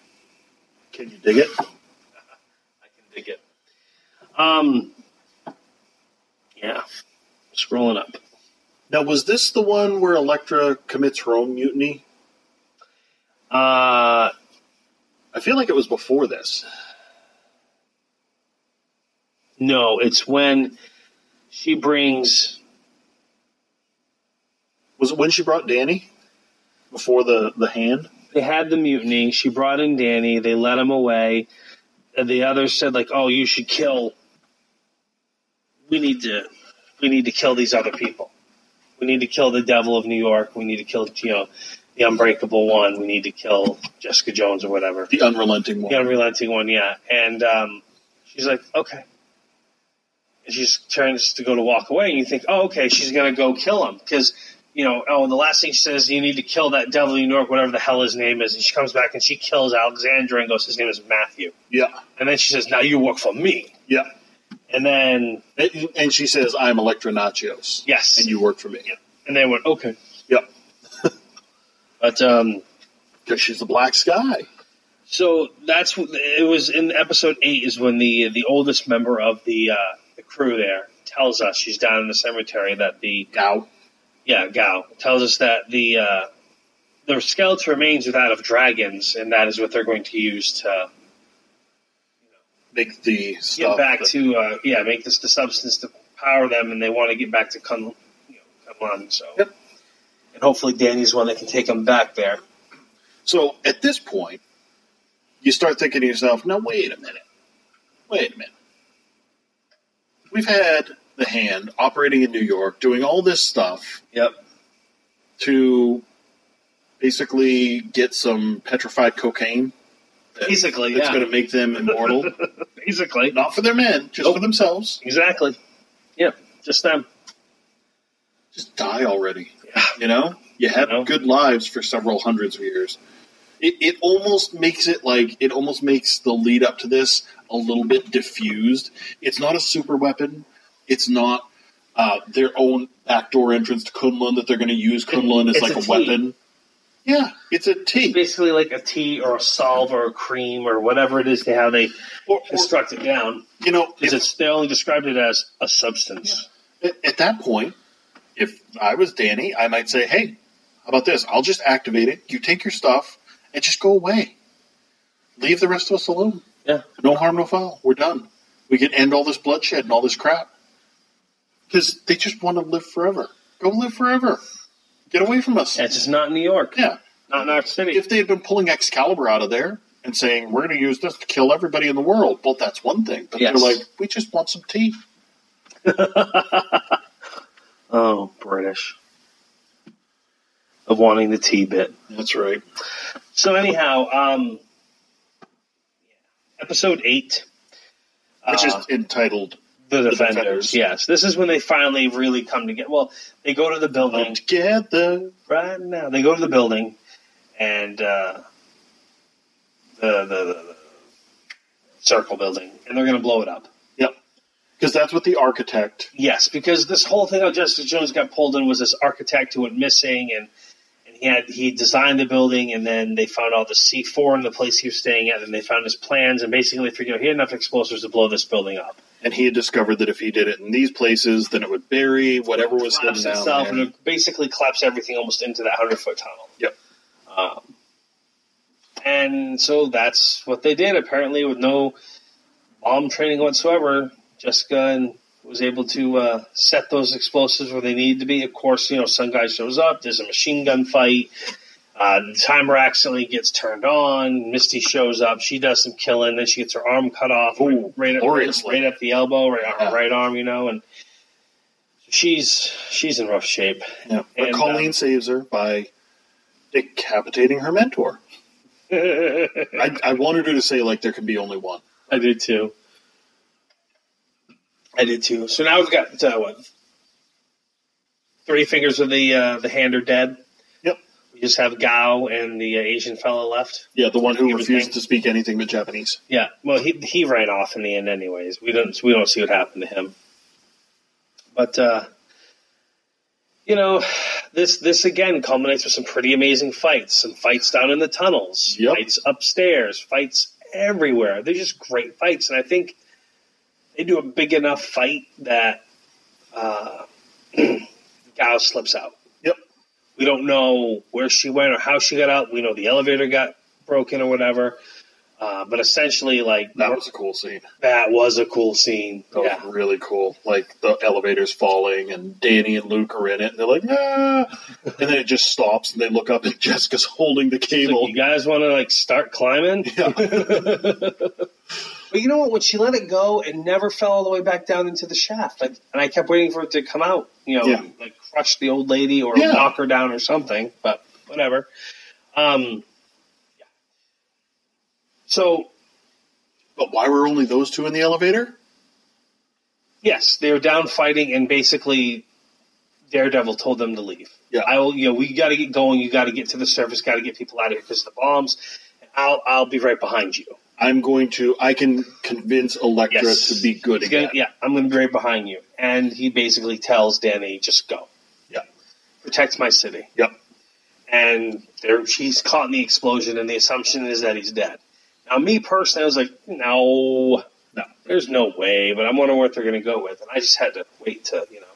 [SPEAKER 2] Can you dig it?
[SPEAKER 1] I can dig it. Um, yeah, scrolling up.
[SPEAKER 2] Now, was this the one where Elektra commits her own mutiny?
[SPEAKER 1] Uh,
[SPEAKER 2] I feel like it was before this.
[SPEAKER 1] no, it's when she brings.
[SPEAKER 2] Was it when she brought Danny? Before the, the hand?
[SPEAKER 1] they had the mutiny. She brought in Danny. They let him away. And the others said, like, "Oh, you should kill. We need to, we need to kill these other people. We need to kill the Devil of New York. We need to kill, you know, the Unbreakable One. We need to kill Jessica Jones or whatever,
[SPEAKER 2] The unrelenting one.
[SPEAKER 1] the Unrelenting One. Yeah." And um, she's like, "Okay." And she just turns to go to walk away, and you think, "Oh, okay, she's gonna go kill him because." you know, oh, and the last thing she says, you need to kill that devil in New York, whatever the hell his name is. And she comes back and she kills Alexandra and goes, his name is Matthew.
[SPEAKER 2] Yeah,
[SPEAKER 1] And then she says, now you work for me.
[SPEAKER 2] yeah.
[SPEAKER 1] And then,
[SPEAKER 2] And, and she says, I'm Elektra Nachios.
[SPEAKER 1] yes.
[SPEAKER 2] And you work for me.
[SPEAKER 1] and they went, okay.
[SPEAKER 2] Yep.
[SPEAKER 1] But, um,
[SPEAKER 2] Because she's a black sky.
[SPEAKER 1] so that's, wh- it was in episode eight is when the, the oldest member of the, uh, the crew there tells us she's down in the cemetery that the,
[SPEAKER 2] Gout.
[SPEAKER 1] yeah, Gao tells us that the, uh, the skeleton remains are that of dragons, and that is what they're going to use to,
[SPEAKER 2] Make the stuff.
[SPEAKER 1] get back
[SPEAKER 2] that-
[SPEAKER 1] to uh, yeah, make this the substance to power them, and they want to get back to Kun, you know, Kunlun. So,
[SPEAKER 2] Yep.
[SPEAKER 1] and hopefully Danny's one that can take them back there.
[SPEAKER 2] So at this point, you start thinking to yourself, now wait a minute. Wait a minute. We've had the hand operating in New York, doing all this stuff
[SPEAKER 1] Yep.
[SPEAKER 2] to basically get some petrified cocaine that-
[SPEAKER 1] Basically,
[SPEAKER 2] that's
[SPEAKER 1] yeah.
[SPEAKER 2] going to make them
[SPEAKER 1] (laughs)
[SPEAKER 2] immortal.
[SPEAKER 1] Basically,
[SPEAKER 2] Not for their men, just for themselves.
[SPEAKER 1] exactly. Yep, just them.
[SPEAKER 2] Just die already.
[SPEAKER 1] Yeah.
[SPEAKER 2] You know, you have
[SPEAKER 1] You know?
[SPEAKER 2] good lives for several hundreds of years. It, it almost makes it like it almost makes the lead up to this a little bit diffused. It's not a super weapon. It's not uh, their own backdoor entrance to Kunlun that they're going to use. Kunlun is
[SPEAKER 1] It's
[SPEAKER 2] like
[SPEAKER 1] a
[SPEAKER 2] a,
[SPEAKER 1] tea.
[SPEAKER 2] weapon. Yeah, it's a T.
[SPEAKER 1] Basically, like a tea or a salve or a cream or whatever it is to how they
[SPEAKER 2] Or, or,
[SPEAKER 1] construct it down.
[SPEAKER 2] you know,
[SPEAKER 1] Because
[SPEAKER 2] if-
[SPEAKER 1] it's they only described it as a substance.
[SPEAKER 2] at, at that point, if I was Danny, I might say, "Hey, how about this? I'll just activate it. You take your stuff and just go away. Leave the rest of us alone.
[SPEAKER 1] Yeah.
[SPEAKER 2] No harm, no foul. We're done. We can end all this bloodshed and all this crap. Because they just want to live forever. Go live forever. Get away from us.
[SPEAKER 1] It's just not in New York.
[SPEAKER 2] yeah.
[SPEAKER 1] Not in our city.
[SPEAKER 2] If they had been pulling Excalibur out of there and saying we're going to use this to kill everybody in the world, well, that's one thing. But
[SPEAKER 1] Yes.
[SPEAKER 2] they're like, we just want some tea.
[SPEAKER 1] Oh, British. Of wanting the tea bit.
[SPEAKER 2] That's right.
[SPEAKER 1] So anyhow, um, episode eight,
[SPEAKER 2] Which
[SPEAKER 1] Uh,
[SPEAKER 2] is entitled
[SPEAKER 1] the defenders.
[SPEAKER 2] Ah, Defenders.
[SPEAKER 1] Yes, this is when they finally really come together. Well, they go to the building
[SPEAKER 2] Together.
[SPEAKER 1] right now. They go to the building, and uh, the, the, the the circle building, and they're going to blow it up.
[SPEAKER 2] Yep. Because that's what the architect.
[SPEAKER 1] Yes, because this whole thing how Justice Jones got pulled in was this architect who went missing, and and he had he designed the building, and then they found all the C four in the place he was staying at, and they found his plans, and basically they figured out he had enough explosives to blow this building up.
[SPEAKER 2] And he had discovered that if he did it in these places, then it would bury whatever was hidden
[SPEAKER 1] collapse
[SPEAKER 2] down
[SPEAKER 1] itself,
[SPEAKER 2] there.
[SPEAKER 1] and it basically collapsed everything almost into that hundred foot tunnel.
[SPEAKER 2] Yep.
[SPEAKER 1] Um, and so that's what they did. Apparently, with no bomb training whatsoever, Jessica and was able to uh, set those explosives where they needed to be. Of course, you know, some guy shows up. There's a machine gun fight. Uh, the timer accidentally gets turned on. Misty shows up. She does some killing. Then she gets her arm cut off.
[SPEAKER 2] Ooh,
[SPEAKER 1] right, up, right,
[SPEAKER 2] gloriously.
[SPEAKER 1] up the elbow, right on
[SPEAKER 2] Yeah.
[SPEAKER 1] her right arm, you know. And she's she's in rough shape.
[SPEAKER 2] Yeah. But
[SPEAKER 1] And,
[SPEAKER 2] Colleen
[SPEAKER 1] um,
[SPEAKER 2] saves her by decapitating her
[SPEAKER 1] (laughs)
[SPEAKER 2] mentor. I, I wanted her to say, like, there can be only one.
[SPEAKER 1] I did too. I did too. So now we've got uh, what? Three fingers of the uh, the hand are dead.
[SPEAKER 2] Yep.
[SPEAKER 1] We just have Gao and the uh, Asian fellow left.
[SPEAKER 2] Yeah, the one who
[SPEAKER 1] He was
[SPEAKER 2] refused
[SPEAKER 1] hanged.
[SPEAKER 2] to speak anything but Japanese.
[SPEAKER 1] Yeah. Well, he he ran off in the end, anyways. We don't we don't see what happened to him. But uh, you know, this this again culminates with some pretty amazing fights. Some fights down in the tunnels.
[SPEAKER 2] Yep.
[SPEAKER 1] Fights upstairs. Fights everywhere. They're just great fights, and I think they do a big enough fight that uh, (clears throat) Gao slips out.
[SPEAKER 2] Yep.
[SPEAKER 1] We don't know where she went or how she got out. We know the elevator got broken or whatever. Uh, but essentially, like
[SPEAKER 2] That was a cool scene.
[SPEAKER 1] that was a cool scene.
[SPEAKER 2] That
[SPEAKER 1] yeah.
[SPEAKER 2] was really cool. Like the elevator's falling, and Danny and Luke are in it. And they're like, ah! and then it just stops, and they look up, and (laughs) Jessica's holding the
[SPEAKER 1] She's like,
[SPEAKER 2] cable.
[SPEAKER 1] you guys want to like start climbing? (laughs) but you know what? When she let it go, it never fell all the way back down into the shaft. Like, and I kept waiting for it to come out. You know,
[SPEAKER 2] Yeah.
[SPEAKER 1] like crush the old lady or
[SPEAKER 2] Yeah.
[SPEAKER 1] knock her down or something. But whatever. Um. yeah. So
[SPEAKER 2] But why were only those two in the elevator?
[SPEAKER 1] Yes, they were down fighting, and basically, Daredevil told them to leave.
[SPEAKER 2] Yeah.
[SPEAKER 1] I will. You know, we got to get going. You got to get to the surface. Got to get people out of here because the bombs. I'll I'll be right behind you.
[SPEAKER 2] I'm going to. I can convince Elektra
[SPEAKER 1] Yes,
[SPEAKER 2] to be good
[SPEAKER 1] He's gonna-
[SPEAKER 2] again.
[SPEAKER 1] yeah, I'm going to be right behind you. And he basically tells Danny, just go.
[SPEAKER 2] Yeah.
[SPEAKER 1] Protect my city.
[SPEAKER 2] Yep.
[SPEAKER 1] And there, she's caught in the explosion, and the assumption is that he's dead. Now, me personally, I was like, no,
[SPEAKER 2] No.
[SPEAKER 1] there's no way. But I'm wondering what they're going to go with, and I just had to wait to, you know.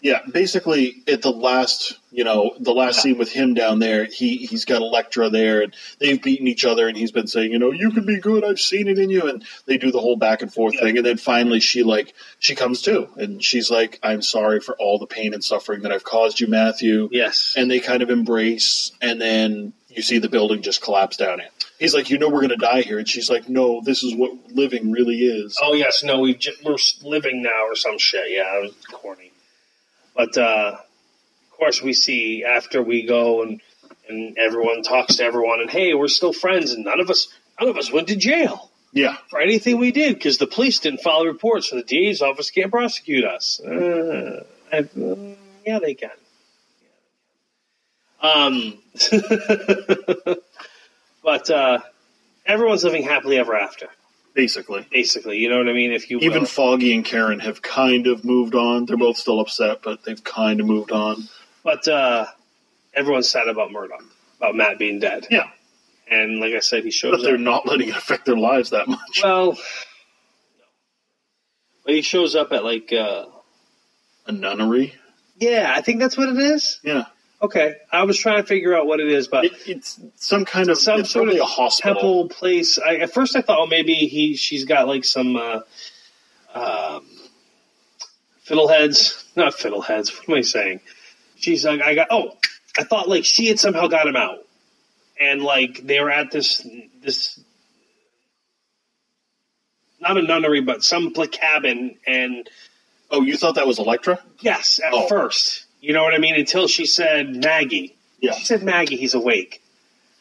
[SPEAKER 2] Yeah, basically at the last, you know, the last scene with him down there, he he's got Elektra there, and they've beaten each other, and he's been saying, you know, you can be good, I've seen it in you, and they do the whole back and forth
[SPEAKER 1] Yeah.
[SPEAKER 2] thing, and then finally she like she comes to, and she's like, I'm sorry for all the pain and suffering that I've caused you, Matthew,
[SPEAKER 1] Yes.
[SPEAKER 2] and they kind of embrace, and then you see the building just collapse down it. He's like, you know, we're gonna die here, and she's like, no, this is what living really is.
[SPEAKER 1] Oh yes, no, we j- we're s- living now or some shit. Yeah, it was corny. But uh, of course, we see after we go and and everyone talks to everyone, and hey, we're still friends, and none of us none of us went to jail
[SPEAKER 2] Yeah,
[SPEAKER 1] for anything we did because the police didn't file reports, so the DA's office can't prosecute us. Uh, I, uh, yeah, they can. Um, (laughs) but uh, everyone's living happily ever after,
[SPEAKER 2] basically.
[SPEAKER 1] basically. You know what I mean? If you
[SPEAKER 2] Even
[SPEAKER 1] will.
[SPEAKER 2] Foggy and Karen have kind of moved on. They're both still upset, but they've kind of moved on.
[SPEAKER 1] But uh, everyone's sad about Murdoch, about Matt being dead.
[SPEAKER 2] Yeah,
[SPEAKER 1] And like I said, he shows
[SPEAKER 2] but they're
[SPEAKER 1] up.
[SPEAKER 2] not letting it affect their lives that much.
[SPEAKER 1] Well, no. but he shows up at like uh,
[SPEAKER 2] A nunnery?
[SPEAKER 1] Yeah, I think that's what it is.
[SPEAKER 2] Yeah.
[SPEAKER 1] Okay, I was trying to figure out what it is, but
[SPEAKER 2] It, it's some kind of
[SPEAKER 1] Uh, some
[SPEAKER 2] it's
[SPEAKER 1] sort of
[SPEAKER 2] probably a hospital.
[SPEAKER 1] temple place. I, at first, I thought, oh, maybe he she's got like some uh, um, fiddleheads, not fiddleheads. What am I saying? She's like, I got. Oh, I thought like she had somehow got him out, and like they were at this this not a nunnery, but some pla- cabin, and
[SPEAKER 2] Oh, you thought that was Electra?
[SPEAKER 1] yes, at
[SPEAKER 2] Oh.
[SPEAKER 1] first, you know what I mean. Until she said Maggie,
[SPEAKER 2] Yeah.
[SPEAKER 1] she said Maggie, he's awake.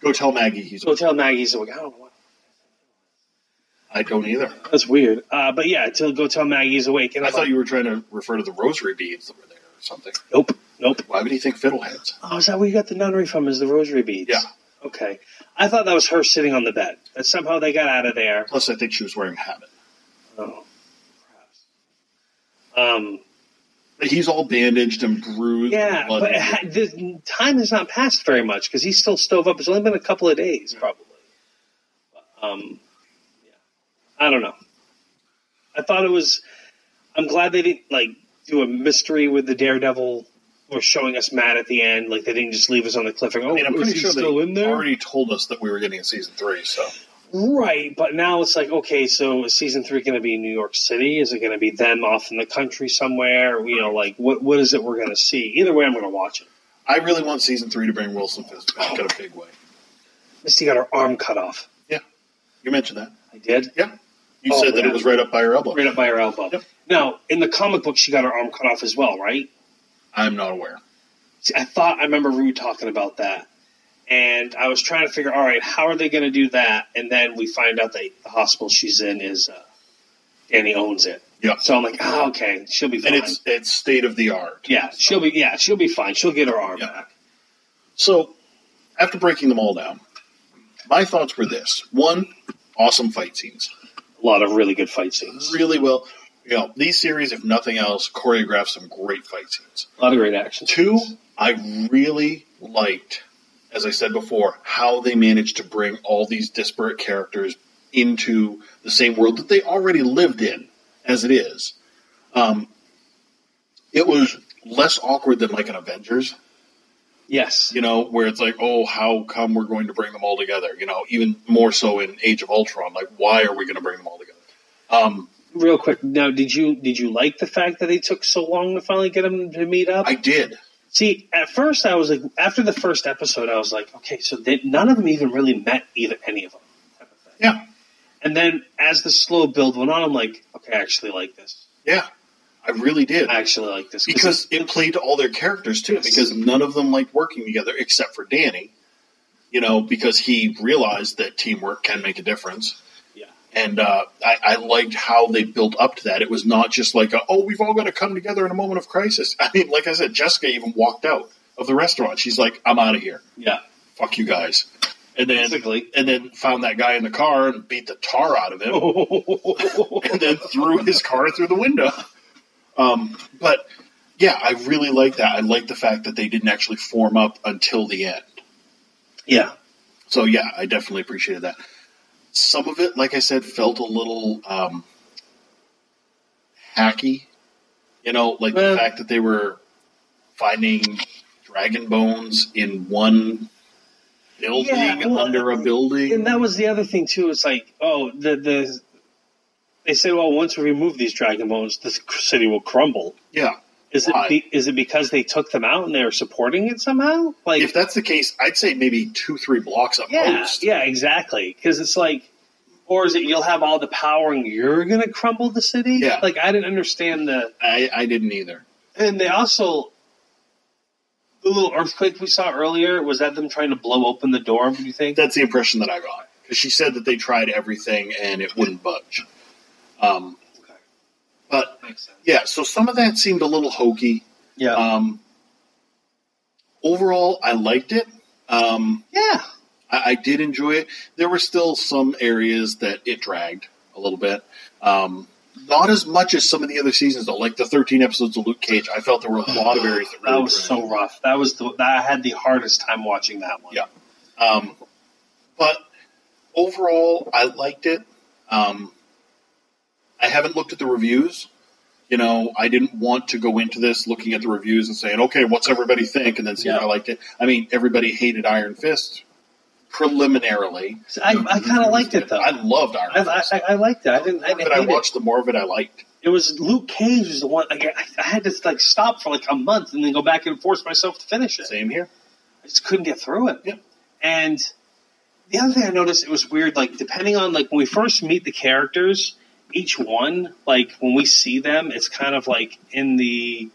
[SPEAKER 2] Go tell Maggie he's.
[SPEAKER 1] So tell Maggie he's awake. I don't know.
[SPEAKER 2] I don't either.
[SPEAKER 1] That's weird. Uh, but yeah, to go tell Maggie he's awake. And
[SPEAKER 2] I
[SPEAKER 1] I'm
[SPEAKER 2] thought
[SPEAKER 1] like,
[SPEAKER 2] you were trying to refer to the rosary beads that were there or something.
[SPEAKER 1] nope, nope.
[SPEAKER 2] Why would he think fiddleheads?
[SPEAKER 1] Oh, is that where you got the nunnery from? Is the rosary beads?
[SPEAKER 2] Yeah.
[SPEAKER 1] Okay. I thought that was her sitting on the bed. That somehow they got out of there.
[SPEAKER 2] Plus, I think she was wearing a habit.
[SPEAKER 1] Oh, perhaps. Um.
[SPEAKER 2] But he's all bandaged and bruised.
[SPEAKER 1] Yeah,
[SPEAKER 2] and
[SPEAKER 1] but
[SPEAKER 2] bloody.
[SPEAKER 1] it (laughs) ha- the time has not passed very much because he's still stove up. It's only been a couple of days, probably. Um, yeah. I don't know. I thought it was. I'm glad they didn't like do a mystery with the Daredevil or showing us Matt at the end. Like they didn't just leave us on the cliffhanger. Oh,
[SPEAKER 2] I mean,
[SPEAKER 1] (laughs)
[SPEAKER 2] I'm
[SPEAKER 1] is
[SPEAKER 2] pretty
[SPEAKER 1] he
[SPEAKER 2] sure
[SPEAKER 1] still
[SPEAKER 2] they
[SPEAKER 1] in there,
[SPEAKER 2] already told us that we were getting a season three. So
[SPEAKER 1] right? But now it's like, okay, so is season three going to be in New York City? Is it going to be them off in the country somewhere? You know, like what what is it we're going to see? Either way, I'm going to watch it.
[SPEAKER 2] I really want season three to bring Wilson Fisk back in a big way.
[SPEAKER 1] Misty got her arm cut off.
[SPEAKER 2] Yeah, you mentioned that.
[SPEAKER 1] I did.
[SPEAKER 2] Yeah, you
[SPEAKER 1] Oh,
[SPEAKER 2] said that
[SPEAKER 1] yeah.
[SPEAKER 2] it was right up by her elbow.
[SPEAKER 1] Right up by her elbow.
[SPEAKER 2] Yep.
[SPEAKER 1] Now, in the comic book, she got her arm cut off as well, right?
[SPEAKER 2] I'm not aware.
[SPEAKER 1] See, I thought I remember Rue talking about that. And I was trying to figure, all right, how are they going to do that? And then we find out that the hospital she's in is uh, Danny owns it.
[SPEAKER 2] Yeah,
[SPEAKER 1] So I'm like, oh, okay, she'll be fine.
[SPEAKER 2] and it's it's state of the art.
[SPEAKER 1] yeah, she'll be yeah, she'll be fine. She'll get her arm
[SPEAKER 2] Yeah.
[SPEAKER 1] back.
[SPEAKER 2] So, after breaking them all down, my thoughts were this: one, awesome fight scenes,
[SPEAKER 1] A lot of really good fight scenes.
[SPEAKER 2] really well. You know, these series, if nothing else, choreograph some great fight scenes.
[SPEAKER 1] A lot of great action.
[SPEAKER 2] Two, I really liked, as I said before, how they managed to bring all these disparate characters into the same world that they already lived in, as it is. Um, it was less awkward than like an Avengers,
[SPEAKER 1] Yes.
[SPEAKER 2] you know, where it's like, oh, how come we're going to bring them all together? You know, even more so in Age of Ultron, like, why are we going to bring them all together? Um,
[SPEAKER 1] Real quick, now did you did you like the fact that it took so long to finally get them to meet up?
[SPEAKER 2] I did.
[SPEAKER 1] See, at first I was like, after the first episode, I was like, okay, so they, none of them even really met either any of them.
[SPEAKER 2] Yeah,
[SPEAKER 1] And then as the slow build went on, I'm like, okay, I actually like this.
[SPEAKER 2] yeah, I really did.
[SPEAKER 1] I actually like this
[SPEAKER 2] because it played to all their characters too.
[SPEAKER 1] Yes.
[SPEAKER 2] Because none of them liked working together except for Danny. You know, because he realized that teamwork can make a difference,
[SPEAKER 1] yeah,
[SPEAKER 2] and uh, I, I liked how they built up to that. It was not just like, a, "Oh, we've all got to come together in a moment of crisis." (laughs) I mean, like I said, Jessica even walked out of the restaurant. She's like, "I'm out of here.
[SPEAKER 1] yeah,
[SPEAKER 2] Fuck you guys." And then, (laughs)
[SPEAKER 1] Basically.
[SPEAKER 2] and then found that guy in the car and beat the tar out of
[SPEAKER 1] Oh,
[SPEAKER 2] him and then threw his car through the window. Um, but yeah, I really like that. I like the fact that they didn't actually form up until the end.
[SPEAKER 1] yeah.
[SPEAKER 2] So yeah, I definitely appreciated that. Some of it, like I said, felt a little um, hacky. You know, like
[SPEAKER 1] Well-
[SPEAKER 2] the fact that they were finding dragon bones in one building
[SPEAKER 1] Yeah, well,
[SPEAKER 2] under a building.
[SPEAKER 1] And that was the other thing too. It's like, oh, the the they say, well, once we remove these dragon bones, this city will crumble.
[SPEAKER 2] yeah.
[SPEAKER 1] Is it
[SPEAKER 2] Why?
[SPEAKER 1] be, is it because they took them out and they're supporting it somehow? Like
[SPEAKER 2] If that's the case, I'd say maybe two, three blocks at
[SPEAKER 1] Yeah,
[SPEAKER 2] most.
[SPEAKER 1] yeah, exactly. Because it's like, or is it you'll have all the power and you're gonna crumble the city?
[SPEAKER 2] Yeah.
[SPEAKER 1] Like I didn't understand the,
[SPEAKER 2] I, I didn't either.
[SPEAKER 1] and they also the little earthquake we saw earlier was that them trying to blow open the door. Do you think?
[SPEAKER 2] That's the impression that I got. 'Cause she said that they tried everything and it wouldn't budge. Um,
[SPEAKER 1] Okay.
[SPEAKER 2] but
[SPEAKER 1] makes sense.
[SPEAKER 2] yeah, so some of that seemed a little hokey.
[SPEAKER 1] Yeah.
[SPEAKER 2] Um, overall, I liked it. Um,
[SPEAKER 1] yeah.
[SPEAKER 2] I, I did enjoy it. There were still some areas that it dragged a little bit. Um, not as much as some of the other seasons, though. Like the 13 episodes of Luke Cage, I felt there were a lot of areas that really
[SPEAKER 1] That was
[SPEAKER 2] dragged.
[SPEAKER 1] so rough. That was the that I had the hardest time watching that one.
[SPEAKER 2] Yeah. Um, but overall, I liked it. Um, I haven't looked at the reviews, You know, I didn't want to go into this looking at the reviews and saying, okay, what's everybody think? And then see if
[SPEAKER 1] Yeah.
[SPEAKER 2] I liked it. I mean, everybody hated Iron Fist preliminarily. Mm-hmm.
[SPEAKER 1] So I, I kind of liked it though.
[SPEAKER 2] I
[SPEAKER 1] I,
[SPEAKER 2] loved Iron
[SPEAKER 1] I,
[SPEAKER 2] Fist.
[SPEAKER 1] I, I liked it. I didn't. I
[SPEAKER 2] the more
[SPEAKER 1] didn't
[SPEAKER 2] of it I
[SPEAKER 1] hate it.
[SPEAKER 2] watched, the more of it I liked.
[SPEAKER 1] It was Luke Cage was the one. Like, I, I had to like stop for like a month and then go back and force myself to finish it.
[SPEAKER 2] Same here.
[SPEAKER 1] I just couldn't get through it.
[SPEAKER 2] Yep.
[SPEAKER 1] And the other thing I noticed it was weird. Like depending on like when we first meet the characters, each one like when we see them, it's kind of like in the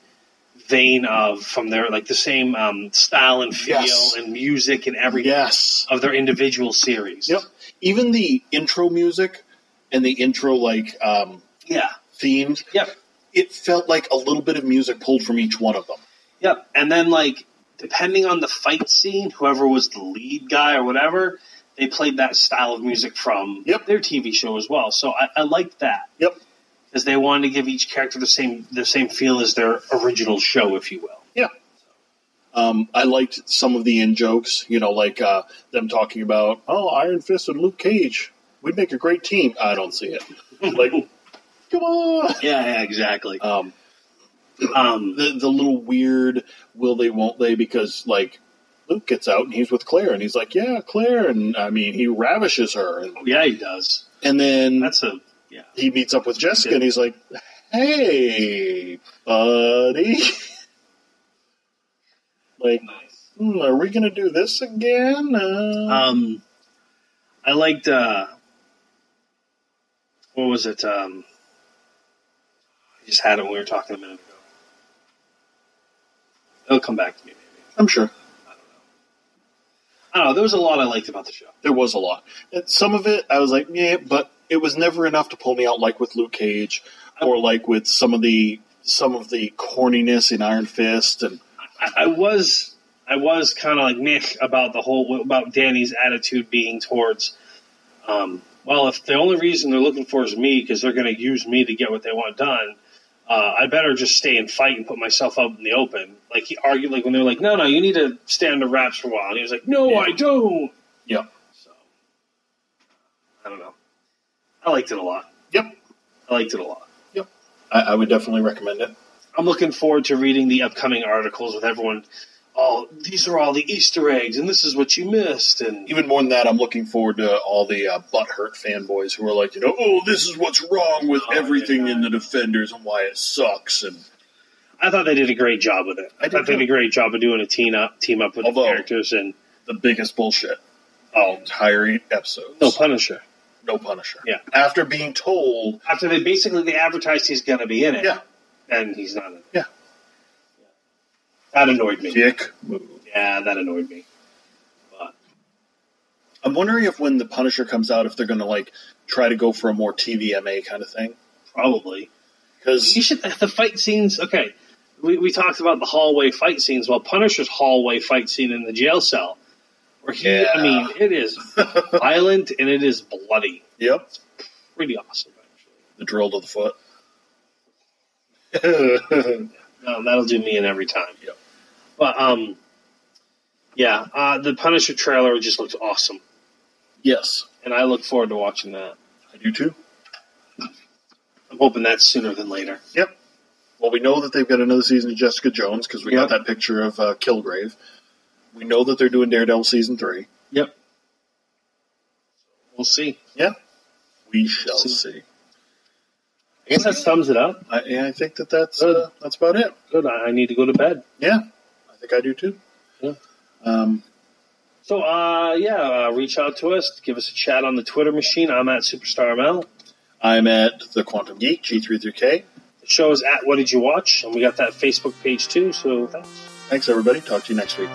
[SPEAKER 1] vein of from their like the same um, style and feel
[SPEAKER 2] Yes.
[SPEAKER 1] and music and everything
[SPEAKER 2] Yes.
[SPEAKER 1] of their individual series.
[SPEAKER 2] Yep. Even the intro music and the intro like um,
[SPEAKER 1] Yeah.
[SPEAKER 2] themes,
[SPEAKER 1] Yep.
[SPEAKER 2] it felt like a little bit of music pulled from each one of them.
[SPEAKER 1] Yep. And then like depending on the fight scene, whoever was the lead guy or whatever, they played that style of music from
[SPEAKER 2] Yep.
[SPEAKER 1] their TV show as well. So I, I liked that
[SPEAKER 2] Yep.
[SPEAKER 1] because they wanted to give each character the same the same feel as their original show, if you will.
[SPEAKER 2] Yeah. Um, I liked some of the in jokes, you know, like uh, them talking about, oh, Iron Fist and Luke Cage, we'd make a great team. I don't see it. Like, come on.
[SPEAKER 1] Yeah, yeah exactly.
[SPEAKER 2] Um,
[SPEAKER 1] Um,
[SPEAKER 2] the, the little weird will they, won't they, because, like, Luke gets out and he's with Claire, and he's like, yeah, Claire. And I mean, he ravishes her. And,
[SPEAKER 1] yeah, he does.
[SPEAKER 2] and then
[SPEAKER 1] That's a yeah.
[SPEAKER 2] he meets up with Jessica, and he's like, hey, buddy. (laughs) like,
[SPEAKER 1] Nice.
[SPEAKER 2] Hmm, are we going to do this again? Uh,
[SPEAKER 1] Um, I liked uh, what was it? Um, I just had it when we were talking a minute ago. It'll come back to me. Maybe.
[SPEAKER 2] I'm sure
[SPEAKER 1] I don't know. Oh, There was a lot I liked about the show.
[SPEAKER 2] there was a lot. And some of it, I was like, yeah, but it was never enough to pull me out, like with Luke Cage, or like with some of the some of the corniness in Iron Fist, and
[SPEAKER 1] I, I was I was kind of like Nick about the whole about Danny's attitude being towards. Um, well, if the only reason they're looking for is me because they're going to use me to get what they want done, uh, I better just stay and fight and put myself out in the open. Like he argued, like when they were like, "No, no, you need to stay under wraps for a while," and he was like, "No, I don't."
[SPEAKER 2] yeah,
[SPEAKER 1] So I don't know. I liked it a lot.
[SPEAKER 2] yep,
[SPEAKER 1] I liked it a lot.
[SPEAKER 2] yep. I, I would definitely recommend it.
[SPEAKER 1] I'm looking forward to reading the upcoming articles with everyone. Oh, these are all the Easter eggs, and this is what you missed, and
[SPEAKER 2] Even more than that, I'm looking forward to all the uh, butthurt fanboys who are like, you know, oh, this is what's wrong with
[SPEAKER 1] Oh,
[SPEAKER 2] everything
[SPEAKER 1] yeah.
[SPEAKER 2] in the Defenders and why it sucks, and
[SPEAKER 1] I thought they did a great job with it.
[SPEAKER 2] I
[SPEAKER 1] I
[SPEAKER 2] did
[SPEAKER 1] thought they
[SPEAKER 2] too.
[SPEAKER 1] did a great job of doing a team up, team up with
[SPEAKER 2] Although-
[SPEAKER 1] the characters, and
[SPEAKER 2] the biggest bullshit. Oh, entire episodes.
[SPEAKER 1] no Punisher.
[SPEAKER 2] no Punisher.
[SPEAKER 1] Yeah.
[SPEAKER 2] After being told,
[SPEAKER 1] After they basically they advertised he's going to be in it,
[SPEAKER 2] yeah,
[SPEAKER 1] and he's not. In it.
[SPEAKER 2] Yeah.
[SPEAKER 1] that annoyed me.
[SPEAKER 2] dick move.
[SPEAKER 1] Yeah, that annoyed me. But
[SPEAKER 2] I'm wondering if when the Punisher comes out, if they're going to like try to go for a more TVMA kind of thing.
[SPEAKER 1] probably You
[SPEAKER 2] Because
[SPEAKER 1] should the fight scenes. Okay, we, we talked about the hallway fight scenes. Well, Punisher's hallway fight scene in the jail cell, where he. I
[SPEAKER 2] Yeah.
[SPEAKER 1] mean, it is (laughs) violent and it is bloody.
[SPEAKER 2] (laughs) yep,
[SPEAKER 1] Pretty awesome, actually.
[SPEAKER 2] the drill to the foot.
[SPEAKER 1] No, that'll do me in every time.
[SPEAKER 2] Yep.
[SPEAKER 1] But um, yeah, uh, the Punisher trailer just looked awesome,
[SPEAKER 2] (laughs) yes,
[SPEAKER 1] and I look forward to watching that.
[SPEAKER 2] I do too.
[SPEAKER 1] I'm hoping that's sooner than later.
[SPEAKER 2] Yep. Well, we know that they've got another season of Jessica Jones because we
[SPEAKER 1] Yep.
[SPEAKER 2] got that picture of uh, Kilgrave. We know that they're doing Daredevil season three.
[SPEAKER 1] Yep. We'll see.
[SPEAKER 2] Yeah, we shall
[SPEAKER 1] See.
[SPEAKER 2] see.
[SPEAKER 1] I guess that sums it up.
[SPEAKER 2] I, and I think that that's uh, that's about it.
[SPEAKER 1] Good. I, I need to go to bed.
[SPEAKER 2] Yeah, I think I do too.
[SPEAKER 1] Yeah.
[SPEAKER 2] Um,
[SPEAKER 1] So, uh, yeah, uh, reach out to us. Give us a chat on the Twitter machine. I'm at Superstar ML.
[SPEAKER 2] I'm at the Quantum Geek G33K.
[SPEAKER 1] The show is at What Did You Watch? And we got that Facebook page too. So, thanks.
[SPEAKER 2] Thanks, everybody. Talk to you next week.